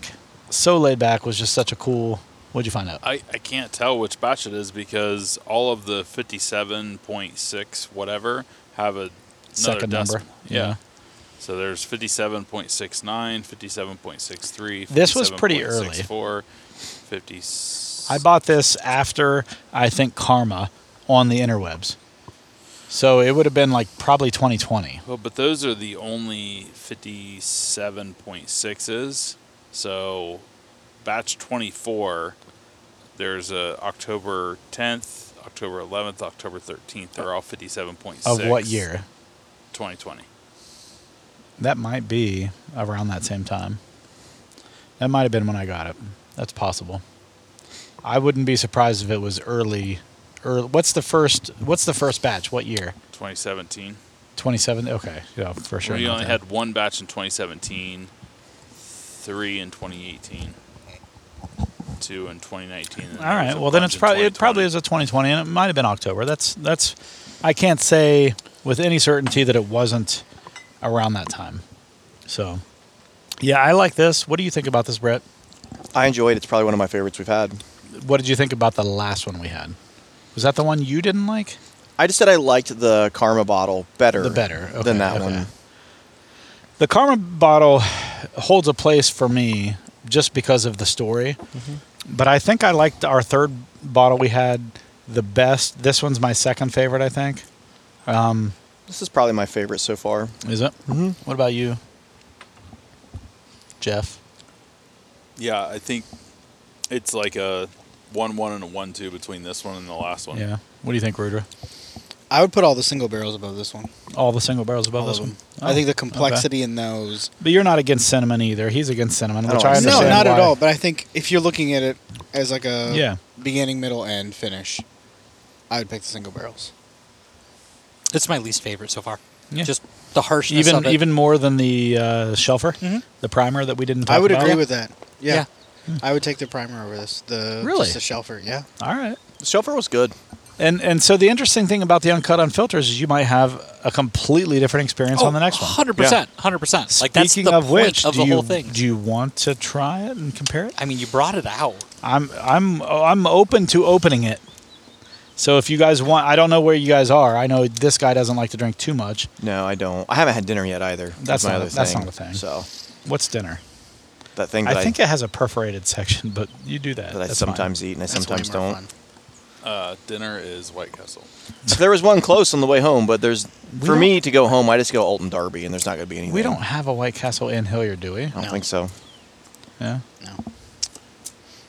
A: So laid back was just such a cool. What'd you find out?
D: I, I can't tell which batch it is because all of the fifty-seven point six whatever have a another
A: Second
D: decimal.
A: number.
D: Yeah.
A: Yeah.
D: So there's 57.69, 57.63.
A: This was pretty
D: 57.64, 50.
A: I bought this after I think Karma on the interwebs. So it would have been like probably 2020.
D: Well, but those are the only 57.6s. So batch 24, there's a October 10th, October 11th, October 13th. They're all 57.6.
A: Of what year?
D: 2020.
A: That might be around that same time. That might have been when I got it. That's possible. I wouldn't be surprised if it was early. Early. What's the first? What's the first batch? What year?
D: 2017.
A: 27. Okay. Yeah, for sure.
D: we
A: not
D: only
A: then.
D: had one batch in 2017, three in 2018, two in 2019. and
A: All
D: there was
A: right.
D: a
A: Well, then
D: bunch
A: it's
D: in
A: probably it probably
D: 2020.
A: is a 2020, and it might have been October. That's that's. I can't say with any certainty that it wasn't around that time. So, yeah, I like this. What do you think about this, Brett?
C: I enjoyed. it. It's probably one of my favorites we've had.
A: What did you think about the last one we had? Was that the one you didn't like?
C: I just said I liked the Karma bottle better.
A: The better, okay,
C: than that
A: okay.
C: one.
A: The Karma bottle holds a place for me just because of the story. But I think I liked our third bottle we had the best. This one's my second favorite, I think. Um,
C: This is probably my favorite so far.
A: is it?
C: Mm-hmm.
A: What about you, Jeff?
D: Yeah, I think it's like a one-one and a one-two between this one and the last one.
A: Yeah. What do you think, Rudra?
B: I would put all the single barrels above this one.
A: All the single barrels above
B: All
A: this
B: of
A: one.
B: them. I think
A: Oh,
B: the
A: okay.
B: complexity in those.
A: But you're not against cinnamon either. He's against cinnamon,
C: I
A: which
C: don't
A: I
C: like
A: understand.
B: No, not at
A: why.
B: all. But I think if you're looking at it as like a
A: Yeah.
B: beginning, middle, end, finish, I would pick the single barrels.
E: It's my least favorite so far.
A: Yeah.
E: Just the harshness of
A: even
E: it.
A: even more than the uh, shelfer, the primer that we didn't. Talk
B: Mm-hmm. I would
A: about.
B: agree with that. Yeah.
E: Yeah.
B: I would take the primer over this. The
A: Really?
B: just the shelfer. Yeah.
A: All right.
C: Shelfer was good.
A: And and so the interesting thing about the uncut on filters is you might have a completely different experience
B: Oh,
E: Oh,
A: on the next one.
E: 100%. 100%. Like, that's the
A: Speaking of
E: point
A: which,
E: of
A: do
E: the
A: you
E: whole thing.
A: do you want to try it and compare it?
E: I mean, you brought it out.
A: I'm I'm oh, I'm open to opening it. So if you guys want, I don't know where you guys are. I know this guy doesn't like to drink too much.
C: No, I don't. I haven't had dinner yet either.
A: That's
C: my
A: not-
C: other
A: that's
C: thing.
A: not a thing.
C: So
A: What's dinner?
C: that thing that
A: I
C: I,
A: think it has a perforated section, but you do that.
C: that I
A: That's fine.
C: sometimes eat and I
B: That's way
C: sometimes
B: more
C: don't.
B: fun.
D: Uh, dinner is White Castle.
C: There was one close on the way home, but there's for
A: don't-
C: me to go home, I just go Alton Darby, and there's not going to be anything.
A: We don't have a White Castle in Hilliard, do we?
C: I don't
B: No.
C: think so.
A: Yeah.
B: No.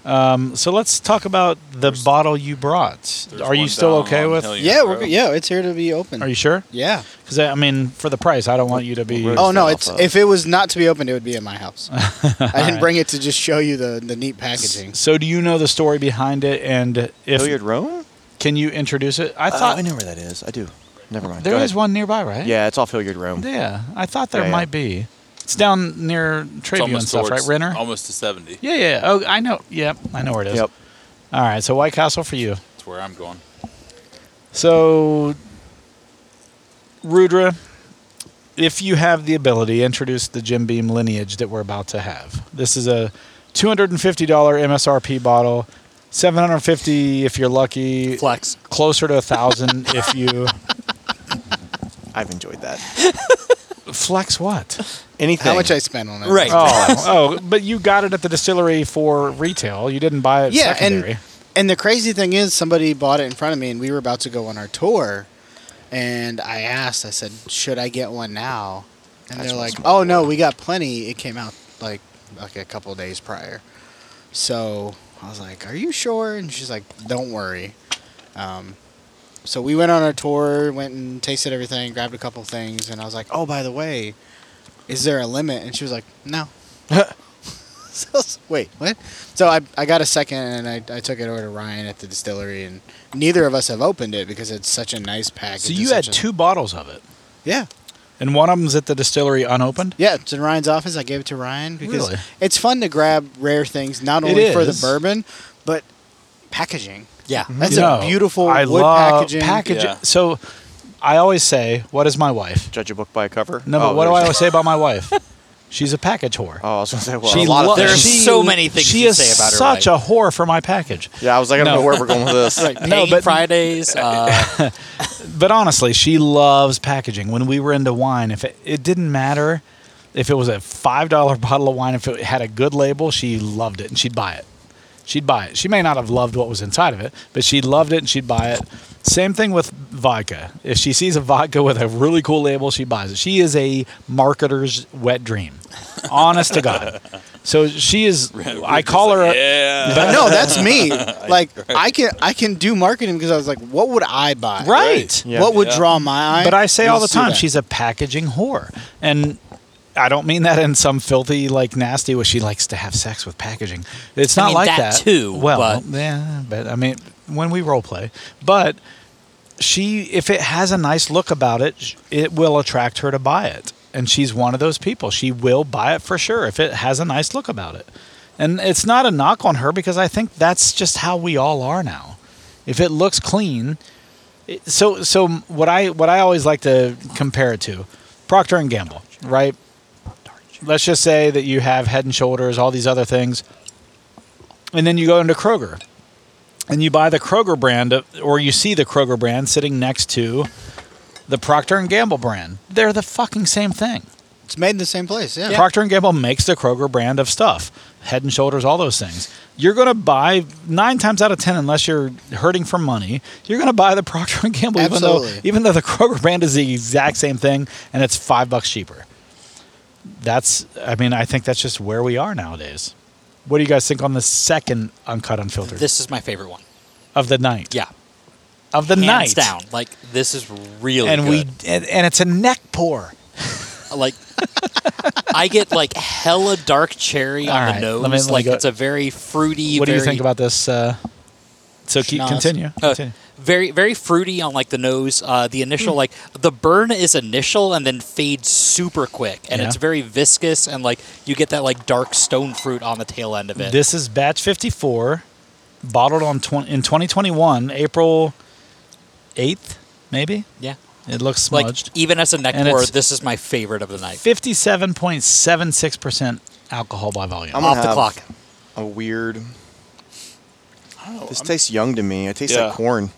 A: Um, so let's talk about the
D: There's-
A: bottle you brought.
D: There's
A: Are you
D: one
A: still
D: down
A: okay
D: on
A: with?
D: Hilliard
B: Yeah, we're,
D: Road.
B: good. yeah, it's here to be open.
A: Are you sure?
B: Yeah.
A: Because I mean, for the price, I don't want you to be.
C: Where's
B: Oh no,
C: that
B: it's
C: off of?
B: if it was not to be opened, it would be in my house. I didn't bring it to just show you the the neat packaging.
A: So do you know the story behind it? And if
C: Hilliard Rome?
A: can you introduce it? I
C: I
A: thought
C: Uh, I know where that is. I do. Never mind.
A: there
C: Go
A: is
C: ahead.
A: one nearby, right?
C: Yeah, it's off Hilliard Rome.
A: Yeah, I thought there
C: Yeah, yeah.
A: might be. It's down near
D: It's
A: Tribune and stuff, right,
D: towards-
A: Renner?
D: Almost to seventy.
A: yeah, yeah. Oh, I know. Yep, I know where it is.
C: Yep.
A: All right, so White Castle for you.
D: That's where I'm going.
A: So, Rudra, if you have the ability, introduce the Jim Beam lineage that we're about to have. This is a $250 MSRP bottle, 750 if you're lucky,
E: Flex.
A: closer to a 1000 if you
C: I've enjoyed that.
A: flex what?
C: Anything.
B: How much I spent on it?
E: Right.
A: Oh, oh, but you got it at the distillery for retail. You didn't buy it
B: Yeah, and-
A: secondary.
B: And the crazy thing is, somebody bought it in front of me, and we were about to go on our tour. And I asked, I said, "Should I get one now?" And
C: That's
B: they're
C: what's
B: like,
C: more
B: "Oh no,
C: important.
B: we got plenty. It came out like like a couple days prior." So I was like, "Are you sure?" And she's like, "Don't worry." Um, so we went on our tour, went and tasted everything, grabbed a couple things, and I was like, "Oh, by the way, is there a limit?" And she was like, "No." So I was- wait, what? So I, I got a second and I, I took it over to Ryan at the distillery and neither of us have opened it because it's such a nice package.
A: So
B: and
A: you had
B: such a-
A: two bottles of it,
B: Yeah,
A: and one of them's at the distillery unopened.
B: yeah. It's in Ryan's office. I gave it to Ryan because
A: Really?
B: it's fun to grab rare things not
A: It
B: only for the
A: is.
B: bourbon but packaging.
E: Yeah.
B: That's
A: No,
B: a beautiful
A: I
B: wood
A: love
B: packaging.
A: package-
D: Yeah.
A: So I always say, "What is my wife?"
C: Judge a book by a cover?
A: No,
C: Oh,
A: but what do I
C: there's-
A: always say about my wife? She's a package whore.
C: Oh, I was going to say, well,
A: She
C: a lot
A: lo-
C: of
E: There are
C: things.
A: she-
E: so many things
A: She
E: you
A: is
E: say about her
A: such
E: life.
A: a whore for my package.
C: Yeah, I was like, I don't
A: No.
C: know where we're going with this.
A: No,
E: Paint
A: but-
E: Fridays. Uh,
A: But honestly, she loves packaging. When we were into wine, if it, it didn't matter if it was a five dollar bottle of wine, if it had a good label, she loved it and she'd buy it. She'd buy it. She may not have loved what was inside of it, but she loved it and she'd buy it. Same thing with vodka. If she sees a vodka with a really cool label, she buys it. She is a marketer's wet dream, honest to God. So she is. I call her. a-
D: Yeah.
B: But no, that's me. Like I can I can do marketing because I was like, what would I buy?
A: Right.
C: Yeah.
B: What would
D: Yeah.
B: draw my eye?
A: But I say
B: You
A: all the
B: see
A: time,
B: that.
A: she's a packaging whore. And I don't mean that in some filthy, like, nasty way. She likes to have sex with packaging. It's
E: I
A: not
E: mean,
A: like
E: that
A: that.
E: too,
A: Well,
E: but-
A: yeah, but I mean, when we role play, but she, if it has a nice look about it, sh- it will attract her to buy it. And she's one of those people. She will buy it for sure if it has a nice look about it. And it's not a knock on her because I think that's just how we all are now. If it looks clean, so so what I what I always like to compare it to Procter and Gamble, right? Let's just say that you have Head and Shoulders, all these other things, and then you go into Kroger, and you buy the Kroger brand, of- or you see the Kroger brand sitting next to the Procter and Gamble brand. They're the fucking same thing.
B: It's made in the same place. Yeah.
A: Procter and Gamble makes the Kroger brand of stuff. Head and Shoulders, all those things. You're going to buy nine times out of ten, unless you're hurting for money, you're going to buy the Procter and Gamble, even though
B: Absolutely.
A: even though the Kroger brand is the exact same thing and it's five bucks cheaper. That's, I mean, I think that's just where we are nowadays. What do you guys think on the second uncut, unfiltered
E: This is my favorite one.
A: of the night?
E: Yeah,
A: of the
E: hands
A: night
E: down. Like this is really
A: and we
E: good.
A: and, and it's a neck pour.
E: like I get like hella dark cherry
A: All
E: on
A: right,
E: the nose.
A: let me- let me
E: like
A: go-
E: it's a very fruity.
A: What do
E: very,
A: you think about this? Uh, so keep
E: Schnoz.
A: continue.
E: Uh,
A: continue.
E: very very fruity on like the nose. Uh, the initial like the burn is initial and then fades super quick, and
A: Yeah.
E: it's very viscous and like you get that like dark stone fruit on the tail end of it.
A: This is batch 54, bottled on 20, in 2021, April 8th, maybe.
E: yeah,
A: It looks
E: like
A: smudged.
E: even as a neck
A: And
E: pour,
A: it's-
E: this is my favorite of the night.
A: 57.76% alcohol by volume.
C: I'm gonna
E: Off the
C: have
E: clock.
C: A weird.
D: Oh,
C: This
D: I'm-
C: tastes young to me. It tastes
D: Yeah.
C: like corn.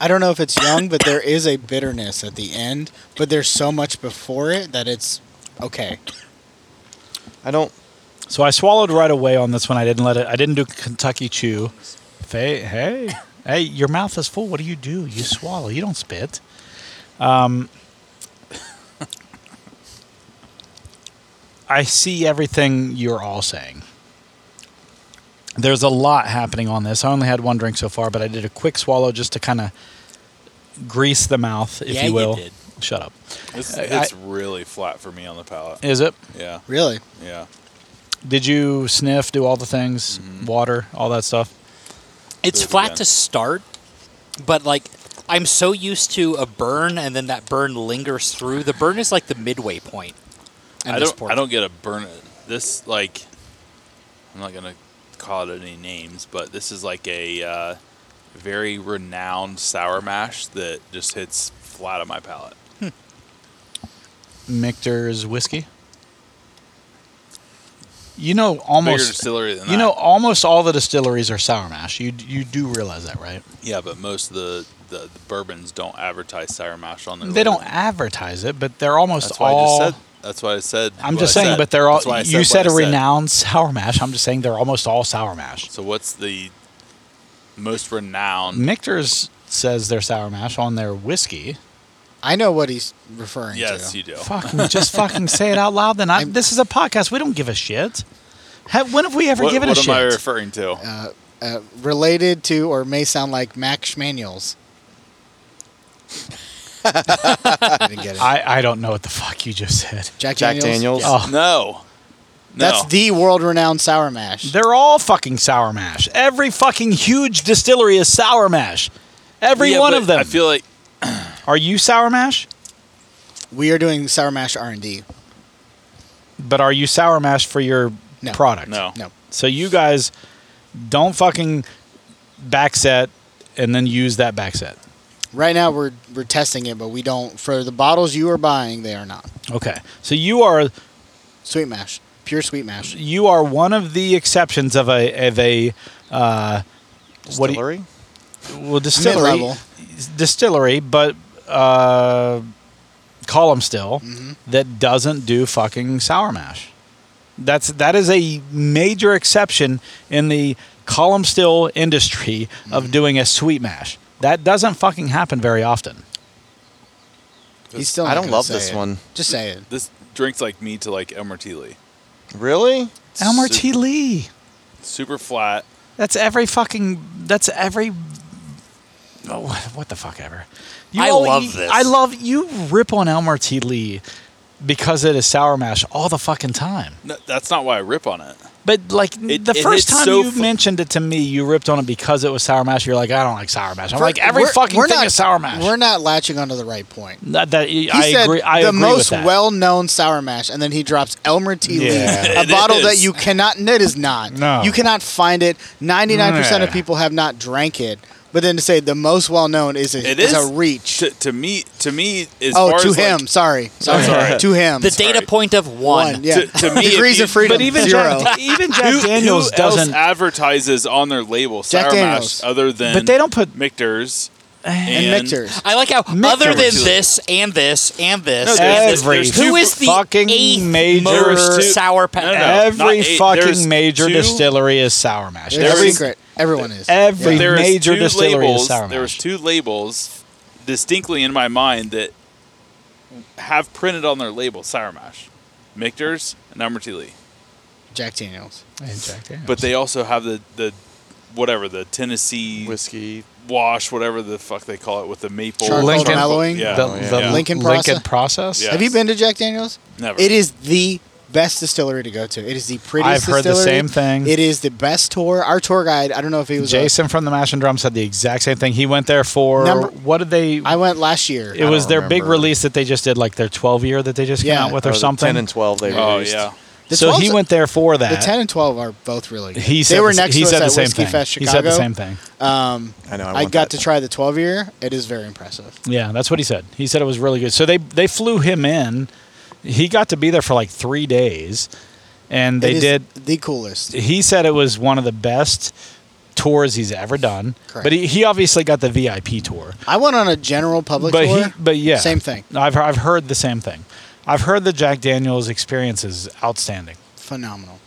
B: I don't know if it's young, but there is a bitterness at the end, but there's so much before it that it's okay.
C: I don't.
A: So I swallowed right away on this one. I didn't let it. I didn't do Kentucky Chew. Hey, hey, hey! Your mouth is full. What do you do? You swallow. You don't spit. Um, I see everything you're all saying. There's a lot happening on this. I only had one drink so far, but I did a quick swallow just to kind of grease the mouth, if
E: Yeah,
A: you
E: you
A: will.
E: did.
A: Shut up.
D: It's,
A: I-
D: it's really flat for me on the palate.
A: Is it?
D: Yeah,
B: Really?
D: yeah.
A: Did you sniff? Do all the things?
E: Mm-hmm.
A: Water, all that stuff.
E: It's
D: Good
E: flat
D: again.
E: to start, but like I'm so used to a burn and then that burn lingers through. The burn is like the midway point. in
D: I
E: this
D: don't.
E: pour.
D: I don't get a burn. This like, I'm not gonna call it any names, but this is like a uh, very renowned sour mash that just hits flat on my palate.
A: Michter's whiskey. You know
D: Bigger
A: almost
D: distillery than
A: you
D: that.
A: know almost all the distilleries are sour mash. You you do realize that, right?
D: Yeah, but most of the, the, the bourbons don't advertise sour mash on their.
A: They don't
D: label.
A: advertise it, but they're almost
D: That's why
A: all.
D: I just said. That's why I said.
A: I'm
D: what
A: just
D: I
A: saying,
D: said.
A: but they're all.
D: That's why I
A: you
D: said
A: said a
D: what I
A: renowned sour mash. I'm just saying they're almost all sour mash.
D: So what's the most renowned?
A: Michter's says they're sour mash on their whiskey.
B: I know what he's referring
D: yes,
B: to.
D: you do.
A: Fucking just fucking say it out loud. Then I,
B: I'm-
A: this is a podcast. We don't give a shit. Have, when have we ever
D: What,
A: given
D: what
A: a
D: am
A: shit?
D: I referring to?
B: Uh, uh, related to or may sound like Mac Schmanuels. I didn't get it.
A: I, I don't know what the fuck you just said.
B: Jack,
C: Jack Daniels.
A: Oh.
D: no. No.
B: That's the world renowned sour mash.
A: They're all fucking sour mash. Every fucking huge distillery is sour mash. Every
D: Yeah,
A: one
D: but
A: of them.
D: I feel like
A: Are you sour mash?
B: We are doing sour mash R&D.
A: But are you sour mash for your
B: No.
A: product?
D: No.
B: No.
A: So you guys don't fucking backset and then use that backset.
B: Right now we're we're testing it, but we don't for the bottles you are buying, they are not.
A: Okay. So you are
B: Sweet mash. Pure sweet mash.
A: you are one of the exceptions of a of a uh, what do you-
C: Distillery.
A: well distillery
B: Mid-level.
A: distillery, but uh, call 'em still that doesn't do fucking sour mash. That's that is a major exception in the call 'em still industry of doing a sweet mash. That doesn't fucking happen very often.
B: He's still
C: I
B: not
C: don't
B: gonna
C: love
B: say
C: this
B: it.
C: one.
B: Just say it.
D: this drinks like me to like Elmer T. Lee.
C: Really?
A: Elmer
D: Su-
A: T. Lee.
D: Super flat.
A: That's every fucking. That's every. Oh, what, what the fuck ever.
E: I
A: all-
E: love
A: you-
E: this.
A: I love you. Rip on Elmer T. Lee because it is sour mash all the fucking time.
D: No, that's not why I rip on it.
A: But like
D: It-
A: the
D: it
A: first
D: hits
A: time
D: so
A: you
D: fu-
A: mentioned it to me, you ripped on it because it was sour mash. You're like, I don't like sour mash. I'm like, every
B: We're-
A: fucking
B: we're
A: thing
B: not-
A: is sour mash.
B: We're not latching onto the right point.
A: Not that I
B: He said
A: agree. I
B: the
A: agree with
B: most
A: that.
B: well-known sour mash, and then he drops Elmer T.
A: Yeah.
B: Lee, a
D: It
B: bottle that
D: is.
B: you cannot. It is not.
A: No.
B: you cannot find it. Ninety-nine percent
A: Nah.
B: of people have not drank it. But then to say the most well-known is a,
D: It
B: is
D: is.
B: a reach.
D: To, to me, to me, as
B: oh,
D: far
B: to
D: as
B: him.
D: like,
B: sorry, sorry.
D: sorry.
B: to him.
E: The
D: Sorry.
E: data point of one.
B: One, yeah.
D: To- to me, if
B: degrees
D: you-
B: of freedom.
A: but even
B: zero.
A: Jack, even Jack
D: who,
A: Daniels
D: who
A: doesn't.
D: else advertises on their label
B: Jack
D: sour
B: Daniels.
D: mash other than
A: But they don't put-
D: Michter's and
B: Mixers.
E: I like how other than
D: Mixers.
E: this and this and this,
D: No,
E: and
D: there's-
E: this-
A: Every
D: there's two-
E: who is the
A: fucking
E: eighth
A: major-
E: most sour patch?
D: No, no, no. Not
A: Every
D: eight.
A: fucking
D: There's
A: major
D: two-
A: distillery is sour mash.
B: There's
A: Every
B: a secret. Everyone is.
A: every
B: Yeah.
D: there is
A: major
D: two
A: distillery
D: labels,
A: is sour mash.
D: There was two labels distinctly in my mind that have printed on their label sour mash, Michter's and Amity Lee.
B: Jack Daniels.
A: And Jack Daniels.
D: But they also have the the whatever the Tennessee
C: Whiskey.
D: wash, whatever the fuck they call it, with the maple
B: Charcoal
A: Lincoln-
B: mellowing?
D: Yeah,
A: the,
C: yeah.
A: the
D: yeah.
B: Lincoln
A: Lincoln process.
D: Yeah.
B: Have you been to Jack Daniels?
D: never.
B: It is the best distillery to go to. It is the prettiest.
A: I've heard the
B: distillery.
A: same thing.
B: It is the best tour. Our tour guide. I don't know if he was a-
A: Jason from the Mash and Drum said the exact same thing. He went there for
B: Number-
A: what did they?
B: I went last year.
A: it
C: I
A: was
C: don't
A: their big
C: remember.
A: release that they just did, like their 12 year that they just
B: Yeah.
A: came out with
C: Or
A: or
C: Oh, the
A: something.
C: Ten and twelve. They
D: Oh
C: released.
D: yeah,
B: The
A: so he
B: 12s
A: went there for that.
B: The ten and twelve are both really. Good.
A: he said
B: they were
A: the-
B: next
A: he
B: to
A: said
B: us
A: the
B: at
A: same
B: Whiskey
A: thing.
B: Fest
A: he
B: Chicago.
A: said the same thing.
B: Um,
C: I know. I,
B: I,
C: want
B: got
C: that.
B: to try the twelve year. It is very impressive.
A: Yeah, that's what he said. He said it was really good. So they they flew him in. He got to be there for like three days, and they
B: It is
A: did.
B: the coolest.
A: He said it was one of the best tours he's ever done.
B: Correct.
A: But he, he obviously got the VIP tour.
B: I went on a general public
A: but
B: tour.
A: he, but yeah,
B: same thing.
A: I've I've heard the same thing. I've heard the Jack Daniels experience is outstanding.
B: Phenomenal.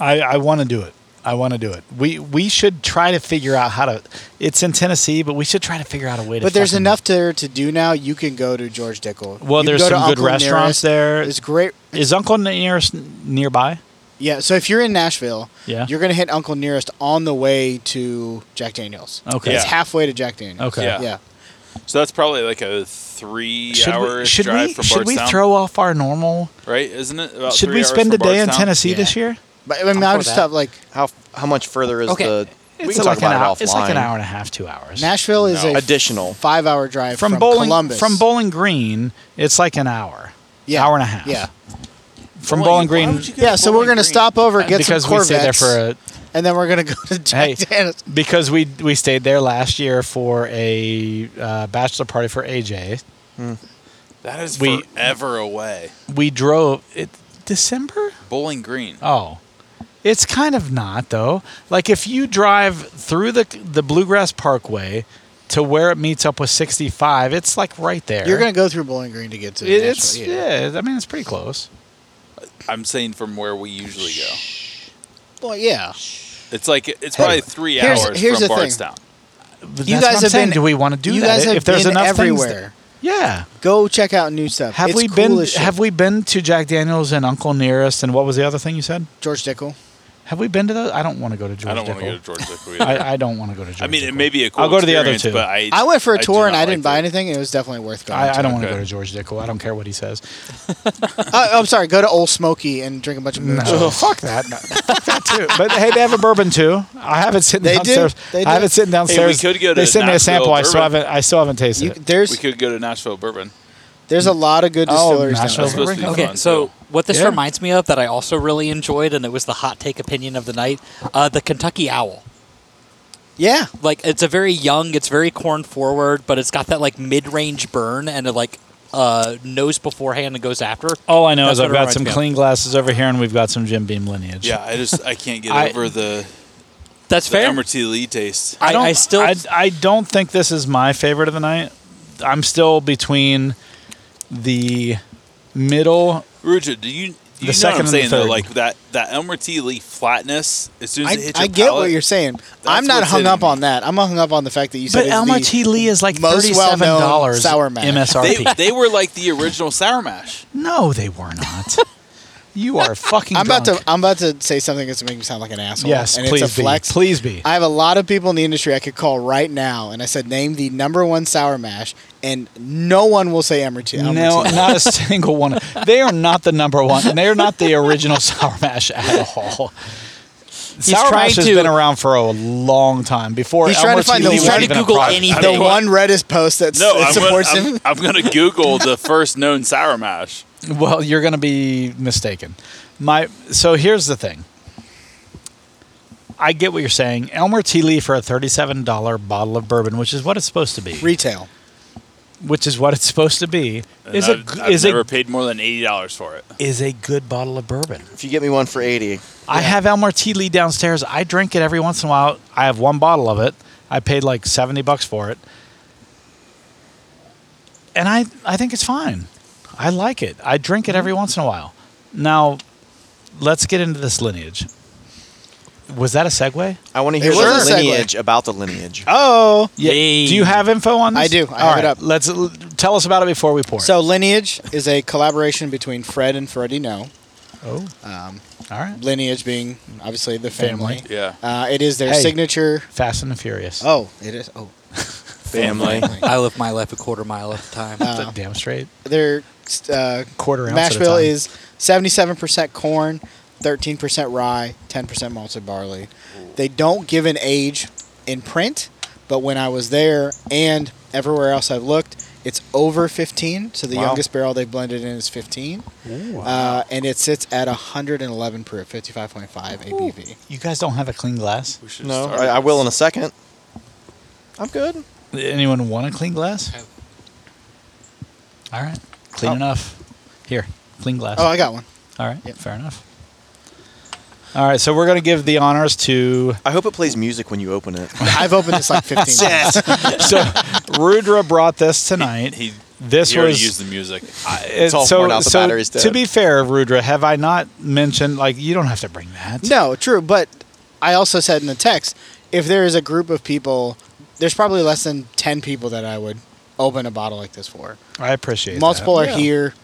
A: I, I want to do it. I want to do it. We we should try to figure out how to. It's in Tennessee, but we should try to figure out a way to.
B: But there's
A: fucking-
B: enough there to do now. You can go to George
A: Well,
B: Dickel. You can
A: there's
B: go to
A: some good
B: Uncle
A: restaurants
B: Nearest.
A: there.
B: It's great.
A: Is Uncle nearest nearby?
B: Yeah. So if you're in Nashville,
A: Yeah.
B: you're gonna hit Uncle Nearest on the way to Jack Daniels.
A: Okay.
B: It's
D: Yeah.
B: halfway to Jack Daniels.
A: Okay.
D: Yeah.
B: Yeah.
D: so that's probably like a three-hour
A: should
D: drive
A: we
D: from
A: should we
D: Bardstown,
A: throw off our normal?
D: right? Isn't it? About
A: Should
D: three
A: we
D: hours
A: spend
D: from
A: a day in
D: Bardstown?
A: Tennessee this
B: Yeah.
A: year?
B: But I mean,
E: I'm
B: I
E: for
B: would just
E: that.
B: stop like
C: How how much further is
E: Okay.
C: the? we
A: It's
C: can
A: like
C: talk
A: an hour.
C: about it offline.
A: It's like an hour and a half, two hours.
B: Nashville is
D: No.
B: a
C: Additional.
B: five-hour drive
A: from,
B: from,
A: Bowling
B: Columbus.
A: from Bowling Green, it's like an hour,
B: Yeah.
A: hour and a half.
B: Yeah.
A: From
D: Why-
A: Bowling
D: why
A: Green,
D: would you go to
B: Yeah. So we're
D: Bowling
B: gonna
D: Green?
B: stop over, get
A: because
B: some
A: we
B: Corvettes,
A: stayed there for a
B: and then we're gonna go to
A: hey,
B: Jack Daniels.
A: because we we stayed there last year for a uh, bachelor party for AJ.
D: That is
A: We-
D: forever away.
A: We drove it December.
D: Bowling Green.
A: Oh, it's kind of not though. Like if you drive through the the Bluegrass Parkway to where it meets up with 65, it's like right there.
B: You're gonna go through Bowling Green to get to.
A: It-
B: Nashville,
A: it's yeah. I mean, it's pretty close.
D: I'm saying from where we usually go.
B: Well, yeah.
D: It's like it's probably three
B: here's-
D: hours
B: here's the
D: from
B: thing.
D: Bardstown.
A: But that's
B: You guys
A: what I'm
B: have
A: saying.
B: been-
A: Do we want to do
B: you
A: that?
B: guys have
A: if there's
B: been
A: enough things that-
B: everywhere.
A: yeah.
B: Go check out new stuff.
A: Have
B: It's
A: we
B: cool
A: been?
B: as shit.
A: Have we been to Jack Daniels and Uncle Nearest? And what was the other thing you said?
B: George Dickel?
A: Have we been to those? I don't want to go to George.
D: I don't want
A: Dickel.
D: to go to Georgia. Either.
A: I, I don't want to go to George.
D: I mean, it
A: Dickel.
D: may be a cool.
A: I'll go to the other
D: experience,
A: two.
D: But I,
B: I went for a
D: do
B: tour and
D: not
B: I didn't
D: like
B: buy
D: it.
B: anything. It was definitely worth going.
A: I,
B: to.
A: I don't want to
D: Okay.
A: go to George Dickel. I don't care what he says.
B: Uh, I'm sorry. Go to Old Smoky and drink a bunch of moonshine.
A: No, fuck that. No, fuck that too. But hey, they have a bourbon too. I have it sitting
B: They do.
A: downstairs.
B: They
A: I have
B: do.
A: it sitting
D: we
A: downstairs.
D: could go to
A: they sent me a sample. I
D: Nashville
A: still
D: bourbon.
A: haven't. I still haven't tasted
B: You,
A: it.
D: We
B: there's
D: could go to Nashville Bourbon.
B: there's a lot of good
A: Oh,
B: distilleries. down
A: Nashville
B: there.
D: That's supposed to be
A: Bourbon.
E: Okay,
D: fun,
E: so
D: too.
E: what this
A: Yeah.
E: reminds me of that I also really enjoyed, and it was the hot take opinion of the night uh, the Kentucky Owl.
B: Yeah,
E: Like, it's a very young, it's very corn forward, but it's got that, like, mid range burn and it, like, uh, knows beforehand and goes after.
A: All
D: Oh,
A: I know
E: That's
A: is I've
E: what it
A: got
E: reminds
A: some
E: me of.
A: clean glasses over here, and we've got some Jim Beam lineage.
D: Yeah, I just I can't get
A: I-
D: over the
E: That's
D: the
E: fair.
D: Emmer T. Lee taste.
E: I,
A: don't,
E: I still.
A: I, I don't think this is my favorite of the night. I'm still between the middle.
D: Ruja, do you? You
A: The
D: know
A: second
D: what
A: and
D: I'm
A: the
D: saying though,
A: third.
D: like that that Elmer T. Lee flatness. As soon as it
B: I,
D: hits your
B: I get what
D: palate-
B: you're saying. I'm not
D: what's
B: hung
D: hitting
B: up
D: me.
B: on that. I'm hung up on the fact that you said
A: But
B: it's
A: Elmer
B: the-
A: T. Lee is like
B: most
A: thirty-seven
B: well-known
A: dollars
B: sour mash.
A: MSRP.
D: They, they were like the original sour mash.
A: no, they were not. you are fucking.
B: I'm about
A: drunk.
B: to. I'm about to say something that's making me sound like an asshole.
A: Yes,
B: and
A: please
B: it's a
A: be.
B: flex.
A: Please be.
B: I have a lot of people in the industry I could call right now, and I said name the number one sour mash, and no one will say Elmer T. Elmer
A: No,
B: T.
A: not a single one. They are not the number one. They are not the original sour mash at all. sour
E: trying
A: mash has
E: to-
A: been around for a long time. Before
B: He's trying
A: Elmer
B: to find
A: T.
B: the-
A: Lee
B: he's
A: was
B: trying to
A: even a
E: Google
A: product.
E: anything.
B: the one Reddit post that's,
D: No,
B: that
D: I'm
B: supports
D: gonna,
B: him.
D: I'm, I'm gonna Google the first known sour mash.
A: Well, you're going to be mistaken. My so here's the thing. I get what you're saying. Elmer T. Lee for a thirty-seven dollar bottle of bourbon, which is what it's supposed to be,
B: Retail.
A: which is what it's supposed to be,
D: And
A: is a
D: I've,
A: g-
D: I've
A: is
D: never
A: a
D: paid more than eighty dollars for it.
A: is a good bottle of bourbon.
C: If you get me one for eighty,
A: I have Elmer T. Lee downstairs. I drink it every once in a while. I have one bottle of it. I paid like 70 bucks for it. and I, I think it's fine. I like it. I drink it
B: Mm-hmm.
A: every once in a while. Now, let's get into this lineage. Was that a segue?
C: I want to
B: It
C: hear
B: was
C: the
B: a segue.
C: lineage about the lineage.
B: Oh.
A: Yeah.
E: Yay.
A: Do you have info on this?
B: I do. I
A: All
B: have it up.
A: Let's l- tell us about it before we pour. it.
B: So Lineage is a collaboration between Fred and Freddie No.
A: oh,
B: Um,
A: all right.
B: Lineage being obviously the family.
A: Family.
D: Yeah.
B: Uh, it is their
A: Hey.
B: signature.
A: Fast and the Furious.
B: Oh, it is. Oh,
C: Family.
E: I live my life a quarter mile at a time.
B: Uh,
A: Th- damn straight.
B: their uh,
A: Quarter ounce at a
B: Mashville
A: time.
B: is seventy-seven percent corn, thirteen percent rye, ten percent malted barley. They don't give an age in print, but when I was there and everywhere else I've looked, it's over fifteen. So the
C: Wow.
B: youngest barrel they blended in is fifteen, uh, and it sits at hundred and eleven proof, fifty-five point five ABV.
A: You guys don't have a clean glass.
D: We should
C: No,
D: start
C: I, I
D: with-
C: will in a second. I'm good.
A: Anyone want a clean glass? All right. Clean
B: Oh.
A: enough. Here, clean glass.
B: Oh, I got one.
A: All right.
B: Yep.
A: Fair enough. All right. So we're going to give the honors to
C: I hope it plays music when you open it.
B: I've opened this like fifteen. times.
A: so Rudra brought this tonight.
D: He,
A: this
D: he already
A: was
D: used the music.
A: it's
C: all worn out, the battery's
A: To
C: dead.
A: be fair, Rudra, have I not mentioned like you don't have to bring that?
B: No, true. But I also said in the text, if there is a group of people, there's probably less than ten people that I would open a bottle like this for.
A: I appreciate
B: Multiple
A: that.
B: are here.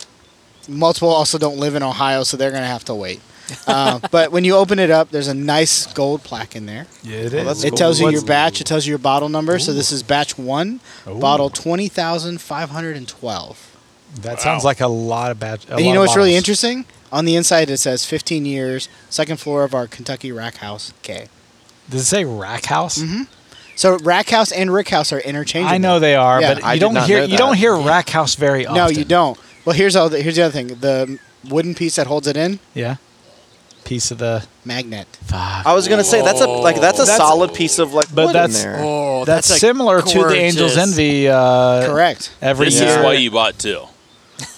B: Multiple also don't live in Ohio, so they're gonna have to wait. Uh, but when you open it up, there's a nice gold plaque in there.
A: Yeah, it is.
C: Well, that's
B: It
C: Gold.
B: tells you your
C: What's-
B: batch. It tells you your bottle number. So this is batch one,
A: Ooh.
B: bottle twenty thousand five hundred and twelve.
A: That sounds like a lot of bad.
B: And you know what's really interesting? On the inside, it says fifteen years, second floor of our Kentucky Rack House K.
A: Does it say rack house? Mm-hmm.
B: So rack house and rick house are interchangeable.
A: I know they are,
B: Yeah.
A: but
C: I
A: you
C: did
A: don't
C: not
A: hear
C: know
A: you don't
C: that.
A: hear rack house very often.
B: No, you don't. Well, here's all. The, here's the other thing. The wooden piece that holds it in,
A: Yeah, piece of the.
B: magnet.
A: Fuck.
C: I was gonna say that's a like that's a
D: That's-
C: solid piece of like
A: But
C: wood
A: that's-
C: in there.
E: Oh,
A: that's,
E: a
A: similar to the Angels
E: gorgeous-
A: Envy. Uh,
B: Correct.
A: Every
D: This
A: year
D: is why you bought two.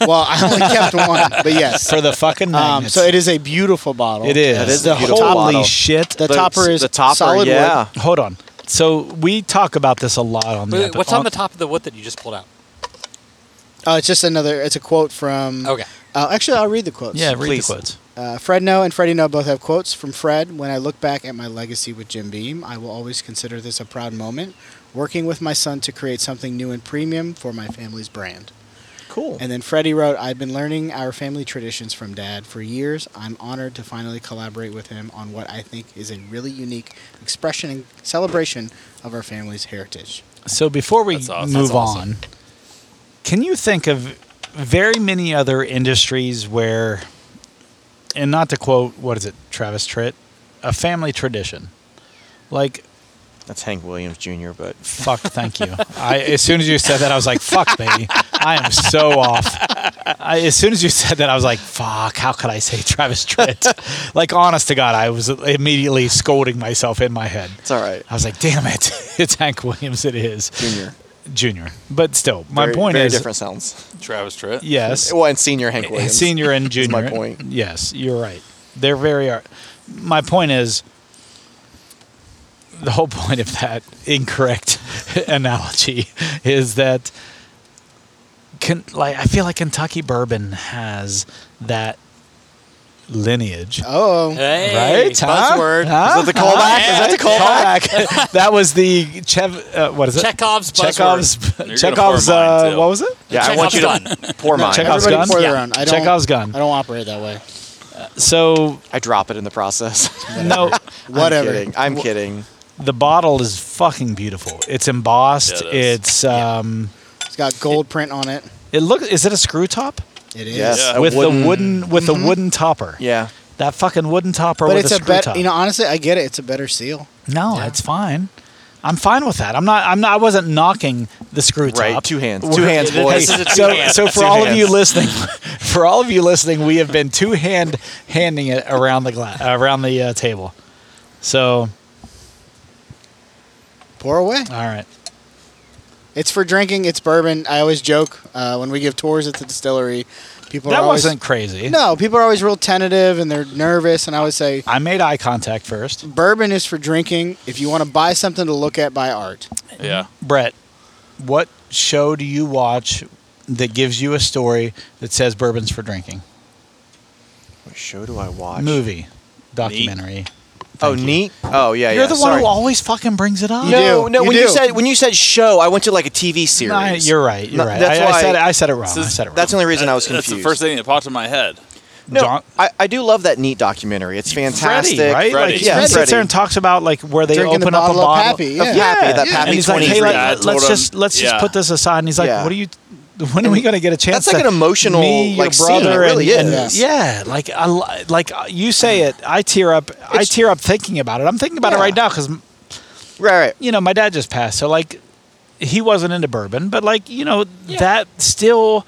B: Well, I only kept one, but yes.
A: for the fucking
B: Um,
A: magnets.
B: so it is a beautiful bottle.
A: It is.
C: That is a
B: the
C: beautiful
B: whole.
A: Holy
C: bottle.
A: shit!
B: The topper is
C: the topper.
B: solid
C: yeah,
B: wood.
A: Hold on. So we talk about this a lot on the.
E: Wait, wait,
A: epi-
E: what's on the top of the wood that you just pulled out?
B: Oh, it's just another. It's a quote from.
E: Okay.
B: Uh, actually, I'll read the quotes.
A: Yeah, read
C: Please.
A: the quotes.
B: Uh, Fred No and Freddie No both have quotes from Fred. When I look back at my legacy with Jim Beam, I will always consider this a proud moment, working with my son to create something new and premium for my family's brand.
A: Cool.
B: And then Freddie wrote, I've been learning our family traditions from dad for years. I'm honored to finally collaborate with him on what I think is a really unique expression and celebration of our family's heritage.
A: So before we
D: That's awesome.
A: move
D: That's awesome.
A: on, can you think of very many other industries where, and not to quote what is it, Travis Tritt, a family tradition, like
C: that's Hank Williams Jr. But
A: fuck, thank you. I as soon as you said that, I was like, fuck, baby, I am so off. I, as soon as you said that, I was like, fuck, how could I say Travis Tritt? like, honest to God, I was immediately scolding myself in my head.
C: it's all right,
A: I was like, damn it, it's Hank Williams. It is.
C: Junior.
A: junior, but still, my
C: Very-
A: point
C: very
A: is
C: different sounds.
D: Travis Tritt.
A: yes,
C: Well, and senior Hank Williams.
A: senior and
C: is
A: junior.
C: my point.
A: Yes, you're right. They're very. ar- My point is the whole point of that incorrect analogy is that can like I feel like Kentucky bourbon has that lineage.
B: Oh,
E: Hey,
A: right? Huh?
E: Buzzword.
A: Huh?
C: Is that the callback? Is that
A: Callback. that was the Chev. Uh, what is it?
E: Chekhov's buzzword.
A: Chekhov's.
D: gonna
A: Chekhov's.
D: pour mine,
A: Uh,
D: too.
A: what was it?
C: the callback? Yeah, I
E: Chekhov's
C: want you
E: gun.
C: to pour mine.
A: Chekhov's
B: everybody
A: gun?
B: for their
E: Yeah.
B: own. I don't,
A: Chekhov's gun.
B: I don't operate that way.
A: So
C: I drop it in the process.
A: no,
B: Whatever.
C: I'm kidding. I'm kidding.
A: the bottle is fucking beautiful. It's embossed.
D: Yeah, it is.
A: it's um,
B: It's got gold print on it.
A: it look. Is it a screw top
B: It is.
C: Yes. A
A: with
C: wooden-
A: the wooden with the wooden topper?
C: Yeah,
A: that fucking wooden topper
B: Mm-hmm. But
A: with
B: it's
A: a
B: a
A: screw
B: better,
A: top.
B: you know, honestly, I get it. It's a better seal.
A: no, it's fine. I'm fine with that. I'm not. I'm not. I wasn't knocking the screw top.
C: right. Two hands. Two hands,
A: Hey,
C: boys.
E: This is a
A: so,
E: two-hand.
A: so for
C: Two
A: all of
C: hands.
A: you listening, for all of you listening, we have been two hand handing it around the gla- around the uh, table. So,
B: Pour away.
A: all right.
B: It's for drinking. It's bourbon. I always joke uh, when we give tours at the distillery. People
A: that
B: are always,
A: wasn't crazy.
B: No, people are always real tentative and they're nervous. And I always say,
A: I made eye contact first.
B: bourbon is for drinking. If you want to buy something to look at, buy art.
D: Yeah.
A: Brett, what show do you watch that gives you a story that says bourbon's for drinking.
C: What show do I watch?
A: Movie, documentary.
C: Oh,
A: Thank you.
C: neat. Oh, yeah.
A: You're
C: yeah,
A: the one
C: sorry.
A: who always fucking brings it up.
B: You
C: no,
B: do.
C: no.
B: You
C: when you
B: do.
C: said when you said show, I went to like a TV series.
A: No, I- you're right. You're
C: No,
A: right.
C: that's
A: I,
C: why-
A: I said it, I said it wrong. I
D: This is-
A: said it wrong.
C: That's the only reason I was
D: That's
C: confused.
D: the first thing that popped in my head.
C: No,
A: John-
C: I, I do love that neat documentary. It's fantastic.
A: Freddy, right?
D: Freddy.
A: Like,
D: Yeah,
A: Freddy
C: Freddy.
A: sits there and talks about like where they
B: Drinking the
A: open up a
B: bottle of
A: bottle
B: Pappy,
A: of
B: yeah.
C: Of Pappy, that
A: And
C: Pappy
A: he's like,
C: 23.
A: hey,
D: Yeah, I
A: like,
D: told
A: let's
D: him-
A: just let's just
D: yeah.
A: put this aside. And he's like,
C: Yeah.
A: what are you? When are we gonna get a chance?
C: That's like
A: to-
C: an emotional,
A: me, your
C: like, scene. It
A: brother
C: really
A: and- and-
B: is.
A: yeah, like I, li- like uh, you say it, I tear up. I
C: It's-
A: tear up thinking about it. I'm thinking about it
C: Yeah.
A: right now because
C: right, right.
A: you know my dad just passed, so like he wasn't into bourbon, but like you know
E: Yeah.
A: that still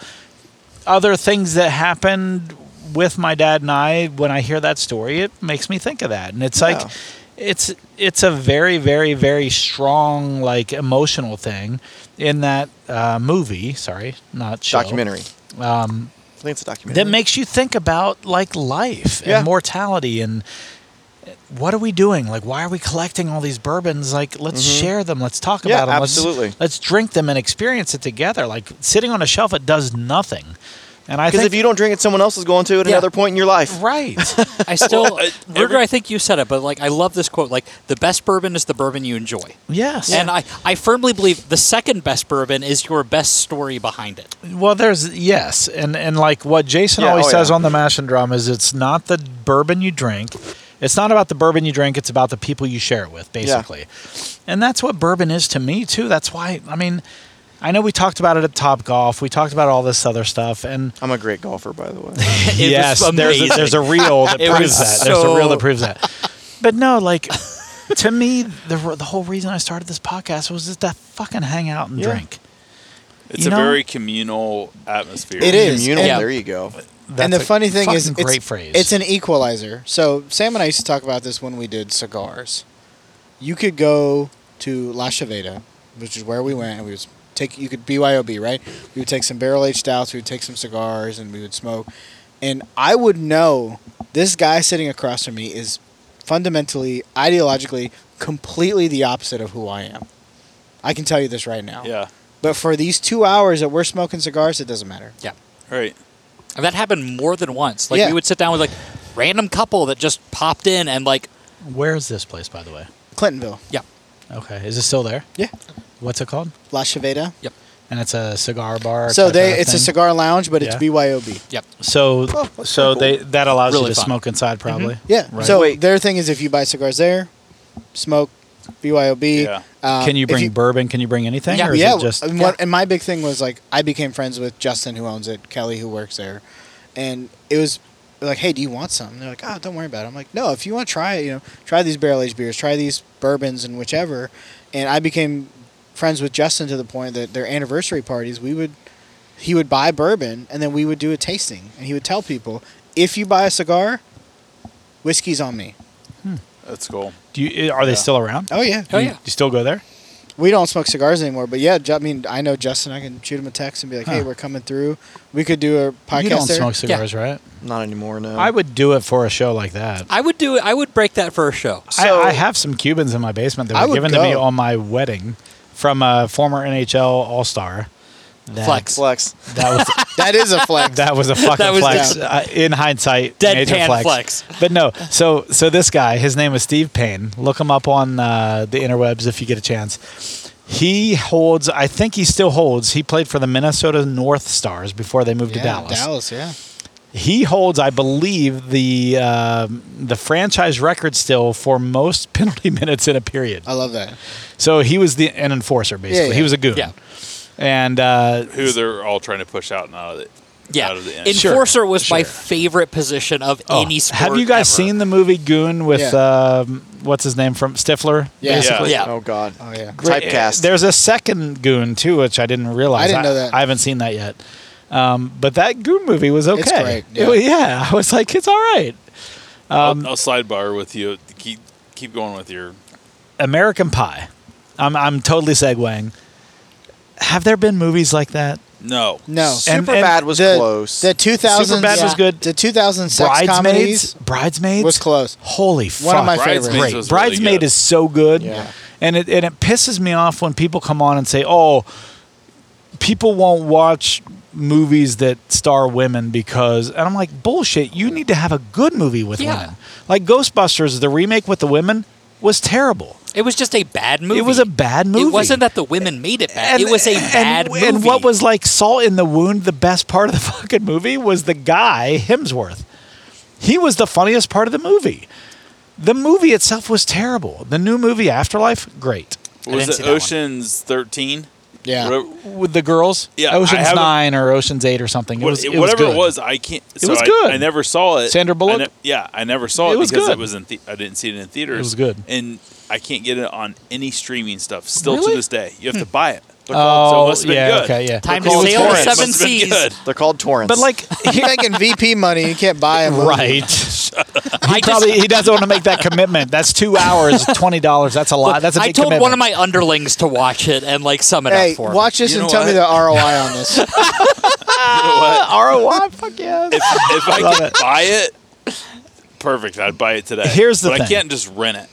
A: other things that happened with my dad and I when I hear that story, it makes me think of that, and it's like
C: Yeah.
A: it's it's a very very very strong like emotional thing in that uh, movie. Sorry, not show,
C: Documentary. Um, I think it's a documentary.
A: that makes you think about like life
C: Yeah.
A: and mortality and uh, what are we doing? Like, why are we collecting all these bourbons? Like, let's share them. Let's talk
C: Mm-hmm. Yeah,
A: about them. Let's-
C: absolutely.
A: Let's, drink them and experience it together. Like sitting on a shelf, it does nothing. And I
C: because
A: think
C: if you don't drink it, someone else is going to at
E: Yeah.
C: another point in your life.
A: right,
E: I still,
D: Well, uh,
E: Ruger,
D: every-
E: I think you said it, but like, I love this quote. Like, the best bourbon is the bourbon you enjoy.
A: yes.
E: And I, I firmly believe the second best bourbon is your best story behind it.
A: Well, there's yes, and and like what Jason
C: Yeah,
A: always
C: oh,
A: says
C: yeah.
A: on the Mash and Drum is it's not the bourbon you drink, it's not about the bourbon you drink, it's about the people you share it with, basically. And that's what bourbon is to me too. That's why I mean, I know we talked about it at Top Golf, we talked about all this other stuff, and
C: I'm a great golfer, by the way.
E: It was
A: yes, there's a,
E: amazing.
A: there's a reel that
E: It
A: proves
E: was
A: that. There's a reel
E: so-
A: that proves that. But no, like to me, the the whole reason I started this podcast was just to fucking hang out and
C: Yeah.
A: drink.
D: It's
A: You
D: a
A: know-
D: very communal atmosphere.
B: It is.
C: Communal.
E: Yeah.
C: There you go.
A: That's
B: and the
A: a
B: funny thing is,
A: fucking
B: it's,
A: great phrase.
B: it's an equalizer. So Sam and I used to talk about this when we did cigars. You could go to La Chaveta, which is where we went, and we would take. You could BYOB, right? We would take some barrel aged stouts, we would take some cigars, and we would smoke. And I would know this guy sitting across from me is fundamentally, ideologically, completely the opposite of who I am. I can tell you this right now.
D: Yeah.
B: But for these two hours that we're smoking cigars, it doesn't matter.
E: yeah.
D: Right.
E: And that happened more than once. Like
B: Yeah.
E: we would sit down with like random couple that just popped in and like
A: Where is this place, by the way?
B: Clintonville,
E: yeah.
A: Okay, is it still there?
B: yeah,
A: What's it called?
B: La Chaveta.
E: Yep.
A: And it's a cigar bar.
B: So
A: type
B: they
A: of
B: it's a
A: thing?
B: cigar Oh, lounge, but it's
A: Yeah.
B: BYOB.
E: Yep.
A: So so they that allows you
E: Really
A: to
E: fun.
A: smoke inside probably.
B: Mm-hmm. Yeah.
A: Right.
B: So
C: Wait.
B: their thing is if you buy cigars there, smoke BYOB.
D: Yeah.
B: Um,
A: Can you
B: if
A: bring bourbon? Can you bring anything?
E: Yeah.
A: Or is
B: yeah.
A: it just
B: and, what, and my big thing was like I became friends with Justin who owns it, Kelly who works there, and it was like, hey, do you want some? And they're like, oh, don't worry about it. I'm like, no, if you want to try it, you know, try these barrel aged beers, try these bourbons and whichever. And I became friends with Justin to the point that their anniversary parties we would he would buy bourbon and then we would do a tasting and he would tell people if you buy a cigar whiskey's on me
D: That's cool.
A: do you, are they
D: Yeah.
A: still around?
B: oh yeah
E: Oh
A: You-
E: yeah.
A: You still go there?
B: we don't smoke cigars anymore but yeah Ju- i mean i know justin i can shoot him a text and be like hey
A: Huh.
B: we're coming through we could do a podcast
A: you don't
B: there.
A: smoke cigars, right?
C: Not anymore. No.
A: I would do it for a show like that.
E: I would do it I would break that for a show.
C: So-
A: I, I have some Cubans in my basement
B: I
A: that were
B: would
A: given to me
B: go.
A: on my wedding from a former NHL All Star.
E: Flex.
C: flex.
A: That was
B: that is a flex
A: That was a fucking
E: That was
A: flex.
B: down.
A: Uh, in hindsight,
E: Deadpan
A: major flex.
E: flex.
A: But no, so so this guy, his name is Steve Payne. Look him up on uh, the interwebs if you get a chance. He holds, I think he still holds. He played for the Minnesota North Stars before they moved
B: yeah,
A: to Dallas.
B: dallas yeah
A: He holds, I believe, the um the franchise record still for most penalty minutes in a period.
B: i love that
A: So he was the an enforcer basically.
B: Oh. yeah.
A: He was a goon.
E: Yeah.
A: And uh,
D: Who they're all trying to push out and out of it.
E: Yeah.
D: Out of the end.
A: Sure.
E: Enforcer was my
A: Sure.
E: favorite position of
A: Oh,
E: any sport.
A: Have you guys seen the movie Goon with
B: Yeah.
A: um, what's his name from Stifler?
B: Yeah.
D: Yeah.
E: Yeah.
C: Oh God.
A: Uh,
B: oh yeah
A: Great-
C: Typecast.
A: There's a second Goon too, which I didn't realize.
B: I didn't know that.
A: I haven't seen that yet. Um, but that Goon movie was okay.
B: It's great,
A: It
B: yeah.
A: wa- yeah, I was like, it's all right.
D: I'll, I'll sidebar with you. Keep keep going with your.
A: American Pie. I'm I'm totally segueing. Have there been movies like that?
D: No.
B: no
A: And-
C: Super bad was
B: the,
C: close.
B: the 2000
A: Superbad was good.
B: the 2000 sex
A: Bridesmaids.
B: comedies
A: Bridesmaids
B: was close
A: Holy fuck!
B: One of my
D: Bridesmaids
B: favorite.
A: great.
D: was really
A: Bridesmaid
D: good.
A: is so good.
C: Yeah.
A: And it and it pisses me off when people come on and say, "Oh, people won't watch movies that star women because and I'm like bullshit. You need to have a good movie with
E: Yeah.
A: women. Like Ghostbusters, the remake with the women was terrible.
E: It was just a bad movie.
A: It was a bad movie.
E: It wasn't that the women made it bad.
A: And-
E: it was a
A: and-
E: bad movie.
A: And what was like salt in the wound? The best part of the fucking movie was the guy Hemsworth. He was the funniest part of the movie. The movie itself was terrible. The new movie Afterlife, great.
E: I
D: was
E: didn't see
D: it
E: that one.
D: Ocean's Thirteen?
B: Yeah.
A: With the girls,
D: Yeah, I
A: Ocean's
D: haven't-
A: Nine or Ocean's Eight or something. It was it was
D: whatever
A: good.
D: it was. I can't. so
A: was
D: I-
A: good.
D: I, never saw it.
A: Sandra
D: I
A: Bullock?
D: ne- yeah, I never saw it,
A: It was
D: because
A: good.
D: it was in. The, I didn't see it in theaters.
A: was good.
D: and I can't get it on any streaming stuff. Still
A: Really?
D: to this day, you have to buy it. so it
A: Oh,
D: must have been
A: yeah,
D: good.
A: okay, yeah.
E: Time to
C: Nicole
E: sail the
C: Torrance.
E: seven
D: Must have been
E: seas.
D: good.
C: They're called torrents.
A: But like,
B: You're making VP money. You can't buy a movie.
A: right?
E: I just-
A: Probably he doesn't want to make that commitment. That's two hours, twenty dollars. That's a lot. That's a
E: I
A: big
E: told
A: commitment.
E: one of my underlings to watch it and like sum it
B: Hey,
E: up for me.
B: watch this
D: You
B: and
D: know
B: tell me
D: what?
B: the ROI on this.
D: You know what?
A: ROI. Fuck yes.
D: If, if I
A: Love
D: could
A: it.
D: buy it, perfect. I'd buy it today.
A: Here's the
D: but I
A: thing.
D: can't just rent it.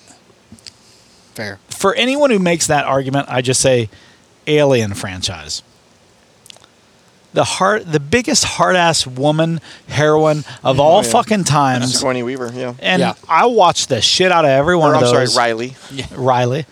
B: Fair.
A: for anyone who makes that argument, I just say alien franchise. The heart the biggest hard ass woman heroine of all
C: Oh, yeah.
A: fucking times.
C: Sigourney Weaver. Yeah.
A: And
E: Yeah.
A: I watch the shit out of every one
C: Or,
A: of
C: I'm sorry,
A: those.
C: Riley.
A: Riley.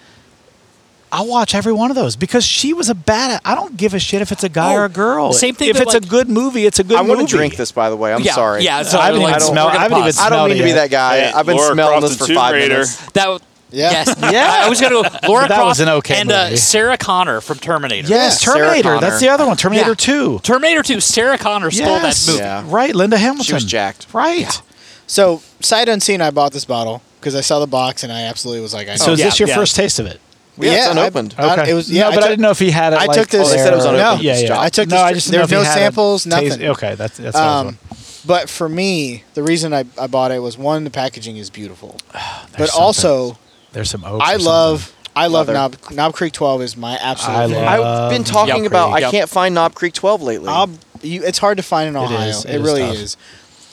A: I watch every one of those because she was a bad. I don't give a shit if it's a guy
E: Oh,
A: or a girl.
E: same thing
A: If
E: that,
A: it's a
E: like-
A: good movie, it's a good
C: I
A: movie.
C: want to drink this, by the way. I'm
E: yeah,
C: sorry.
E: Yeah, so
A: I
E: I
A: haven't
E: like,
A: even
E: we're
A: smelled-
E: gonna
A: I haven't even
E: pause.
C: I don't
A: Smell
C: mean to
A: it.
C: be that guy.
D: Hey,
C: I've been
D: Laura
C: smelling
D: Croft's
C: this
D: a
C: for five
D: Tomb Raider.
C: minutes.
E: That w-
B: Yeah.
E: Yes.
A: Yeah.
E: I, I was gonna go Laura
A: That
E: Croft
A: was an okay
E: and uh,
A: movie.
E: Sarah Connor from Terminator.
A: Yes,
B: Yeah.
A: Terminator.
C: Sarah
A: That's
C: Connor.
A: the other one. Terminator
E: Yeah.
A: Two.
E: Terminator 2, Sarah Connor stole
A: Yes.
E: that movie. Oh,
C: Yeah.
A: Right, Linda Hamilton.
C: jacked.
A: Right.
B: So, sight unseen, I bought this bottle because I saw the box and I absolutely was like, I know.
A: So is
E: Yeah,
A: this your
E: yeah.
A: first taste of it?
C: Yeah, it's
B: I-
C: unopened.
B: I- Uh, it was, yeah,
A: no, but I,
B: took-
A: didn't know if he had it.
B: I
A: like,
B: took this-
A: on
C: They said it was
A: there.
C: unopened.
A: Yeah, yeah.
B: I took
A: No,
B: this-
A: I just
B: there
A: didn't
B: was
A: know if
B: no
A: he had a
B: samples,
A: taste-
B: nothing.
A: Okay, that's that's. what I was
B: Um,
A: wondering.
B: but for me, the reason I, I bought it was one, the packaging is beautiful, but
A: Ah, something.
B: also
A: There's some oak.
B: I
A: or
B: love I love
C: Leather.
B: Knob Knob Creek Twelve is my absolute.
A: I
B: favorite.
A: love-
C: I've been
A: Um,
C: talking
E: Knob
C: about
E: Creek.
C: I
E: Yep.
C: can't find Knob Creek 12 lately.
B: I'll, you, it's hard to find in Ohio. It,
A: is. It is
B: really
A: tough.
B: is.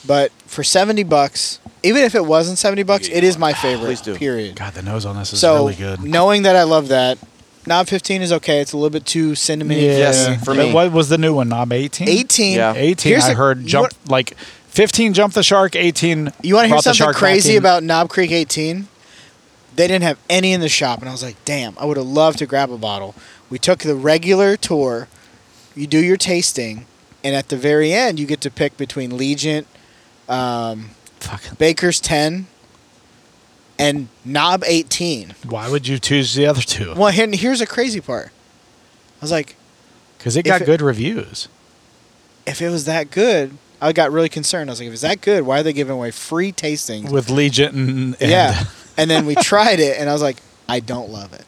B: But for seventy bucks, even if it wasn't seventy bucks,
D: Yeah,
B: it is my favorite.
C: Please do.
A: something.
B: Period.
A: Ah, God, the nose on this is
B: so
A: really good.
B: knowing that I love that, Knob fifteen is okay. It's a little bit too cinnamony.
C: Yes, for
A: But
C: me.
A: What was the new one? Knob eighteen.
B: Eighteen.
C: Yeah.
A: Eighteen.
B: Here's
A: I
B: the-
A: heard
B: you
A: jump
B: want-
A: like fifteen. Jump the shark. Eighteen.
B: You want to hear
A: brought the
B: something
A: shark back
B: crazy
A: in.
B: about Knob Creek 18? They didn't have any in the shop, and I was like, damn, I would have loved to grab a bottle. We took the regular tour. You do your tasting, and at the very end, you get to pick between Legion, um,
A: Fuck.
B: Baker's 10, and Knob 18.
A: Why would you choose the other two?
B: Well, and here's a crazy part. I was like,
A: Because it
B: If
A: got
B: it-
A: good reviews.
B: if it was that good, I got really concerned. I was like, if it's that good, why are they giving away free tastings?
A: With Legion and, and
B: yeah. and then we tried it, and I was like, I don't love it.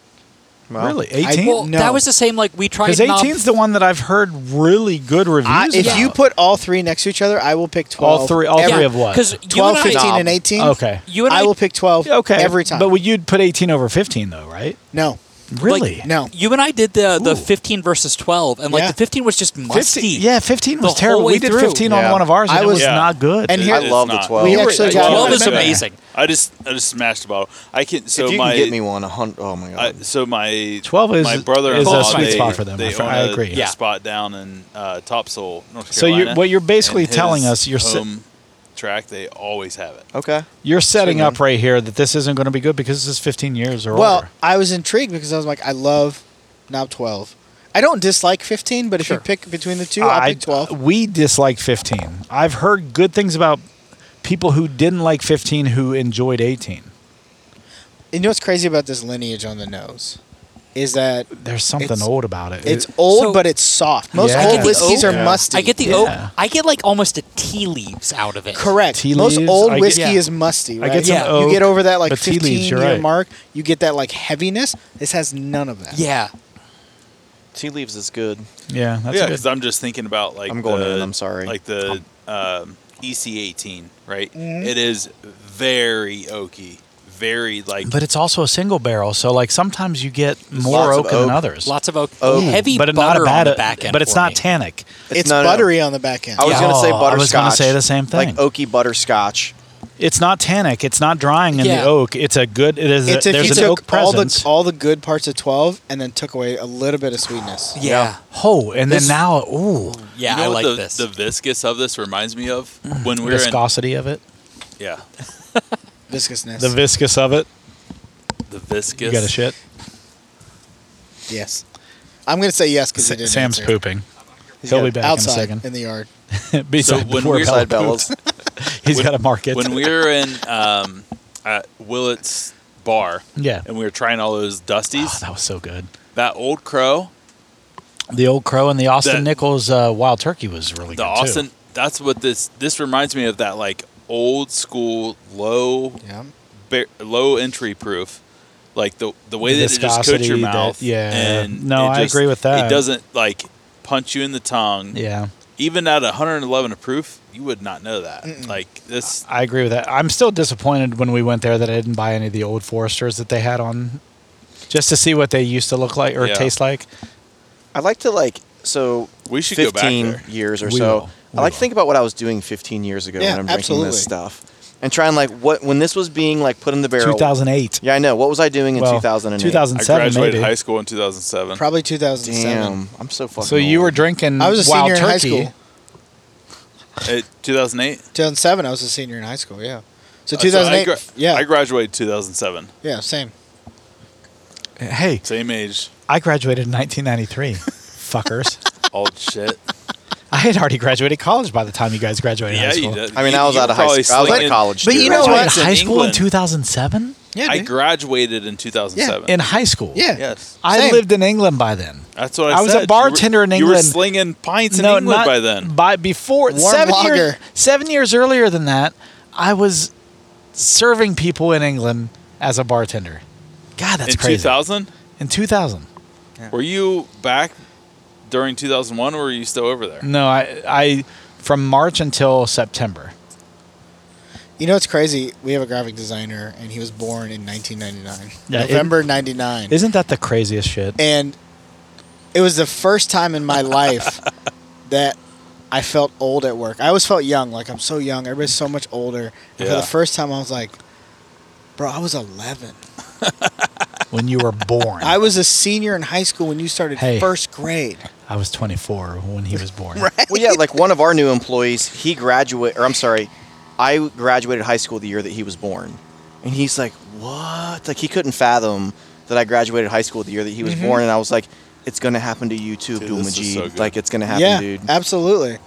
C: Well,
A: really
B: I-
A: eighteen.
E: Well,
B: No.
E: that was the same. Like we tried.
A: Because
E: Knob-
A: 18's the one that I've heard really good reviews.
B: I, if
A: about.
B: you put all three next to each other, I will pick 12.
A: all three, all
B: every-
A: three of what?
E: 'cause you
B: 12,
E: and I-
B: 15, and 18.
A: Okay.
E: You and I,
B: I will pick 12
A: Okay.
B: every time.
A: But would you put 18 over 15 though, right?
B: no,
A: Really?
B: no.
E: You and I did the the
A: Ooh.
E: 15 versus 12, and like
B: Yeah.
E: the 15 was just musty.
A: 15, yeah, 15 was
E: The
A: terrible.
E: whole
A: We
E: way
A: did
E: through.
A: 15 on
C: Yeah.
A: one of ours and
B: I
A: it was
B: was-
A: not good.
B: And
D: It
B: here-
C: I
D: is
C: love
D: not.
C: the 12.
B: We actually got-
E: 12 is
D: Yeah.
E: amazing.
D: I just I just smashed the bottle. I can so
C: if you
D: my
C: can get me one, a hundred. Oh my
D: I,
C: god.
D: so my
A: 12 is-
D: my
A: is
D: brother-in-law
A: a sweet
D: they-
A: spot for them. I
D: They
A: fr-
D: own
A: I
D: a-
A: agree.
D: a
E: Yeah.
D: spot down in uh, Topsail, North Carolina.
A: So you're- what you're basically
D: And
A: telling
D: his
A: us, you're si-
D: home track. They always have it.
C: okay.
A: You're setting
C: Sweet,
A: up right here that this isn't going to be good because this is 15 years or
B: Well,
A: older.
B: I was intrigued because I was like, I love Knob 12. I don't dislike 15, but if you pick between the two, I'll
A: I-
B: pick 12.
A: We dislike 15. I've heard good things about people who didn't like 15 who enjoyed 18.
B: You know what's crazy about this lineage on the nose? Is that
A: There's something
B: It's-
A: old about it.
B: it's
A: It-
B: old,
E: So-
B: but it's soft. Most
A: Yeah. I get
B: old
A: the
B: whiskeys
E: oak.
B: are
A: Yeah.
B: musty.
E: I get the
A: Yeah.
E: oak. I get like almost a tea leaves out of it.
B: Correct.
A: Tea
B: Most
A: leaves,
B: old
A: I get-
B: whiskey
E: Yeah.
B: is musty,
A: I
B: right?
A: get some
E: Yeah.
A: oak,
B: you get over that like
A: but tea
B: 15
A: leaves,
B: year
A: you're right.
B: mark, you get that like heaviness. This has none of that.
E: Yeah.
C: Tea leaves is good.
A: yeah, that's
D: yeah,
A: good.
D: because I'm just thinking about like
C: I'm going
D: the,
C: in, I'm sorry.
D: Like the
A: Oh.
D: um, EC18, right?
A: Mm-hmm.
D: It is very oaky, very like.
A: But it's also a single barrel, so like sometimes you get more
C: lots of
A: oak than
C: oak.
A: others.
E: Lots of oak.
B: Oh.
C: Oak.
E: Heavy
A: but
E: butter
A: not a bad
E: on the back end.
A: But it's
E: for
A: not
E: me.
A: tannic.
B: It's
C: no, no, no.
B: buttery on the back end.
C: I was
E: Yeah.
C: gonna say
A: Oh, I was
C: butterscotch.
A: gonna say the same thing.
C: Like oaky butterscotch.
A: It's not tannic. It's not drying in
E: Yeah.
A: the oak. It's a good. It is.
B: It's
A: a,
B: if you
A: there's an oak
B: took all the
A: presence.
B: all the good parts of twelve and then took away a little bit of sweetness.
E: Yeah.
A: oh, and
E: This-
A: then now, ooh,
E: Yeah,
D: you know
E: I
D: what
E: like
D: the,
E: this.
D: the viscous of this reminds me of
A: Mm-hmm.
D: when we were
A: viscosity of it,
D: in yeah
B: Viscousness.
A: the viscous of it.
D: the viscous.
A: You got a shit.
B: yes. I'm gonna say yes because he didn't.
A: S- Sam's
B: answer.
A: pooping.
B: He's
A: He'll
B: got-
A: be back in a
B: outside
A: second.
B: in the yard.
A: Beside
D: when
A: before
D: we're-
A: Bella
C: Side
A: poops,
C: bellows.
A: he's
D: when-
A: got a market.
D: when we were in um, at Willett's bar
A: yeah,
B: Ah,
D: and we were trying all those
A: oh,
D: dusties.
A: that was so good.
D: that old crow,
A: The old crow and the Austin
D: The-
A: Nichols uh, wild turkey was really
D: the
A: good
D: Austin.
A: too.
D: That's what this this reminds me of. That like old school low
B: Yeah.
D: ba- low entry proof. Like the the way
A: The
D: that it just coats your
A: viscosity that-
D: mouth.
A: yeah.
D: And
A: No,
D: it
A: I
D: just-
A: agree with that.
D: It doesn't like punch you in the tongue.
A: Yeah,
D: Even at 111 a proof, you would not know that. Like this.
A: I agree with that. I'm still disappointed when we went there that I didn't buy any of the old Foresters that they had on, just to see what they used to look like or
D: Yeah.
A: taste like.
C: I like to like so
D: We should go back
C: 15
D: there.
C: years or
A: We
C: so.
A: will. We
C: I like to
A: will.
C: think about what I was doing 15 years ago
B: Yeah,
C: when I'm drinking
B: absolutely.
C: this stuff and trying like what when this was being like put in the barrel.
A: 2008.
C: Yeah, I know. What was I doing in
A: Well,
C: 2008?
A: 2000
D: I
A: 2007
D: graduated
A: maybe.
D: high school in 2007.
B: Probably 2007.
C: Damn, I'm so fucking.
A: So you
C: old.
A: were drinking
B: I was a
A: wild
B: senior in high
A: turkey.
B: school.
D: Uh, 2008.
B: 2007. I was a senior in high school. Yeah. So
D: Uh, so I
B: 2008.
D: gra-
B: yeah.
D: I graduated 2007.
B: yeah. Same.
A: Hey,
D: Same age.
A: I graduated in 1993. Fuckers.
D: Old shit.
A: I had already graduated college by the time you guys graduated
D: yeah,
A: high school.
D: you did.
C: I mean,
D: You-
C: I was
D: you
C: out
D: were
C: of high
D: probably
C: school. I was out of
D: slinging-
C: college.
A: But
C: dude.
A: you know
B: Graduated
A: what?
D: in
A: High school in
D: England.
A: 2007?
B: Yeah.
D: I
B: dude.
D: graduated in 2007.
A: In high school.
B: Yeah.
D: yes.
A: I
B: Same.
A: lived in England by then.
D: That's what I,
A: I was a
D: said. You were-
A: bartender in
D: You were
A: England.
D: slinging pints in England by then.
A: By before
B: Warm
A: seven
B: lager.
A: years, seven years earlier than that, I was serving people in England as a bartender. God, that's
D: in
A: crazy.
D: 2000,
A: In 2000.
D: were you back during 2001, or were you still over there?
A: No, I, I from March until September.
B: You know what's crazy? We have a graphic designer, and he was born in 1999,
A: Yeah, it-
B: November '99,
A: Isn't that the craziest shit?
B: and it was the first time in my life that I felt old at work. I always felt young, like I'm so young. Everybody's so much older. And For
D: Yeah.
B: the first time, I was like, "Bro, I was 11.
A: when you were born.
B: I was a senior in high school when you started
A: Hey.
B: first grade."
A: I was 24 when he was born.
C: well, yeah, like one of our new employees, he graduated, or I'm sorry, I graduated high school the year that he was born. And he's like, what? Like, he couldn't fathom that I graduated high school the year that he was born. And I was like, it's going to happen to you too,
D: Dude,
C: Abdul
D: this is so
C: Majid.
D: good.
C: like, it's going to happen,
B: yeah,
C: dude.
B: absolutely.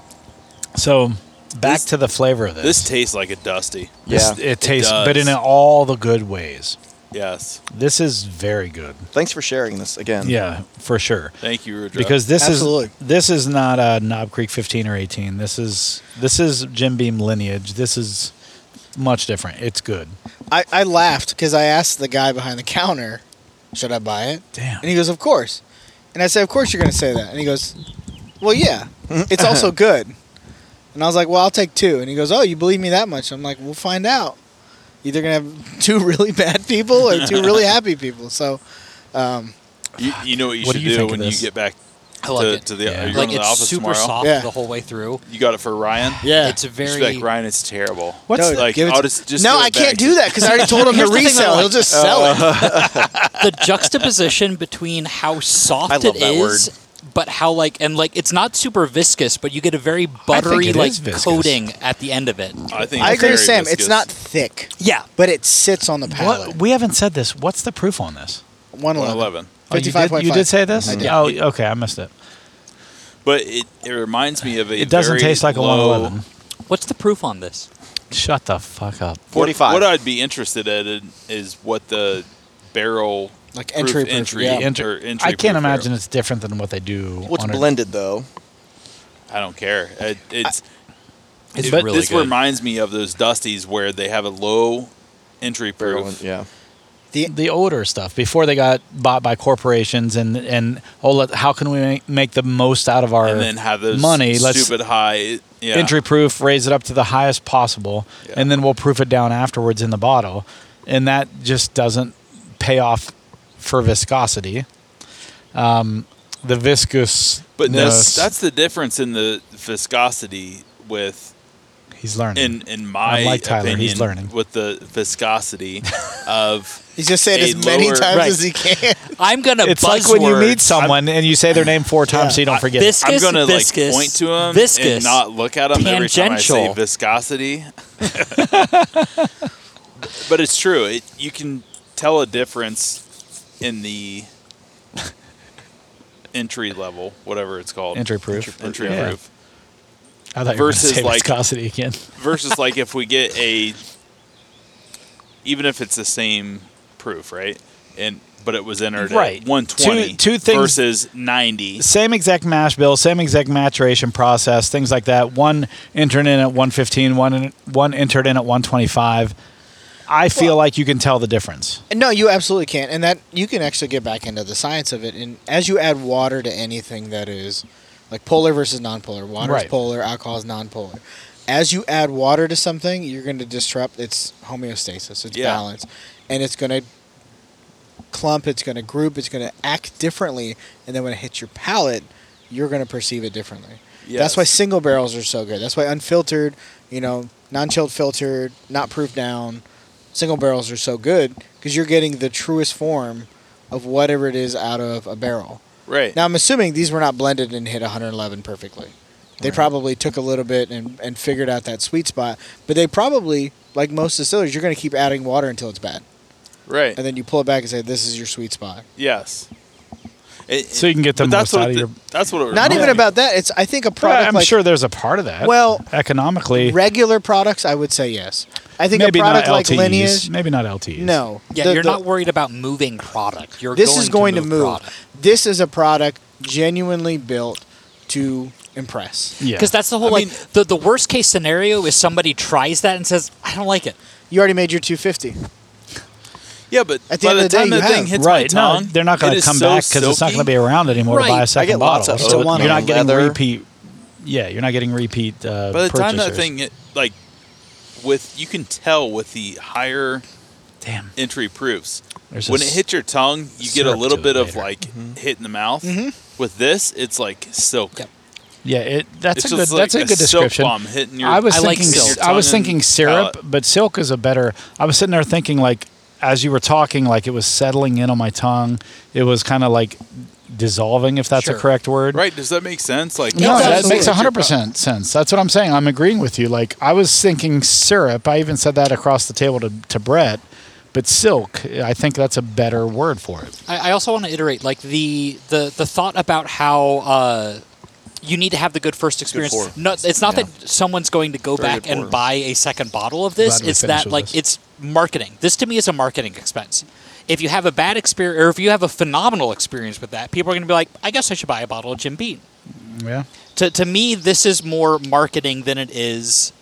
A: So back
D: This-
A: to the flavor of
D: This
A: this.
D: tastes like a dusty.
A: This-
C: Yeah.
A: it tastes,
D: does.
A: but in all the good ways.
D: Yes.
A: This is very good.
C: Thanks for sharing this again.
A: Yeah, for sure.
D: Thank you, Rudra.
A: Because this
B: Absolutely.
A: is this is not a Knob Creek 15 or 18. This is this is Jim Beam lineage. This is much different. It's good.
B: I, I laughed because I asked the guy behind the counter, should I buy it?
A: Damn.
B: And he goes, of course. And I said, of course you're going to say that. And he goes, well, yeah, it's also good. And I was like, well, I'll take two. And he goes, oh, you believe me that much? I'm like, we'll find out. Either going to have two really bad people or two really happy people. So, um,
D: you, you know what you
A: What do
D: should
A: you
D: do,
A: think of
D: when you
A: this?
D: get back
E: I like
D: to,
E: it.
D: to the,
A: Yeah.
D: are you going
E: like
D: to the
E: it's
D: office
E: super
D: tomorrow?
E: soft
B: Yeah.
E: the whole way through.
D: You got it for Ryan.
B: yeah.
E: It's
D: She's
E: very
D: like Ryan, it's terrible.
A: What's
B: Dude,
D: like
A: like
B: give it
D: I'll
B: to-
D: just, just
B: no,
D: give it
B: I can't
D: back
B: do
D: to- Oh,
B: that because I already told him to
E: Here's the thing that I
B: resell.
E: like.
B: He'll just sell it.
E: the juxtaposition between how
C: I
E: soft
C: love
E: it
C: that
E: is, but how like and like it's not super viscous, but you get a very buttery
A: it
E: like
A: is viscous.
E: coating at the end of it.
D: I think
B: I
D: it's
B: agree with
D: very
B: Sam. It's
D: viscous.
B: not thick,
E: Yeah,
B: but it sits on the
A: what
B: palate.
A: we haven't said this. What's the proof on this?
B: 111.
D: 111.
A: Oh, you did-
B: 55.5.
A: You did say this?
B: I did.
A: Oh, okay, I missed it.
D: But it, it reminds me of a.
A: It doesn't
D: very
A: taste like a
D: low-
A: 111.
E: what's the proof on this?
A: Shut the fuck up.
D: What-
C: 45.
D: What, I'd be interested in is what the barrel
B: Like
D: proof
B: entry proof,
D: entry,
B: yeah.
D: or
A: Enter-
D: entry
A: I
D: proof
A: can't imagine
D: barrel.
A: it's different than what they do.
C: Well, it's
A: on a-
C: blended, though.
D: I don't care. It, it's
E: It's
D: it-
E: really
D: this
E: good.
D: reminds me of those dusties where they have a low entry proof.
C: Yeah.
B: The,
A: the older stuff before they got bought by corporations and and oh, let, how can we make, make the most out of our
D: And then have those
A: money? Let's
D: stupid high yeah.
A: entry proof, raise it up to the highest possible,
D: Yeah.
A: and then we'll proof it down afterwards in the bottle, and that just doesn't pay off for viscosity. Um, the viscous,
D: But that's, that's the difference in the viscosity with
A: He's learning.
D: in in my
A: Unlike Tyler,
D: opinion,
A: he's learning.
D: with the viscosity of
B: He's just saying
D: a
B: as many
D: lower-
B: times
A: Right.
B: as he can.
E: I'm gonna
A: it's
E: buzzword.
A: like when you meet someone and you say their name four times so you don't forget. it.
E: This-
D: I'm
E: Viscous,
D: gonna like
E: viscous,
D: point to him
E: viscous,
D: and not look at him every time I say
E: tangential.
D: viscosity. but it's true. It, you can tell a difference in the entry level, whatever it's called,
A: Entry proof.
D: entry
A: Yeah.
D: proof.
A: I thought you were gonna
D: versus
A: say
D: like-
A: viscosity again.
D: Versus like if we get a, even if it's the same proof, right? And but it was entered
A: Right.
D: at 120
A: Two- two things-
D: versus 90.
A: Same exact mash bill, same exact maturation process, things like that. One entered in at 115, one, in- one entered in at 125. I feel
B: Well-
A: like you can tell the difference.
B: No, you absolutely can't, and that you can actually get back into the science of it. And as you add water to anything that is like polar versus non-polar, water
A: Right.
B: is polar, alcohol is non-polar. As you add water to something, you're going to disrupt its homeostasis, its
D: Yeah.
B: balance, and it's going to clump, it's going to group, it's going to act differently, and then when it hits your palate, you're going to perceive it differently. That's
D: Yes.
B: why single barrels are so good. That's why unfiltered, you know, non-chilled filtered, not proof down, single barrels are so good because you're getting the truest form of whatever it is out of a barrel.
D: Right.
B: Now I'm assuming these were not blended and hit 111 perfectly. They probably took a little bit and, and figured out that sweet spot, but they probably, like most distillers, you're going to keep adding water until it's bad,
D: right.
B: and then you pull it back and say, "This is your sweet spot."
D: Yes. It-
A: So you can get
D: but
A: the
D: that's
A: most
D: what
A: out of
D: it-
A: your-
D: That's what it
B: Not
D: reminds
B: even
D: me.
B: about that. It's I think a
A: Well,
B: product.
A: I'm
B: like,
A: sure there's a part of that.
B: Well,
A: economically,
B: regular products, I would say yes. I think
A: maybe
B: a
A: not
B: product
A: LTEs.
B: like Lineage,
A: maybe not LTEs.
B: no.
E: Yeah,
B: The-
E: you're
B: the-
E: not worried about moving product. You're
B: This
E: going
B: is going to move.
E: product.
B: This is a product genuinely built to impress.
A: Yeah.
E: Because that's the whole
D: I
E: like
D: mean-
E: the, the worst case scenario is somebody tries that and says, I don't like it.
B: You already made your 250.
D: Yeah, but
B: At the
D: by
B: end of the day,
D: time
B: you
D: that thing
B: have.
D: hits
A: right.
D: my
A: No,
D: tongue,
A: they're not going
D: it
A: to
D: is
A: come
D: so
A: back because it's not going to
D: silky.
A: be around anymore to
E: Right.
A: buy
E: I
A: a second
C: get lots
A: bottle.
C: of
A: so
B: oak
A: you're not
B: and
A: getting
C: leather.
A: repeat. Yeah, you're not getting repeat. Uh,
D: By the time that
A: purchasers.
D: thing, hit, like, with you can tell with the higher
A: damn,
D: entry proofs.
A: There's
D: when
A: a
D: it hits your tongue, you get a
A: syrup
D: little
A: to it
D: bit of
A: later. Mm-hmm.
D: like hit in the mouth. With this, it's like silk.
E: Yep.
A: yeah, it, that's
D: It's
A: a good.
D: just like
A: That's a good
D: silk
A: description.
D: Bomb hitting your,
A: I was
E: I like
A: thinking. s-
E: silk.
A: I was
D: Tongue Uh, and
A: thinking syrup,
D: palate.
A: but silk is a better. I was sitting there thinking like, as you were talking, like it was settling in on my tongue. It was kind of like dissolving, if that's
E: Sure.
A: a correct word.
D: right. Does that make sense? Like,
A: No,
E: Yeah,
A: that
E: absolutely.
A: makes 100% sense. That's what I'm saying. I'm agreeing with you. Like, I was thinking syrup. I even said that across the table to, to Brett, but silk, I think that's a better word for it.
E: I, I also want to iterate like the the the thought about how uh, you need to have the good first experience.
C: pour.
E: no, it's not
C: Yeah.
E: that someone's going to go
D: Very
E: back
D: good pour.
E: and buy a second bottle of this.
A: Glad we
E: It's
A: finished
E: that
A: with
E: like
A: this.
E: it's marketing. This to me is a marketing expense. If you have a bad experience or if you have a phenomenal experience with that, people are going to be like, I guess I should buy a bottle of Jim Beam.
A: Yeah.
E: To, to me, this is more marketing than it is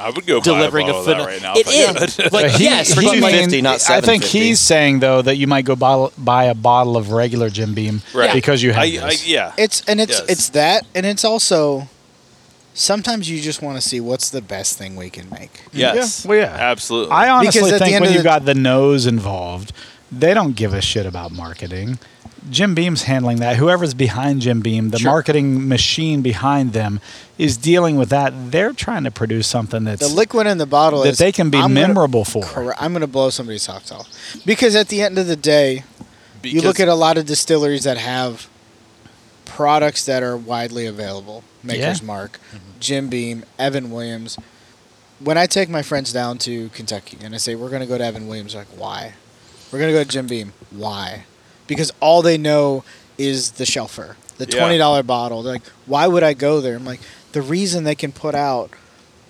D: I would go
E: delivering
D: buy
E: a
D: a bottle of
E: phenomenal.
D: that right now.
E: it
D: if I could.
E: is like yes,
A: he
E: but like,
C: 250, not
A: I think
C: 750.
A: he's saying, though, that you might go buy, buy a bottle of regular Jim Beam
D: Right.
A: because you have
D: I, I,
A: this.
D: yeah.
B: It's and it's
D: Yes.
B: it's that and it's also sometimes you just want to see what's the best thing we can make.
D: yes.
A: Yeah, well, yeah.
D: Absolutely.
A: I honestly
B: Because at the
A: think
B: end
A: when
B: of
A: you
B: the-
A: got the nose involved, they don't give a shit about marketing. Jim Beam's handling that. Whoever's behind Jim Beam, the
E: Sure.
A: marketing machine behind them, is dealing with that. They're trying to produce something that's
B: The liquid in the bottle
A: that
B: is-
A: they can be
B: I'm gonna-
A: memorable for.
B: Correct. I'm going to blow somebody's socks off because at the end of the day,
D: Because-
B: you look at a lot of distilleries that have products that are widely available. Maker's
A: Yeah.
B: Mark,
D: Mm-hmm.
B: Jim Beam, Evan Williams. When I take my friends down to Kentucky and I say we're going to go to Evan Williams, they're like why? We're going to go to Jim Beam, why? Because all they know is the shelfer, the
D: Yeah.
B: twenty dollar bottle. They're like, why would I go there? I'm like, the reason they can put out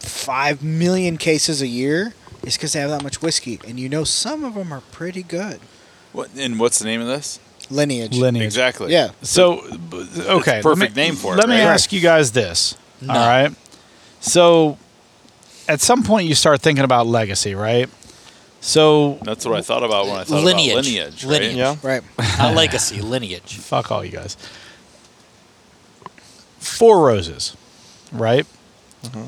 B: five million cases a year is because they have that much whiskey, and you know some of them are pretty good.
D: What, and what's the name of this?
B: Lineage.
A: lineage.
D: Exactly.
B: Yeah.
A: So, b- okay. let
D: perfect
A: me-
D: name for it,
A: Let me
D: right?
A: ask you guys this.
E: No.
A: All right. So, at some point, you start thinking about legacy, right? So,
D: That's what I thought about when I thought
E: Lineage.
D: about lineage. right?
E: Lineage.
C: Yeah.
B: Right.
E: not legacy lineage.
A: fuck all you guys. Four Roses, right?
D: Mm-hmm.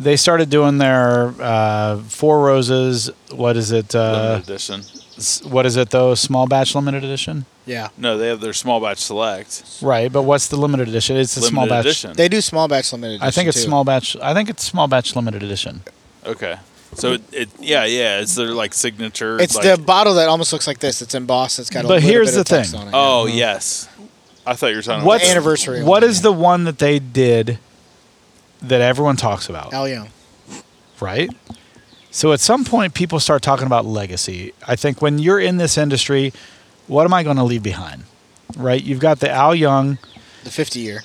A: They started doing their uh, Four Roses. What is it? Uh,
D: Limited edition.
A: S- What is it though? Small batch limited edition.
B: Yeah.
D: No, they have their small batch select.
A: Right, but what's the limited edition? It's a
D: limited
A: small batch.
D: edition.
B: They do small batch limited.
A: I think
B: edition,
A: it's
B: too.
A: small batch. I think it's small batch limited edition.
D: Okay. So it, it yeah, yeah, it's their like signature
B: It's
D: like,
B: the bottle that almost looks like this. It's embossed. It's got a
A: But
B: little
A: here's
B: bit of
A: the
B: text
A: thing.
B: on it.
D: Oh,
B: yeah.
D: yes. I thought you were talking
A: What's
D: about
B: anniversary
A: What
B: one,
A: is
B: yeah.
A: the one that they did that everyone talks about?
B: Al Young.
A: right? So at some point, people start talking about legacy. I think when you're in this industry, what am I going to leave behind? Right? You've got the Al Young.
B: The 50 year.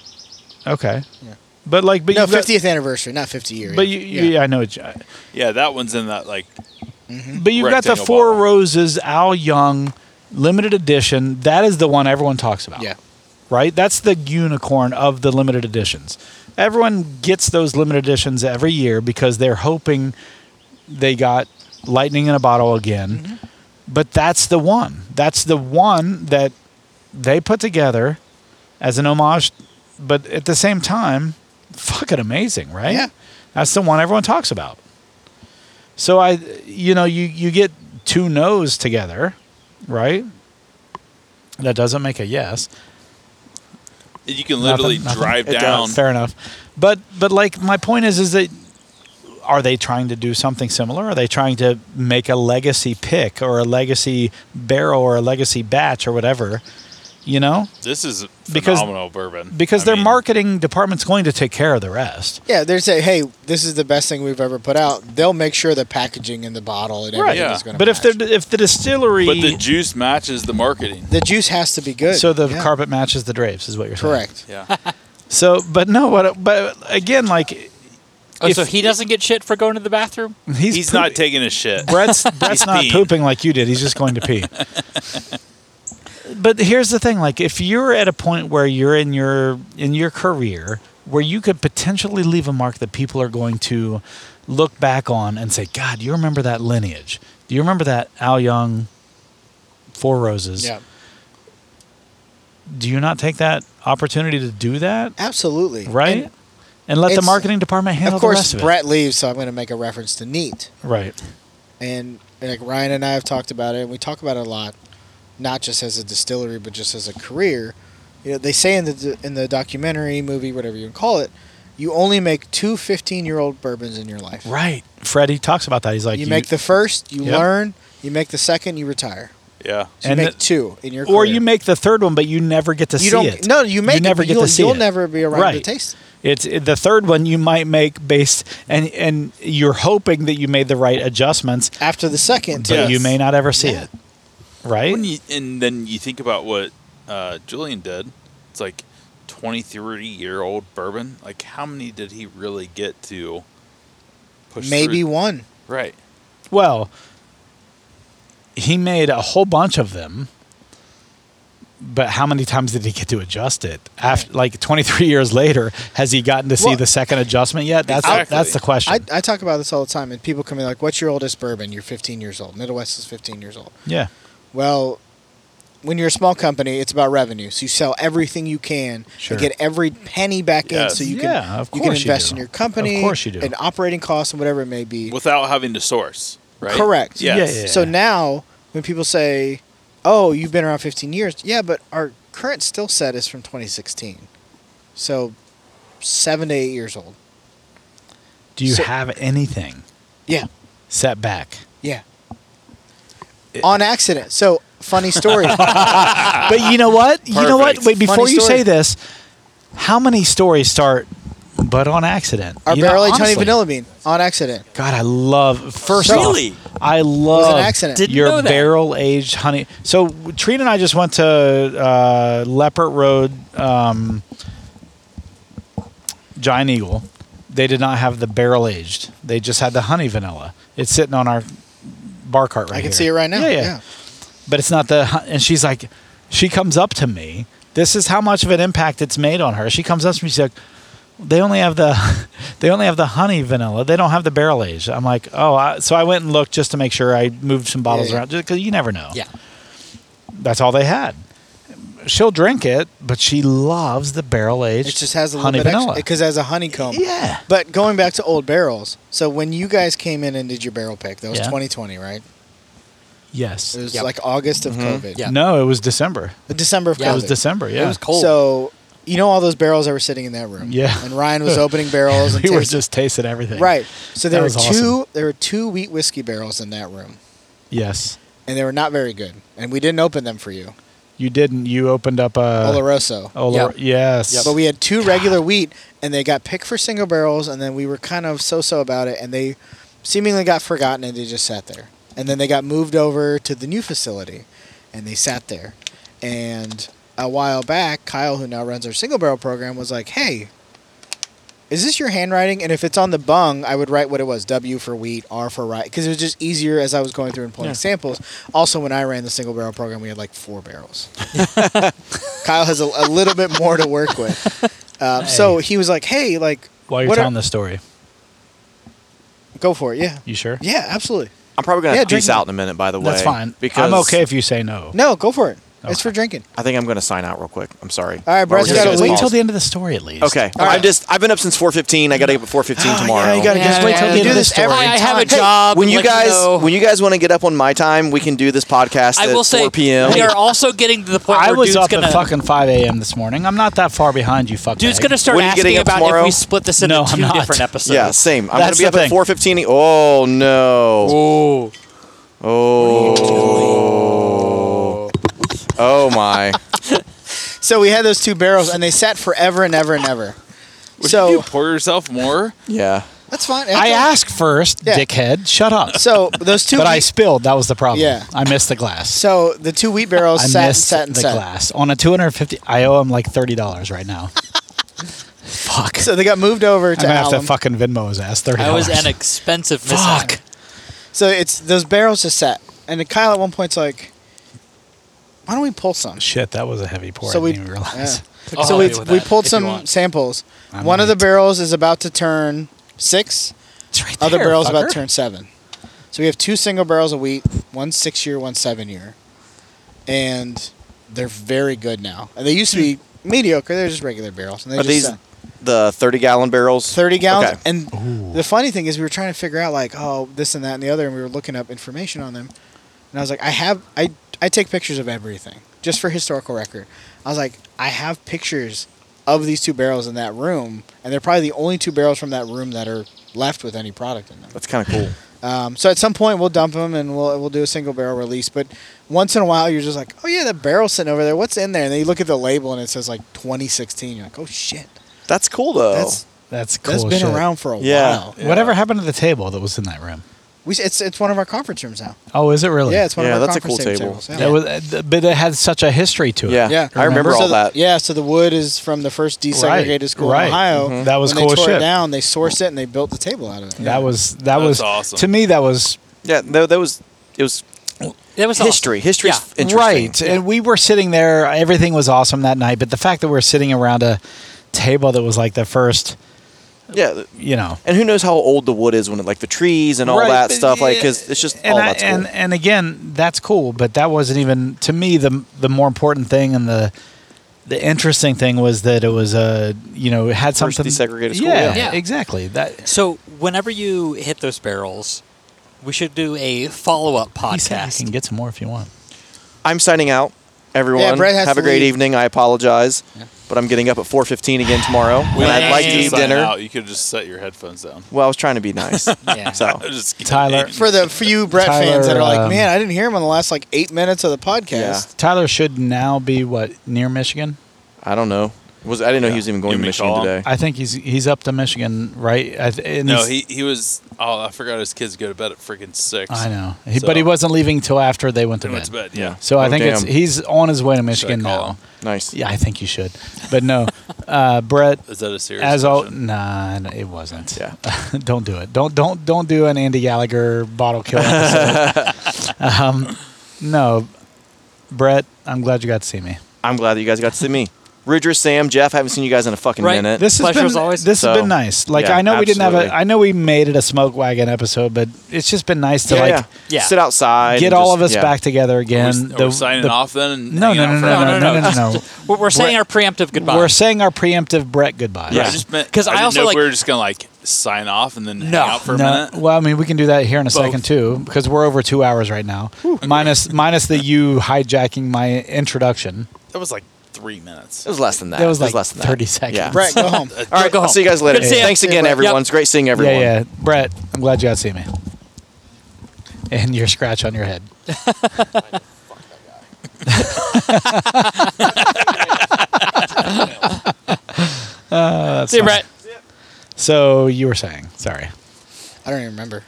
A: Okay. But like, but
B: No,
A: you've got-
B: 50th anniversary, not 50 year.
A: But you, yeah. I know. what you-
D: Yeah, that one's in that like
A: But you've got the
D: Rectangle
A: Four
D: bottle.
A: Roses Al Young limited edition. That is the one everyone talks about.
B: Yeah.
A: Right? That's the unicorn of the limited editions. Everyone gets those limited editions every year because they're hoping they got lightning in a bottle again. But that's the one. That's the one that they put together as an homage, but at the same time, fucking amazing, right?
B: Yeah.
A: That's the one everyone talks about. So I, you know, you you get two no's together, right? That doesn't make a yes.
D: you can literally
A: Nothing, nothing.
D: drive
C: It does.
D: down
A: Fair enough. But but like my point is is that are they trying to do something similar? Are they trying to make a legacy pick or a legacy barrel or a legacy batch or whatever? You know,
D: This is
A: Because-
D: phenomenal bourbon.
A: because
D: I
A: their
D: mean,
A: marketing department's going to take care of the rest.
B: Yeah, they say, hey, this is the best thing we've ever put out. They'll make sure the packaging and the bottle and everything
D: yeah.
B: is going to
A: But if the if the distillery
D: But the juice matches the marketing.
B: the juice has to be good.
A: so the
B: Yeah.
A: carpet matches the drapes is what you're saying.
B: Correct.
D: Yeah.
A: So, but no, what? But again, like
E: Oh,
A: If-
E: so he doesn't get shit for going to the bathroom?
A: he's
D: He's
A: poo-
D: not taking a shit.
A: Brett's Brett's not
D: peeing.
A: pooping like you did. He's just going to pee. but here's the thing: like, if you're at a point where you're in your in your career where you could potentially leave a mark that people are going to look back on and say, "God, you remember that lineage? Do you remember that Al Young Four Roses?
B: Yeah.
A: Do you not take that opportunity to do that?
B: Absolutely.
A: Right."
B: And
A: And, let the
B: it's-
A: marketing department handle
B: of course,
A: the rest of it.
B: Brett leaves, so I'm going to make a reference to Neat.
A: Right.
B: And like Ryan and I have talked about it, and we talk about it a lot, not just as a distillery, but just as a career. You know, they say in the in the documentary, movie, whatever you call it, you only make two 15 year old bourbons in your life.
A: Right. Freddie talks about that. He's like,
B: you, make the first, you
A: Yep.
B: learn. You make the second, you retire.
D: Yeah.
B: So
A: And
B: you make
A: the-
B: two in your career.
A: or you make the third one, but you never get to
B: you
A: see
B: don't
A: it.
B: no you make
A: never
B: it, but
A: get
B: you'll,
A: to see
B: you'll
A: it.
B: never be around to
A: Right.
B: taste. it.
A: It's it- the third one you might make based and and you're hoping that you made the right adjustments,
B: After the second,
A: but
D: Yes.
A: you may not ever see
B: Yeah.
A: it. Right?
D: When you, and then you think about what uh, Julian did. It's like 23 year old bourbon. Like, how many did he really get to push
B: maybe
D: through?
B: one.
D: Right.
A: well, he made a whole bunch of them. But how many times did he get to adjust it? After like 23 years later, has he gotten to see
B: Well,
A: the second adjustment yet? That's
D: Exactly.
A: that's the question.
B: I, I talk about this all the time, and people come in like, "What's your oldest bourbon?" You're 15 years old. Middle West is 15 years old.
A: yeah.
B: Well, when you're a small company, it's about revenue. So you sell everything you can
A: Sure.
B: and get every penny back
D: Yes.
B: in, so you
A: Yeah,
B: can
A: of
B: you can
A: course you
B: invest
A: do.
B: in your company,
A: Of course you do.
B: and operating costs and whatever it may be.
D: Without having to source. Right.
B: Correct.
D: Yes.
A: Yeah, yeah,
B: So now, when people say, "Oh, you've been around 15 years," yeah, but our current still set is from 2016, so seven to eight years old.
A: Do you
B: So-
A: have anything
B: Yeah,
A: set back?
B: yeah. On accident. So funny story.
A: But you know what? You know what?
D: Perfect.
A: Wait, before
B: Funny
A: you
B: story.
A: say this, how many stories start but on accident?
B: Our
A: You know,
B: barrel aged honey
A: honestly.
B: vanilla bean on accident.
A: God, I love first
C: Really?
A: off, I love
B: accident.
E: Didn't know
A: your
E: that.
A: barrel aged honey. So Trina and I just went to uh, Leopard Road um, Giant Eagle. They did not have the barrel aged. They just had the honey vanilla. It's sitting on our bar cart right
B: I can
A: here.
B: see it right now.
A: Yeah, yeah but it's not the hu- and she's like she comes up to me this is how much of an impact it's made on her she comes up to me she's like they only have the they only have the honey vanilla they don't have the barrel aged i'm like oh I, so i went and looked just to make sure i moved some bottles
B: Yeah.
A: around because you never know
E: Yeah.
A: that's all they had she'll drink it but she loves the barrel aged
B: It just has a little
A: honey
B: bit
A: vanilla
B: extra because it has a honeycomb.
A: yeah
B: But going back to old barrels, so when you guys came in and did your barrel pick, that was
A: Yeah.
B: 2020, right?
A: Yes.
B: It was
E: Yep.
B: like August of COVID.
E: Yeah.
A: No, it was December.
B: December of COVID.
E: Yeah.
A: It was December. Yeah.
E: It was cold.
B: So you know all those barrels that were sitting in that room.
A: Yeah.
B: And Ryan was opening barrels. and
A: we were
B: tasting-
A: just tasting everything.
B: right. So there
A: That
B: were two.
A: was awesome.
B: There were two wheat whiskey barrels in that room,
A: Yes.
B: and they were not very good. And we didn't open them for you,
A: You didn't. You opened up a.
B: Oloroso.
A: Olor-
E: Yep.
A: Oh, Yes.
B: But we had two regular wheat, and they got picked for single barrels, and then we were kind of so-so about it, and they seemingly got forgotten, and they just sat there. And then they got moved over to the new facility, and they sat there. And a while back, Kyle, who now runs our single barrel program, was like, "Hey, is this your handwriting? And if it's on the bung, I would write what it was: W for wheat, R for rye, because it was just easier as I was going through and pulling
E: Yeah.
B: samples. Also, when I ran the single barrel program, we had like four barrels. Kyle has a, a little bit more to work with. Um, So he was like, "Hey, like,
A: While you're
B: what
A: telling
B: are-
A: the story,
B: go for it, yeah,
A: you sure?
B: yeah, absolutely.
C: I'm probably gonna
B: Yeah,
C: have to peace
B: drink-
C: out in a minute. By the way,
A: That's fine.
C: Because
A: I'm okay if you say no.
B: No, go for it. It's
A: Okay.
B: for drinking.
C: I think I'm gonna sign out real quick. I'm sorry.
B: All right,
C: Or we're
B: Brett's
C: just
B: gotta
C: gonna
A: Wait
B: leave.
A: till
C: pause.
A: the end of the story, at least.
C: Okay.
B: All right.
C: I'm just. I've been up since 4:15. I got to get up at 4:15 tomorrow.
B: Yeah, you gotta
E: Ah, Yeah,
B: just wait
E: yeah,
B: till
E: yeah,
B: the end
E: do
B: of the
E: this
B: story.
E: every I have a
B: Hey,
E: job.
C: when you
E: let me
C: guys
E: know.
C: when you guys want to get up on my time, we can do this podcast
E: I
C: at
E: will say
C: 4 p.m.
E: we are also getting to the point
A: I
E: where
A: was
E: dude's
A: up
E: gonna
A: at fucking 5 a.m. this morning. I'm not that far behind you, fuck.
E: dude's
A: bag.
E: gonna start
C: When are you
E: asking
C: getting up
E: about if
C: tomorrow?
E: we split this into
A: No, I'm
E: two
A: not.
E: different episodes.
C: yeah, same. I'm gonna
A: That's
C: be
A: the
C: up at
A: thing.
C: 4:15. Oh no.
E: Oh,
C: Oh. Oh my.
B: So we had those two barrels, and they sat forever and ever and ever.
D: Would
B: So
D: you pour yourself more?
C: Yeah.
B: that's fine.
A: I asked first,
B: Yeah.
A: dickhead. Shut up.
B: So those two.
A: but I
B: wheat-
A: spilled. That was the problem.
B: Yeah.
A: I missed the glass.
B: so the two wheat barrels
A: I
B: sat and
A: missed
B: sat and
A: the
B: sat.
A: glass on a 250. I owe him like thirty dollars right now. Fuck.
B: So they got moved over
A: I'm
B: to
A: gonna have to
B: Alum.
A: fucking Venmo his ass thirty
E: that
A: dollars.
E: was an expensive mishap.
A: Fuck.
B: So it's those barrels just sat, and then Kyle at one point's like, "Why don't we pull some?"
A: Shit, that was a heavy pour.
B: So
A: I
B: we-
A: didn't even realize.
B: yeah.
E: Oh,
B: so
E: I'll
B: we
E: deal with
B: we
E: that
B: pulled
E: if you
B: some
E: want.
B: samples.
A: I'm
B: one of the
A: late.
B: barrels is about to turn six.
A: It's right
B: Other
A: there,
B: barrels about
A: fucker.
B: to turn seven. So we have two single barrels of wheat, one six year, one seven year, and they're very good now. And they used to be
E: Hmm.
B: mediocre. They're just regular barrels. And they
C: Are
B: just
C: these
B: sat.
C: the 30 gallon barrels?
B: 30 gallons.
C: Okay.
B: And the funny thing is, we were trying to figure out, like, oh, this and that and the other, and we were looking up information on them. And I was like, I have, I, I take pictures of everything just for historical record. I was like, I have pictures of these two barrels in that room, and they're probably the only two barrels from that room that are left with any product in them.
C: That's kind of cool.
B: Um, so at some point we'll dump them and we'll we'll do a single barrel release. But once in a while you're just like, oh yeah, that barrel's sitting over there. What's in there? And then you look at the label and it says like 2016. You're like, oh shit,
C: That's cool though.
B: that's
A: That's cool.
B: that's been
A: shit.
B: around for a
C: Yeah.
B: while.
A: Whatever happened to the table that was in that room?
B: We, it's it's one of our conference rooms now.
A: Oh, is it really?
B: Yeah, it's one
C: Yeah,
B: of our
C: that's a
B: conference
C: cool
B: room
C: table.
B: tables.
A: That was, uh, th- but it had such a history to it.
C: yeah.
B: Yeah.
C: I remember,
A: Remember?
C: all
B: so the-
C: that.
B: yeah, so the wood is from the first desegregated school
A: right.
B: in Ohio.
C: Mm-hmm.
A: Mhm. That was
B: when
A: cool
B: they
A: as
B: tore it
A: shit.
B: down. They sourced it and they built the table out of it. Yeah.
A: That was that
D: That's
A: was
D: awesome.
A: to me that was
C: Yeah, no, that was it was
E: That was
C: history.
E: Awesome.
C: History's
E: Yeah.
C: interesting.
A: right, and we were sitting there. Everything was awesome that night, but the fact that we were sitting around a table that was like the first,
C: Yeah.
A: you know,
C: And who knows how old the wood is when it, like the trees and all
A: Right,
C: that
A: but
C: stuff, like
A: yeah,
C: because it's just
A: and
C: all
A: I-
C: that's
A: and
C: cool.
A: and again, that's cool. But that wasn't even to me the the more important thing and the the interesting thing was that it was a you know it had
C: First
A: something
C: desegregated school,
A: Yeah,
E: yeah. Yeah.
A: exactly. That
E: So whenever you hit those barrels, we should do a follow-up
A: he said you
E: podcast.
A: can get some more if you want.
C: I'm signing out. Everyone,
B: Yeah, Brett has
C: have
B: to
C: a great
B: leave.
C: evening. I apologize, but I'm getting up at 4:15 again tomorrow, and I'd
D: you
C: like to
D: just
C: eat
D: sign
C: dinner.
D: Out, you could just set your headphones down.
C: Well, I was trying to be nice.
E: Yeah.
C: So
D: Just kidding.
A: Tyler,
B: for the few Brett fans that
A: Tyler,
B: are like,
A: um,
B: man, I didn't hear him on the last like eight minutes of the
C: yeah,
B: podcast.
A: Tyler should now be what near Michigan.
C: I don't know. Was I didn't know he was even going
D: You
C: to
D: mean
C: Michigan
D: call him?
C: today.
A: I think he's he's up to Michigan, right? I th- and
D: No,
A: he's-
D: he, he was. Oh, I forgot his kids go to bed at freaking six.
A: I know, he,
D: So-
A: but he wasn't leaving till after they went to
D: They
A: bed.
D: went to bed. Yeah.
A: So I
C: Oh,
A: think it's
C: damn.
A: he's on his way to
D: Should I
A: Michigan
D: call
A: now.
D: him?
C: nice.
A: Yeah, I think you should. But no, uh, Brett,
D: Is that a serious?
A: as all
D: question?
A: nah, n- it wasn't.
C: Yeah.
A: don't do it. Don't don't don't do an Andy Gallagher bottle kill episode. um, no, Brett, I'm glad you got to see me.
C: I'm glad that you guys got to see me. Rudra, Sam, Jeff, I haven't seen you guys in a fucking
E: Right.
C: minute.
A: This has
E: Pleasure
A: been
E: as always.
A: this has
C: So,
A: been nice. Like
C: yeah,
A: I know we didn't have a
C: absolutely.
A: I know we made it a smoke wagon episode, but it's just been nice to
C: yeah,
A: like
E: Yeah.
C: Sit outside.
A: get
C: and
A: all
C: just-
A: of us
C: yeah.
A: back together
D: We're,
A: again.
D: we're signing off then. And
A: No,
D: hanging
A: no,
D: out
A: no,
D: for
A: no,
D: another
A: no, no,
D: hour?
A: no, no,
E: We're, we're saying
A: Brett-
E: our preemptive goodbye.
A: We're saying our preemptive Brett goodbye.
C: Yeah.
D: I just meant
E: 'Cause I
D: didn't
E: also
D: know if
E: like-
D: we were just gonna like sign off and then hang
E: No.
D: out for a
A: No,
D: minute.
A: well, I mean, we can do that here in a second
D: Both.
A: too, because we're over two hours right now. Minus minus the you hijacking my introduction.
D: That was like three minutes.
C: It was less than that.
A: That was like
C: less than that.
A: thirty seconds.
C: Yeah.
B: Brett, go home.
C: All right,
E: Go
C: I'll
E: home.
C: see you guys later.
E: Good to see ya.
C: Thanks
E: See you,
C: again,
E: bud.
C: everyone.
E: Yep.
C: It's great seeing everyone.
A: Yeah, yeah. Brett, I'm glad you got to see me. And your scratch on your head. Uh, that's
E: See you,
A: fine.
E: Brett.
A: So you were saying, sorry.
B: I don't even remember.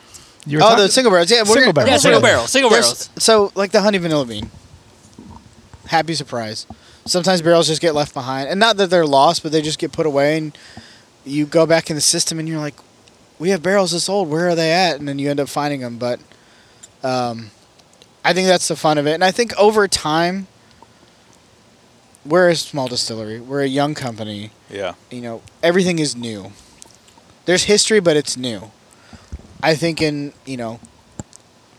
A: You were
B: Oh,
A: talking-
B: the single barrels. Yeah, we're
A: Single
B: gonna-
A: barrels,
E: Yeah,
A: Barrel.
E: single
A: Barrel.
E: barrel,
B: There's-
E: single barrels.
B: So, like the honey vanilla bean. Happy surprise. Sometimes barrels just get left behind, and not that they're lost, but they just get put away, and you go back in the system, and you're like, "We have barrels this old. Where are they at?" And then you end up finding them. But um, I think that's the fun of it, and I think over time, we're a small distillery. We're a young company
D: Yeah.
B: you know, everything is new. There's history, but it's new. I think in, you know,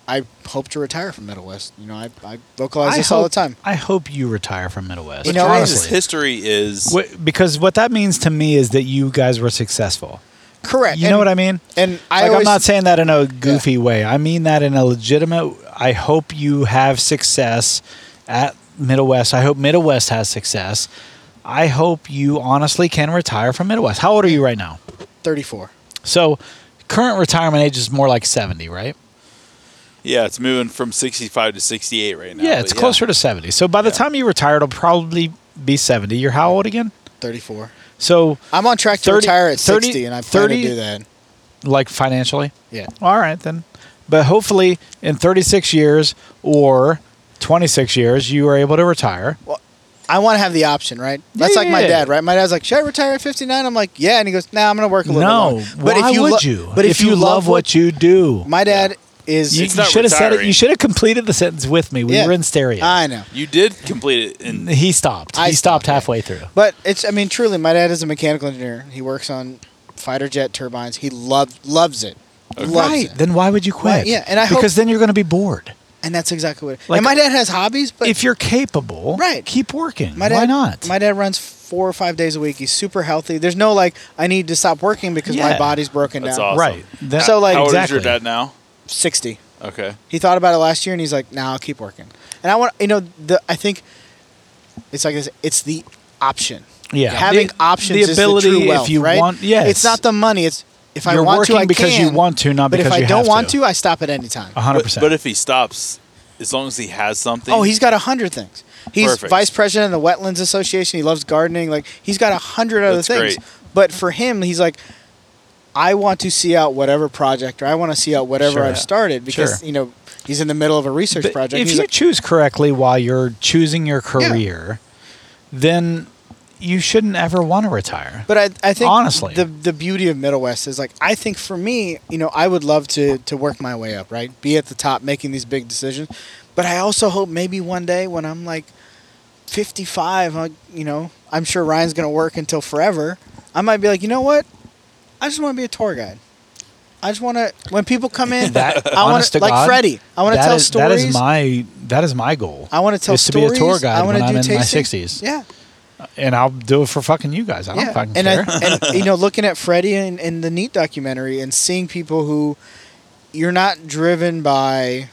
B: I hope to retire from Middle West. You know, I, I vocalize
A: I
B: this all the
A: hope-
B: time.
A: I hope you retire from Midwest.
B: You know,
A: honestly.
D: history is
A: Wh- because what that means to me is that you guys were successful.
B: Correct.
A: You know what I mean?
B: And I
A: like,
B: always,
A: I'm not saying that in a goofy way. I mean that in a legitimate. I hope you have success at Middle West. I hope Middle West has success. I hope you honestly can retire from Middle West. How old are you right now?
B: 34.
A: So, current retirement age is more like 70, right?
D: yeah, it's moving from 65 to 68 right now.
A: yeah,
D: but
A: it's closer to 70. So by the
D: Yeah.
A: time you retire, it'll probably be 70. You're how old again?
B: 34.
A: So,
B: I'm on track to
A: 30
B: retire at
A: 30
B: 60, and I plan
A: 30
B: to do that.
A: like financially.
B: Yeah.
A: All right then. But hopefully, in 36 years or 26 years, you are able to retire.
B: I want to have the option, right? That's like my
A: Yeah.
B: dad, right? My dad's like, "Should I retire at 59?" I'm like, "Yeah," and he goes, "Nah, I'm gonna work a little
A: No,
B: bit longer."
A: but why would
B: lo-
A: you? But if, you, love what you do,
B: my dad is,
A: you,
D: It's not
A: should have said it.
D: retiring.
A: You should have completed the sentence with me. We
B: Yeah.
A: were in stereo.
B: I know.
D: You did complete it in
A: he stopped.
B: I
A: he stopped,
B: stopped, yeah.
A: halfway through.
B: But it's I mean truly, my dad is a mechanical engineer. He works on fighter jet turbines. He loves loves it. Loves
A: Right.
B: it.
A: Then why would you quit?
B: Right, yeah, and I hope-
A: because then you're going to be bored.
B: And that's exactly what.
A: Like-
B: and my dad has hobbies, but
A: if you're capable,
B: Right.
A: keep working.
B: my dad,
A: why not?
B: My dad runs four or five days a week. He's super healthy. There's no like I need to stop working because
A: Yeah.
B: my body's broken
D: That's
B: down.
D: awesome.
A: Right. That-
B: So, like-
D: How old
A: exactly.
D: is your dad now?
B: Sixty.
D: Okay.
B: He thought about it last year, and he's like, "Nah, I'll keep working." And I want you know the I think it's like this. It's the option.
A: Yeah.
B: having
A: The-
B: options
A: the
B: is the
A: ability
B: true
A: if
B: wealth,
A: you
B: right?
A: want- yes.
B: it's not the money. It's if I
A: You're
B: want
A: working
B: to, I
A: because you
B: can,
A: want to, not
B: but
A: because
B: if I
A: you
B: don't
A: have
B: want
A: to. Uh-huh.
B: to, I stop at any time.
A: 100%.
D: But, but if he stops, as long as he has something.
B: Oh, he's got a hundred things. He's
D: Perfect.
B: vice president of the Wetlands Association. He loves gardening. Like he's got a hundred other
D: That's
B: things.
D: great.
B: But for him, he's like, I want to see out whatever project, or I want to see out whatever
A: Sure.
B: I've started because
A: Sure.
B: you know he's in the middle of a research
A: But
B: project.
A: If
B: he's
A: you
B: like,
A: choose correctly while you're choosing your career, then you shouldn't ever want to retire.
B: But I, I think
A: Honestly.
B: the the beauty of Middle West is like I think for me, you know, I would love to to work my way up, right? Be at the top, making these big decisions. But I also hope maybe one day when I'm like 55, I, you know, I'm sure Ryan's gonna work until forever. I might be like, you know what? I just want to be a tour guide. I just want to. When people come in,
A: that,
B: I want
A: honest
B: to
A: to
B: like
A: God,
B: Freddie. I want to
A: that
B: tell
A: is-
B: stories.
A: That is my that is my goal.
B: I want to tell
A: is to be a
B: stories.
A: tour guide
B: I wanna
A: when I'm
B: do
A: in my
B: tasting.
A: 60s.
B: Yeah.
A: and I'll do it for fucking you guys. I don't fucking
B: and,
A: care.
B: I, and you know, looking at Freddie in, in the Neat documentary and seeing people who you're not driven by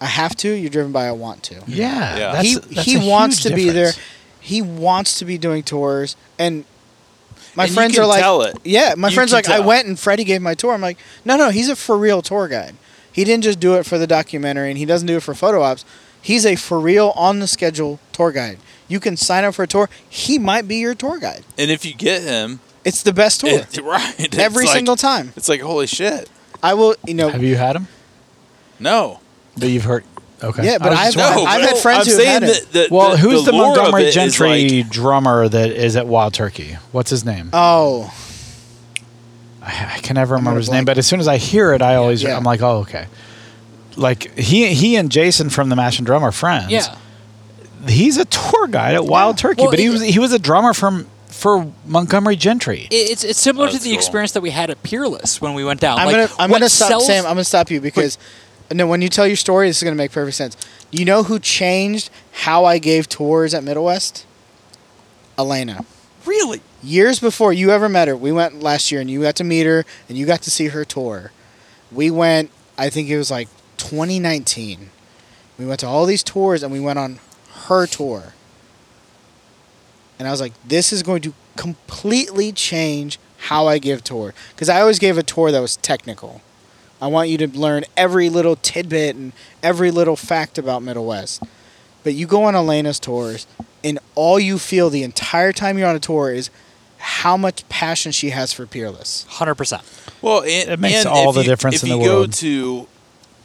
B: I have to, you're driven by I want to.
A: yeah,
D: Yeah.
A: That's,
B: he
A: that's
B: he
A: a
B: wants to
A: huge
B: be there.
A: difference.
B: He wants to be doing tours and my
D: And you
B: friends
D: can
B: are like
D: tell it.
B: Yeah, my
D: You
B: friends
D: can
B: are like I
D: tell.
B: went and Freddie gave my tour. I'm like, "No, no, he's a for real tour guide. He didn't just do it for the documentary and he doesn't do it for photo ops. He's a for real on the schedule tour guide. You can sign up for a tour. He might be your tour guide.
D: and if you get him,
B: It's the best tour.
D: it- right? it's
B: Every
D: like-
B: single time.
D: It's like holy shit.
B: I will, you know.
A: Have you had him?
D: no.
A: That you've heard? Okay.
B: Yeah, but
A: I was just
B: I've-
A: wondering.
D: No,
B: I've
D: but
B: had friends
D: I'm
B: who have
D: saying
B: had it.
D: that- that-
A: well, who's the,
D: lore of
A: Montgomery
D: it is
A: Gentry
D: like-
A: drummer that is at Wild Turkey? What's his name?
B: oh,
A: I, I can never remember
B: gonna
A: his name,
B: blank.
A: but as soon as I hear it, I always
B: Yeah.
A: I'm like, oh okay. Like he he and Jason from the Mash and Drum are friends.
E: Yeah.
A: he's a tour guide at Wild Turkey,
E: Well,
A: but he
E: it-
A: was he was a drummer from for Montgomery Gentry.
E: It- It's, it's similar to
D: That's
E: the
D: cool.
E: experience that we had at Peerless when we went down.
B: I'm
E: like,
B: gonna I'm
E: what
B: gonna stop uh,
E: sells-
B: Sam. I'm gonna stop you because no, when you tell your story, this is gonna make perfect sense. You know who changed how I gave tours at Middle West? Elena.
E: really?
B: Years before you ever met her, we went last year and you got to meet her and you got to see her tour. We went, I think it was like 2019. We went to all these tours and we went on her tour. And I was like, this is going to completely change how I give tour. Because I always gave a tour that was technical. I want you to learn every little tidbit and every little fact about Middle West. But you go on Elena's tours, and all you feel the entire time you're on a tour is how much passion she has for Peerless.
E: 100%.
D: Well, and,
A: It makes
D: and
A: all
D: if
A: the
D: you-
A: difference in the world.
D: If you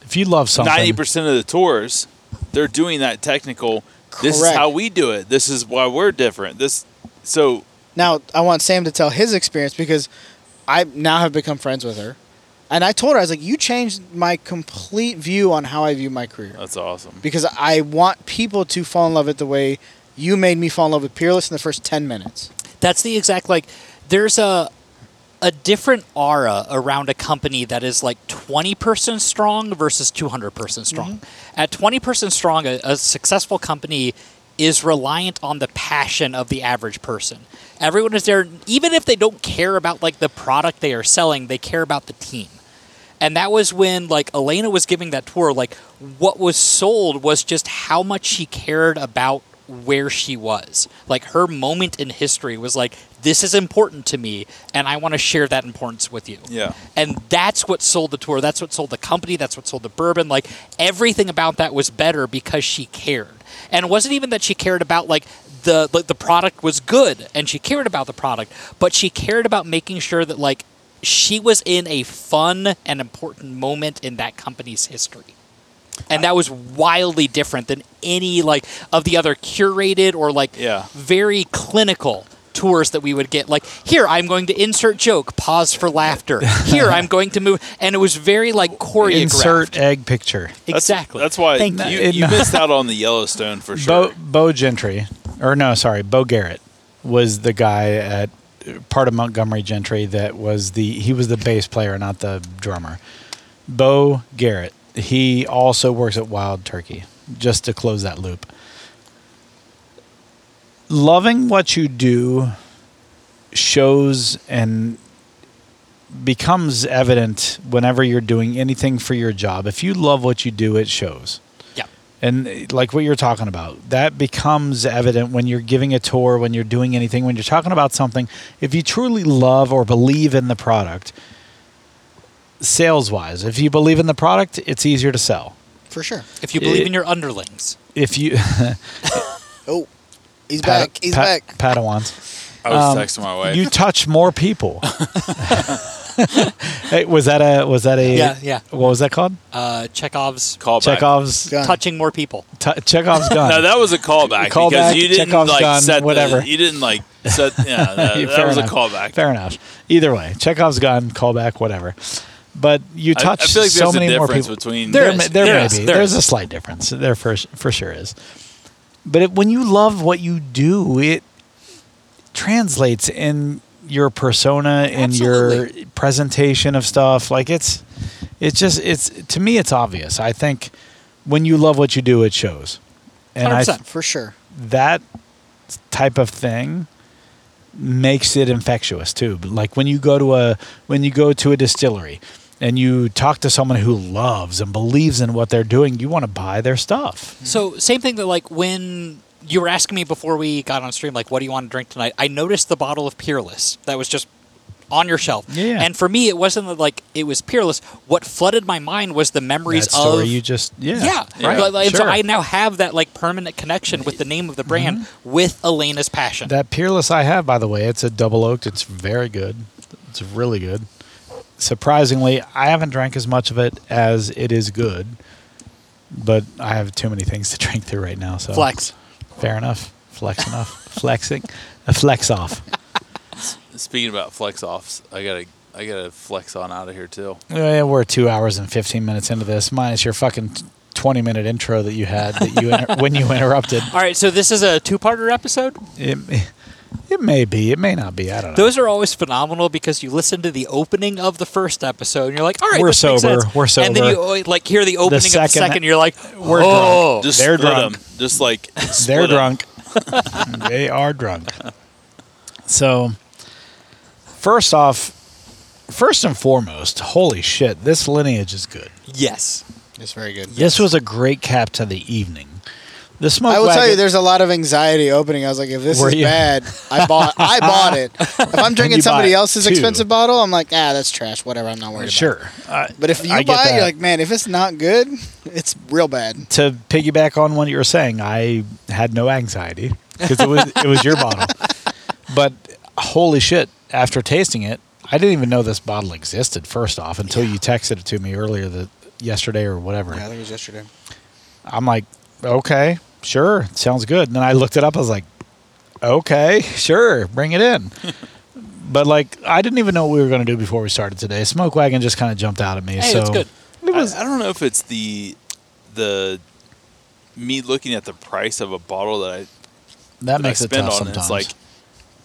A: If you love
D: go to
A: something,
D: ninety percent of the tours, they're doing that technical. This is
B: Correct.
D: how we do it. This is why we're different. This so
B: Now, I want Sam to tell his experience because I now have become friends with her. And I told her, I was like, you changed my complete view on how I view my career.
D: that's awesome.
B: because I want people to fall in love with the way you made me fall in love with Peerless in the first 10 minutes.
E: That's the exact like. There's a a different aura around a company that is like 20 person strong versus 200 person strong.
B: Mm-hmm.
E: At 20 person strong, a, a successful company is reliant on the passion of the average person. Everyone is there, even if they don't care about like the product they are selling, they care about the team. And that was when like Elena was giving that tour, like what was sold was just how much she cared about where she was. Like her moment in history was like, this is important to me and I want to share that importance with you.
D: Yeah.
E: And that's what sold the tour. That's what sold the company. That's what sold the bourbon. Like everything about that was better because she cared. And it wasn't even that she cared about like the like, the product was good and she cared about the product, but she cared about making sure that like she was in a fun and important moment in that company's history. And that was wildly different than any like of the other curated or like
D: Yeah.
E: very clinical tours that we would get like here I'm going to insert joke pause for laughter here I'm going to move and it was very like choreographed
A: insert egg picture.
D: That's-
E: exactly
D: That's, why
A: Thank
D: you,
A: you.
D: you missed out on the Yellowstone for sure.
A: Bo, Bo Gentry, or no, sorry, Bo Garrett was the guy at part of Montgomery Gentry that was the he was the bass player, not the drummer. Bo Garrett. He also works at Wild Turkey. Just to close that loop. Loving what you do shows and becomes evident whenever you're doing anything for your job. If you love what you do, it shows.
E: yeah
A: And uh, like what you're talking about, that becomes evident when you're giving a tour, when you're doing anything, when you're talking about something. If you truly love or believe in the product, sales wise, if you believe in the product, it's easier to sell.
B: For sure.
E: if you believe
A: It-
E: in your underlings
A: If you
B: Oh, he's
A: Pad-
B: back. He's
A: Pa-
B: back.
A: Padawans,
D: I
A: Um,
D: was texting my wife.
A: you touch more people. hey, was that a was that a
E: Yeah, yeah.
A: What was that called?
E: uh Chekhov's
D: call back.
A: Chekhov's
B: Gun.
E: touching more people
A: t- Chekhov's gun.
D: No, that was a callback
A: Callback,
D: because you didn't
A: Chekhov's
D: like
A: gun,
D: set the-
A: whatever.
D: you didn't like set. Yeah, no, that,
A: Yeah, fair
D: was
A: enough.
D: a callback.
A: Fair enough. Either way, Chekhov's gun, callback, whatever. But you
D: I-
A: touch
D: I, feel like
A: so
D: there's
A: many
D: a
A: more
D: difference
A: people.
D: between
E: There
A: there,
E: is.
A: ma- there, may
E: is.
A: be.
E: There
A: There's
E: is.
A: a slight difference. There for for sure is. But it, when you love what you do, it translates in your persona, in
E: Absolutely.
A: your presentation of stuff. Like it's, it's just it's to me it's obvious. I think when you love what you do, it shows. And I
E: 100%.
B: For sure.
A: that type of thing makes it infectious too. But, Like when you go to a when you go to a distillery and you talk to someone who loves and believes in what they're doing, you want to buy their stuff.
E: So same thing that like when you were asking me before we got on stream, like what do you want to drink tonight? I noticed the bottle of Peerless that was just on your shelf.
A: Yeah, yeah.
E: And for me, it wasn't that, like it was Peerless. What flooded my mind was the memories
A: That story
E: of
A: you just yeah
E: yeah.
D: right.
E: But, like, and So
A: Sure.
E: I now have that like permanent connection with the name of the brand with Elena's passion.
A: Mm-hmm. That peerless I have, by the way, it's a double oaked. It's very good. It's really good. Surprisingly, I haven't drank as much of it as it is good, but I have too many things to drink through right now. So
E: flex.
A: Fair enough. Flex enough. Flexing. A flex off.
D: Speaking about flex offs, I gotta I gotta flex on out of here too.
A: Eh, We're two hours and 15 minutes into this, minus your fucking t- twenty minute intro that you had that you inter- when you interrupted.
E: All right, so this is a two-parter episode.
A: It, it may be, it may not be. I don't know.
E: Those are always phenomenal because you listen to the opening of the first episode and you're like, all right,
A: We're
E: this makes
A: sober,
E: sense."
A: we're
E: And then
A: sober.
E: you always, like hear the opening of the
A: second-
E: second, you're like,
A: We're
E: oh,
D: Just
A: They're
D: split
A: drunk.
D: 'em. Just like split
A: They're
D: 'em.
A: drunk. they are drunk. So, first off, first and foremost, holy shit, this lineage is good.
E: yes.
B: It's very good.
A: This was a great cap to the evening. The smoke.
B: I will tell
A: wagon-
B: you, there's a lot of anxiety opening. I was like, if this
A: Were
B: is
A: you?
B: bad, I bought, I bought it. If I'm drinking
A: you bought
B: somebody else's
A: two.
B: expensive bottle, I'm like, ah, that's trash. Whatever, I'm not worried. about it."
A: sure. Uh,
B: But if you
A: I get
B: buy it,
A: that.
B: you're like, man, if it's not good, it's real bad.
A: to piggyback on what you were saying, I had no anxiety because it was it was your bottle. But holy shit! After tasting it, I didn't even know this bottle existed. First off, until you texted it to me earlier the yesterday or whatever.
B: Yeah, I think it was yesterday.
A: I'm like, okay, sure, sounds good. And then I looked it up. I was like, okay, sure, bring it in. but like, I didn't even know what we were going to do before we started today. Smoke wagon just kind of jumped out at me.
E: Hey,
A: so
E: that's good.
A: It was
D: I, I don't know if it's the the me looking at the price of a bottle that I
A: that
D: that
A: makes
D: I
A: it
D: spend
A: tough
D: on.
A: sometimes.
D: It's like,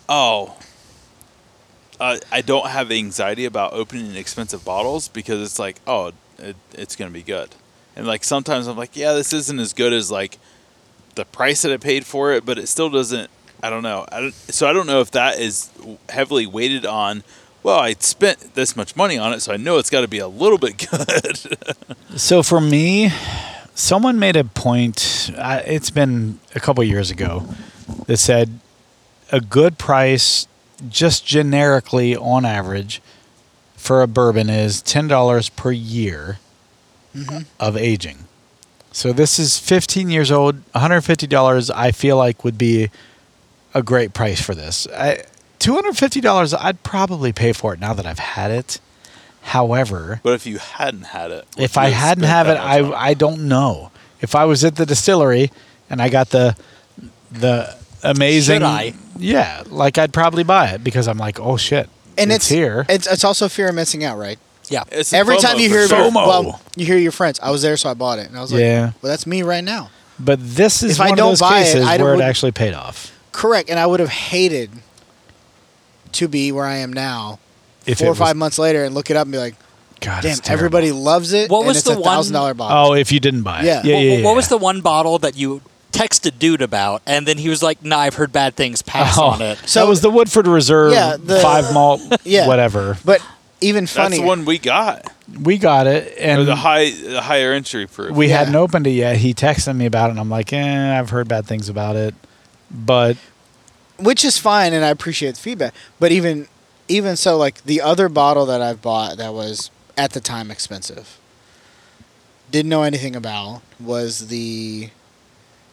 D: oh, uh, I don't have anxiety about opening expensive bottles because it's like, oh, it, it's going to be good. And like sometimes I'm like, yeah, this isn't as good as like the price that I paid for it, but it still doesn't. I don't know. I don't, so I don't know if that is heavily weighted on. Well, I spent this much money on it, so I know it's got to be a little bit good.
A: So for me, someone made a point. I, it's been a couple years ago that said a good price, just generically on average, for a bourbon is ten dollars per year of aging. So this is 15 years old, 150 dollars. I feel like would be a great price for this. I, 250 dollars, I'd probably pay for it now that I've had it. However,
D: but if you hadn't had it, would
A: if
D: you
A: I
D: have
A: hadn't
D: spent
A: have
D: that
A: it,
D: much on
A: I I don't know. If I was at the distillery and I got the the amazing,
E: Should I?
A: yeah, like I'd probably buy it because I'm like, oh shit,
B: And it's,
A: it's, here.
B: It's, it's also fear of missing out, right?
E: Yeah.
D: It's a
B: Every
D: FOMO
B: time you
D: for
B: hear,
D: sure.
A: FOMO.
B: well, you hear your friends. I was there, so I bought it, and I was like,
A: Yeah.
B: well, that's me right now.
A: but this is
B: if I
A: one of
B: don't
A: those
B: buy it,
A: cases
B: I
A: where it
B: would-
A: actually paid off.
B: Correct, and I would have hated to be where I am now,
A: If
B: four
A: it
B: or five
A: was-
B: months later, and look it up and be like,
A: God,
B: damn,
A: it's terrible.
B: everybody loves it.
E: What
B: and
E: was
B: it's
E: the
B: a
E: one-
B: thousand dollar bottle?
A: Oh, if you didn't buy it,
B: Yeah.
A: yeah, yeah,
E: What-
A: yeah,
E: what was
A: yeah.
E: the one bottle that you texted dude about and then he was like, nah, I've heard bad things, pass
A: Oh,
E: on it.
A: So
B: So-
A: that was the Woodford Reserve
B: Yeah, the-
A: five malt,
B: Yeah.
A: whatever.
B: But even
D: That's
B: funny,
D: the one we got.
A: We got it,
D: Or
A: and
D: the high, the higher entry proof.
A: we
B: Yeah.
A: hadn't opened it yet. He texted me about it, and I'm like, eh, I've heard bad things about it, but
B: which is fine, and I appreciate the feedback. But even even so, like the other bottle that I've bought that was at the time expensive, didn't know anything about was the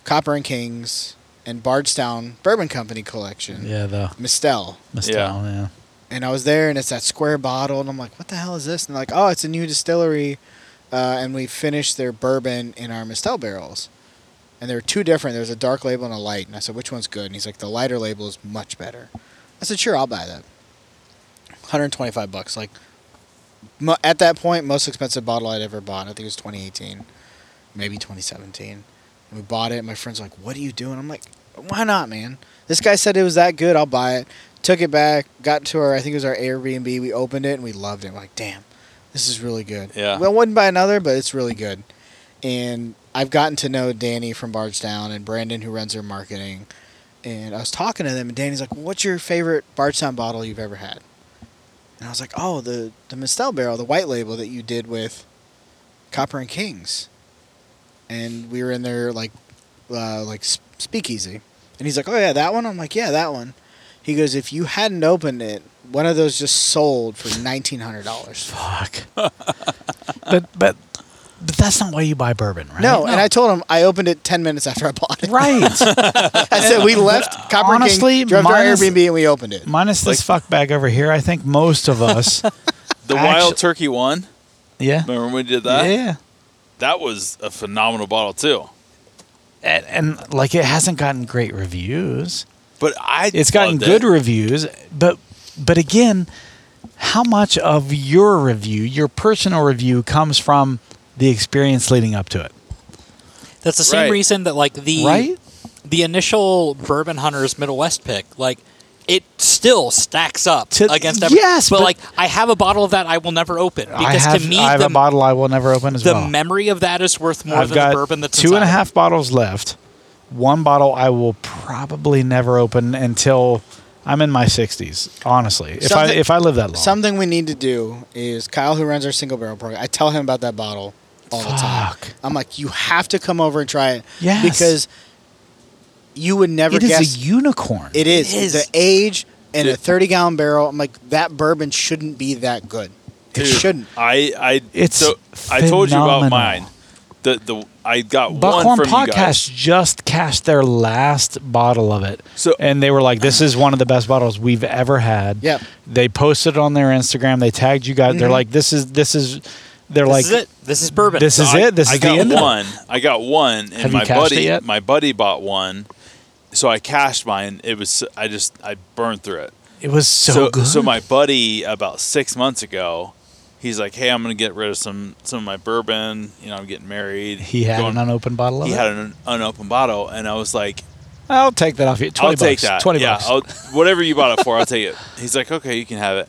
B: Copper and Kings and Bardstown Bourbon Company collection,
A: yeah, the
B: Mistel.
A: Mistel,
D: Yeah.
A: yeah.
B: and I was there, and it's that square bottle, and I'm like, what the hell is this? And they're like, oh, it's a new distillery, uh, and we finished their bourbon in our Mistel barrels. And there were two different. There was a dark label and a light. And I said, which one's good? And he's like, the lighter label is much better. I said, sure, I'll buy that. 125 bucks. Like, mo- at that point, most expensive bottle I'd ever bought. I think it was 2018, maybe 2017. And we bought it. And my friend's like, what are you doing? I'm like, why not, man? This guy said it was that good. I'll buy it. Took it back. Got to our, I think it was our Airbnb. We opened it and we loved it. We're like, damn, this is really good.
D: Yeah.
B: Well, I wouldn't buy another, but it's really good. And I've gotten to know Danny from Bardstown and Brandon, who runs their marketing. And I was talking to them, and Danny's like, "What's your favorite Bardstown bottle you've ever had?" And I was like, "Oh, the the Mistel barrel, the white label that you did with Copper and Kings." And we were in there like uh, like s- speakeasy, and he's like, "Oh yeah, that one." I'm like, "Yeah, that one." He goes, "If you hadn't opened it, one of those just sold for nineteen hundred dollars."
A: Fuck. but but but that's not why you buy bourbon, right?
B: No, and I told him I opened it ten minutes after I bought it.
A: right.
B: I said we left Copper and
A: honestly,
B: King, drove to our
A: minus-
B: Airbnb, and we opened it.
A: Minus this fuck bag over here, I think most of us.
D: the
A: actu-
D: wild turkey one.
A: yeah.
D: Remember when we did that?
A: Yeah.
D: That was a phenomenal bottle too.
A: And, and like it hasn't gotten great reviews.
D: But I
A: It's gotten
D: loved
A: good
D: it.
A: reviews, but but again, how much of your review, your personal review, comes from the experience leading up to it?
E: That's the same
D: Right.
E: reason that like the
F: Right?
E: the initial Bourbon Hunters Middle West pick, like it still stacks up
F: To-
E: against every,
F: yes,
E: but,
F: but-
E: like I have a bottle of that I will never open
A: I
E: because
A: have,
E: to me
A: I have
E: the,
A: a bottle I will never open as
E: the
A: well.
E: memory of that is worth more
A: I've
E: than
A: got
E: the bourbon that's
A: two and a
E: inside.
A: half bottles left. One bottle I will probably never open until I'm in my 60s. Honestly, if I
B: Something-
A: if I live that long,
B: Something we need to do is Kyle, who runs our single barrel program, I tell him about that bottle all the time.
A: Fuck.
B: I'm like, you have to come over and try it.
A: Yes.
B: Because you would never
A: it is
B: guess.
A: a unicorn.
B: it is.
E: It is.
B: The age in a
D: Dude.
B: 30 gallon barrel. I'm like, that bourbon shouldn't be that good. It
D: Dude,
B: shouldn't.
D: I I
A: It's
D: so I told you about
A: phenomenal.
D: mine. The the I got one
A: Buckhorn
D: from you guys.
A: Podcast just cast their last bottle of it.
D: So-
A: and they were like, "This is one of the best bottles we've ever had."
B: Yep.
A: They posted it on their Instagram. They tagged you guys. They're like, "This is this is." They're
E: This
A: like,
E: is it. This is bourbon.
A: This is
D: I-
A: it. This
D: I
A: is the
D: got
A: end. of it.
D: one. I got one, and
A: Have you
D: my
A: cashed
D: buddy,
A: it yet?
D: my buddy bought one. So I cashed mine. It was I just I burned through it.
A: It was so, good.
D: So my buddy about six months ago, he's like, "Hey, I'm gonna get rid of some some of my bourbon. You know, I'm getting married.
A: he had
D: Going-
A: an unopened bottle of
D: he
A: it.
D: had an unopened bottle, and I was like,
A: I'll take that off you. 20
D: I'll take
A: bucks.
D: that.
A: 20
D: yeah,
A: bucks.
D: I'll, whatever you bought it for, I'll take it. He's like, okay, you can have it.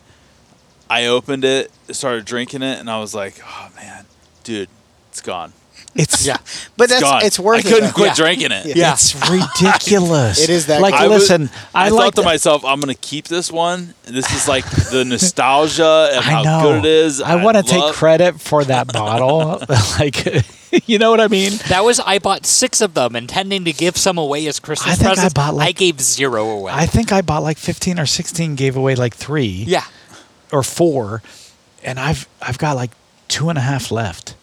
D: I opened it, started drinking it, and I was like, oh man, dude, it's gone.
A: It's
B: Yeah. But
D: It's
B: that's
D: gone.
B: it's worth
D: I
B: it.
D: couldn't
B: though.
D: quit
E: Yeah.
D: drinking it.
B: Yeah.
A: It's ridiculous.
B: It is that
A: Like,
B: good.
D: I was-
A: listen, I,
D: I,
A: like
D: thought to
A: the-
D: myself, I'm gonna keep this one. This is like the nostalgia and
A: I
D: how
A: know.
D: good it is.
A: I, want to take
D: love-
A: credit for that bottle. like, you know what I mean?
E: That was I bought six of them, intending to give some away as Christmas
A: I think I
E: presents.
A: bought, like-
E: I gave zero away.
A: I think I bought like 15 or 16, gave away like three
E: yeah,
A: or four, and I've I've got like two and a half left.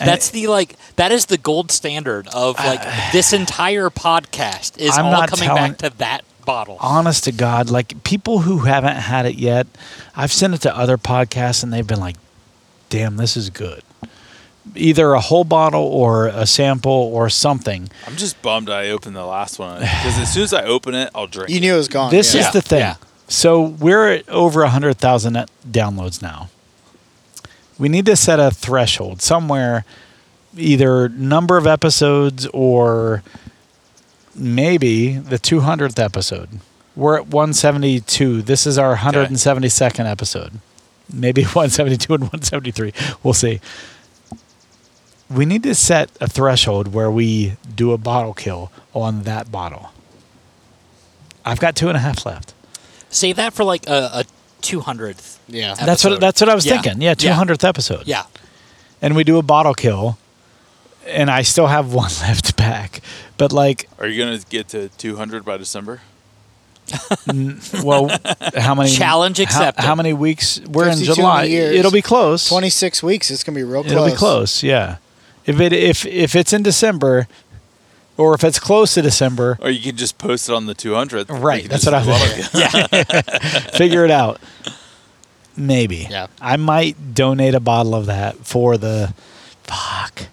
A: And Uh,
E: that's the like that is the gold standard of like this entire podcast is
A: I'm
E: all
A: not
E: coming
A: telling-
E: back to that bottle.
A: honest to God, like people who haven't had it yet, I've sent it to other podcasts and they've been like, damn, this is good. Either a whole bottle or a sample or something.
D: I'm just bummed I opened the last one because as soon as I open it, I'll drink.
B: You
D: it.
B: knew it was gone.
A: This
B: yeah.
A: is the thing.
E: yeah.
A: So we're at over 100,000 net downloads now. We need to set a threshold somewhere, either number of episodes or maybe the 200th episode. We're at 172. This is our 172nd episode. Maybe 172 and 173. We'll see. We need to set a threshold where we do a bottle kill on that bottle. I've got two and a half left.
E: Save that for like a, a 200th.
B: Yeah.
A: That's what
E: episode.
A: that's what I was
E: Yeah.
A: thinking. Yeah, two
E: Yeah.
A: hundredth episode.
E: Yeah.
A: and we do a bottle kill, and I still have one left back. But like,
D: Are you gonna get to 200 by December?
A: well, how many
E: Challenge
A: how-
E: accepted.
A: How, many weeks? We're in
B: 52
A: July.
B: years.
A: It'll be close.
B: 26 weeks. It's going to be real close.
A: It'll be close. Yeah. If it if if it's in December, or if it's close to December,
D: Or you can just post it on the 200th.
A: Right,
D: You can
A: that's
D: just
A: what I was-
D: love it.
A: figure it out. Maybe.
B: Yeah.
A: I might donate a bottle of that for the. Fuck.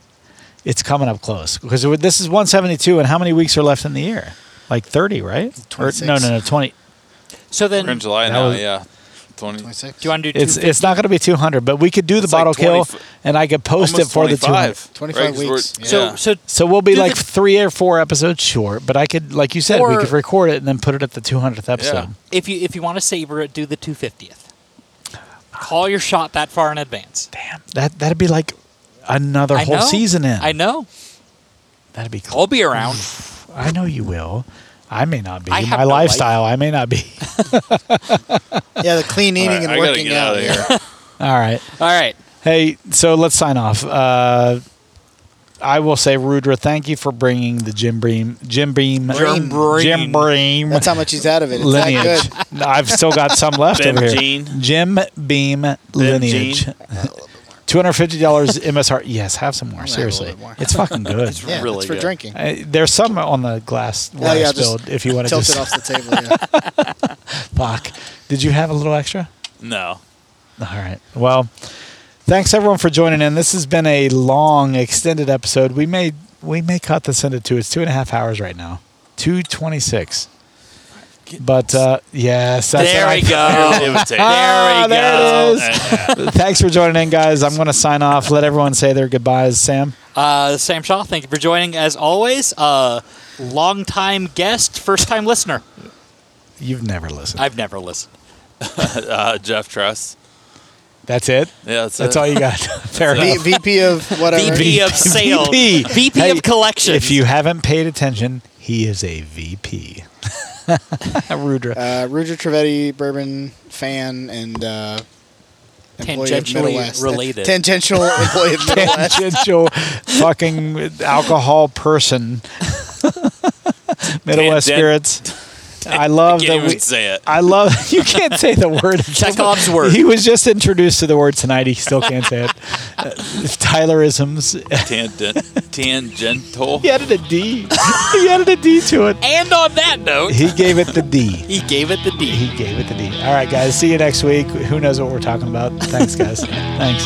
A: It's coming up close because it would- this is 172, and how many weeks are left in the year? Like 30, right? Or- no,
B: 26.
A: no, no, 20.
E: So then,
D: We're in
E: do
D: July
A: That
D: now.
A: was-
D: yeah, 20.
B: 26.
E: you want to do
A: It's it's not going to be 200, but we could do the
D: It's like
A: bottle kill,
D: 20
A: and I could post it
D: Almost
A: for the 200.
D: 25,
B: 25
D: right? 'Cause we're-
B: weeks.
E: two? So
D: yeah.
E: so
A: So we'll be
E: Do
A: like
E: the-
A: three or four episodes short, but I could, like you said, we
E: Or-
A: could record it and then put it at the 200th episode.
E: if you if you want to savor it, do the 250th. Call your shot that far in advance.
A: Damn, that that'd be like another
E: I
A: whole
E: know.
A: season in.
E: I know.
A: That'd be cool.
E: I'll be around.
A: I know you will. I may not be.
E: Oh. I have
A: My
E: no life.
A: lifestyle, I may not be.
B: Yeah, the clean eating
D: All right,
B: and
D: I gotta
B: working
D: get
B: out.
D: out of here.
A: All right.
E: All right.
A: Hey, so let's sign off. Uh, I will say, Rudra, thank you for bringing the Jim Bream, Jim Beam,
E: Jim Bream.
A: Jim Bream
B: That's how much he's out of it. It's
A: lineage.
B: not
A: No, I've still got some left
D: Ben
A: over here.
D: Jean.
A: Jim Beam lineage.
D: Jean.
A: Two hundred fifty dollars MSR. Yes, have some more.
B: have a
A: Seriously,
B: little bit more.
A: it's fucking good.
B: good. Yeah,
D: Really
B: it's for
D: good.
B: drinking.
A: I, there's some on the glass
B: Oh,
A: water
B: yeah, just
A: spilled. If you want to
B: tilt
A: just
B: it off the table. Yeah.
A: fuck, did you have a little extra?
D: No.
A: All right. Well, thanks everyone for joining in. This has been a long, extended episode. We may we may cut this into two. It's two and a half hours right now. Two twenty six. But uh, yes, that's
E: There
A: right.
E: we go.
D: It would take.
E: There
A: Ah,
E: we
A: there it
E: go.
A: is.
D: Yeah.
A: Thanks for joining in, guys. I'm going to sign off. Let everyone say their goodbyes. Sam,
E: Uh, Sam Shaw, thank you for joining as always. Uh, long time guest, first time listener.
A: you've never listened.
E: I've never listened.
D: Uh, Jeff Truss.
A: that's it.
D: Yeah, that's,
A: That's
D: it.
A: all you got. Fair
B: V-
A: enough.
B: VP of whatever.
E: VP of sales.
A: VP.
E: VP
A: Hey,
E: of collections.
A: If you haven't paid attention, he is a VP. Rudra.
B: Uh, Ruger Trevetti, bourbon fan and uh, employee of Middle
E: Tangentially
B: West.
E: related.
B: Tangential employee of Middle West.
A: tangential fucking alcohol person. Middle West
D: Tangent-
A: spirits. I love
D: Can't
A: that
D: even
A: we.
D: say it.
A: I love you can't say the word.
E: Chekhov's word.
A: He was just introduced to the word tonight. He still can't say it. Uh, Tylerisms.
D: Tangent, tangential.
A: He added a D. he added a D to it.
E: and on that note,
A: He gave it the D.
E: he gave it the D.
A: He gave it the D. All right, guys. See you next week. Who knows what we're talking about? Thanks, guys. Thanks.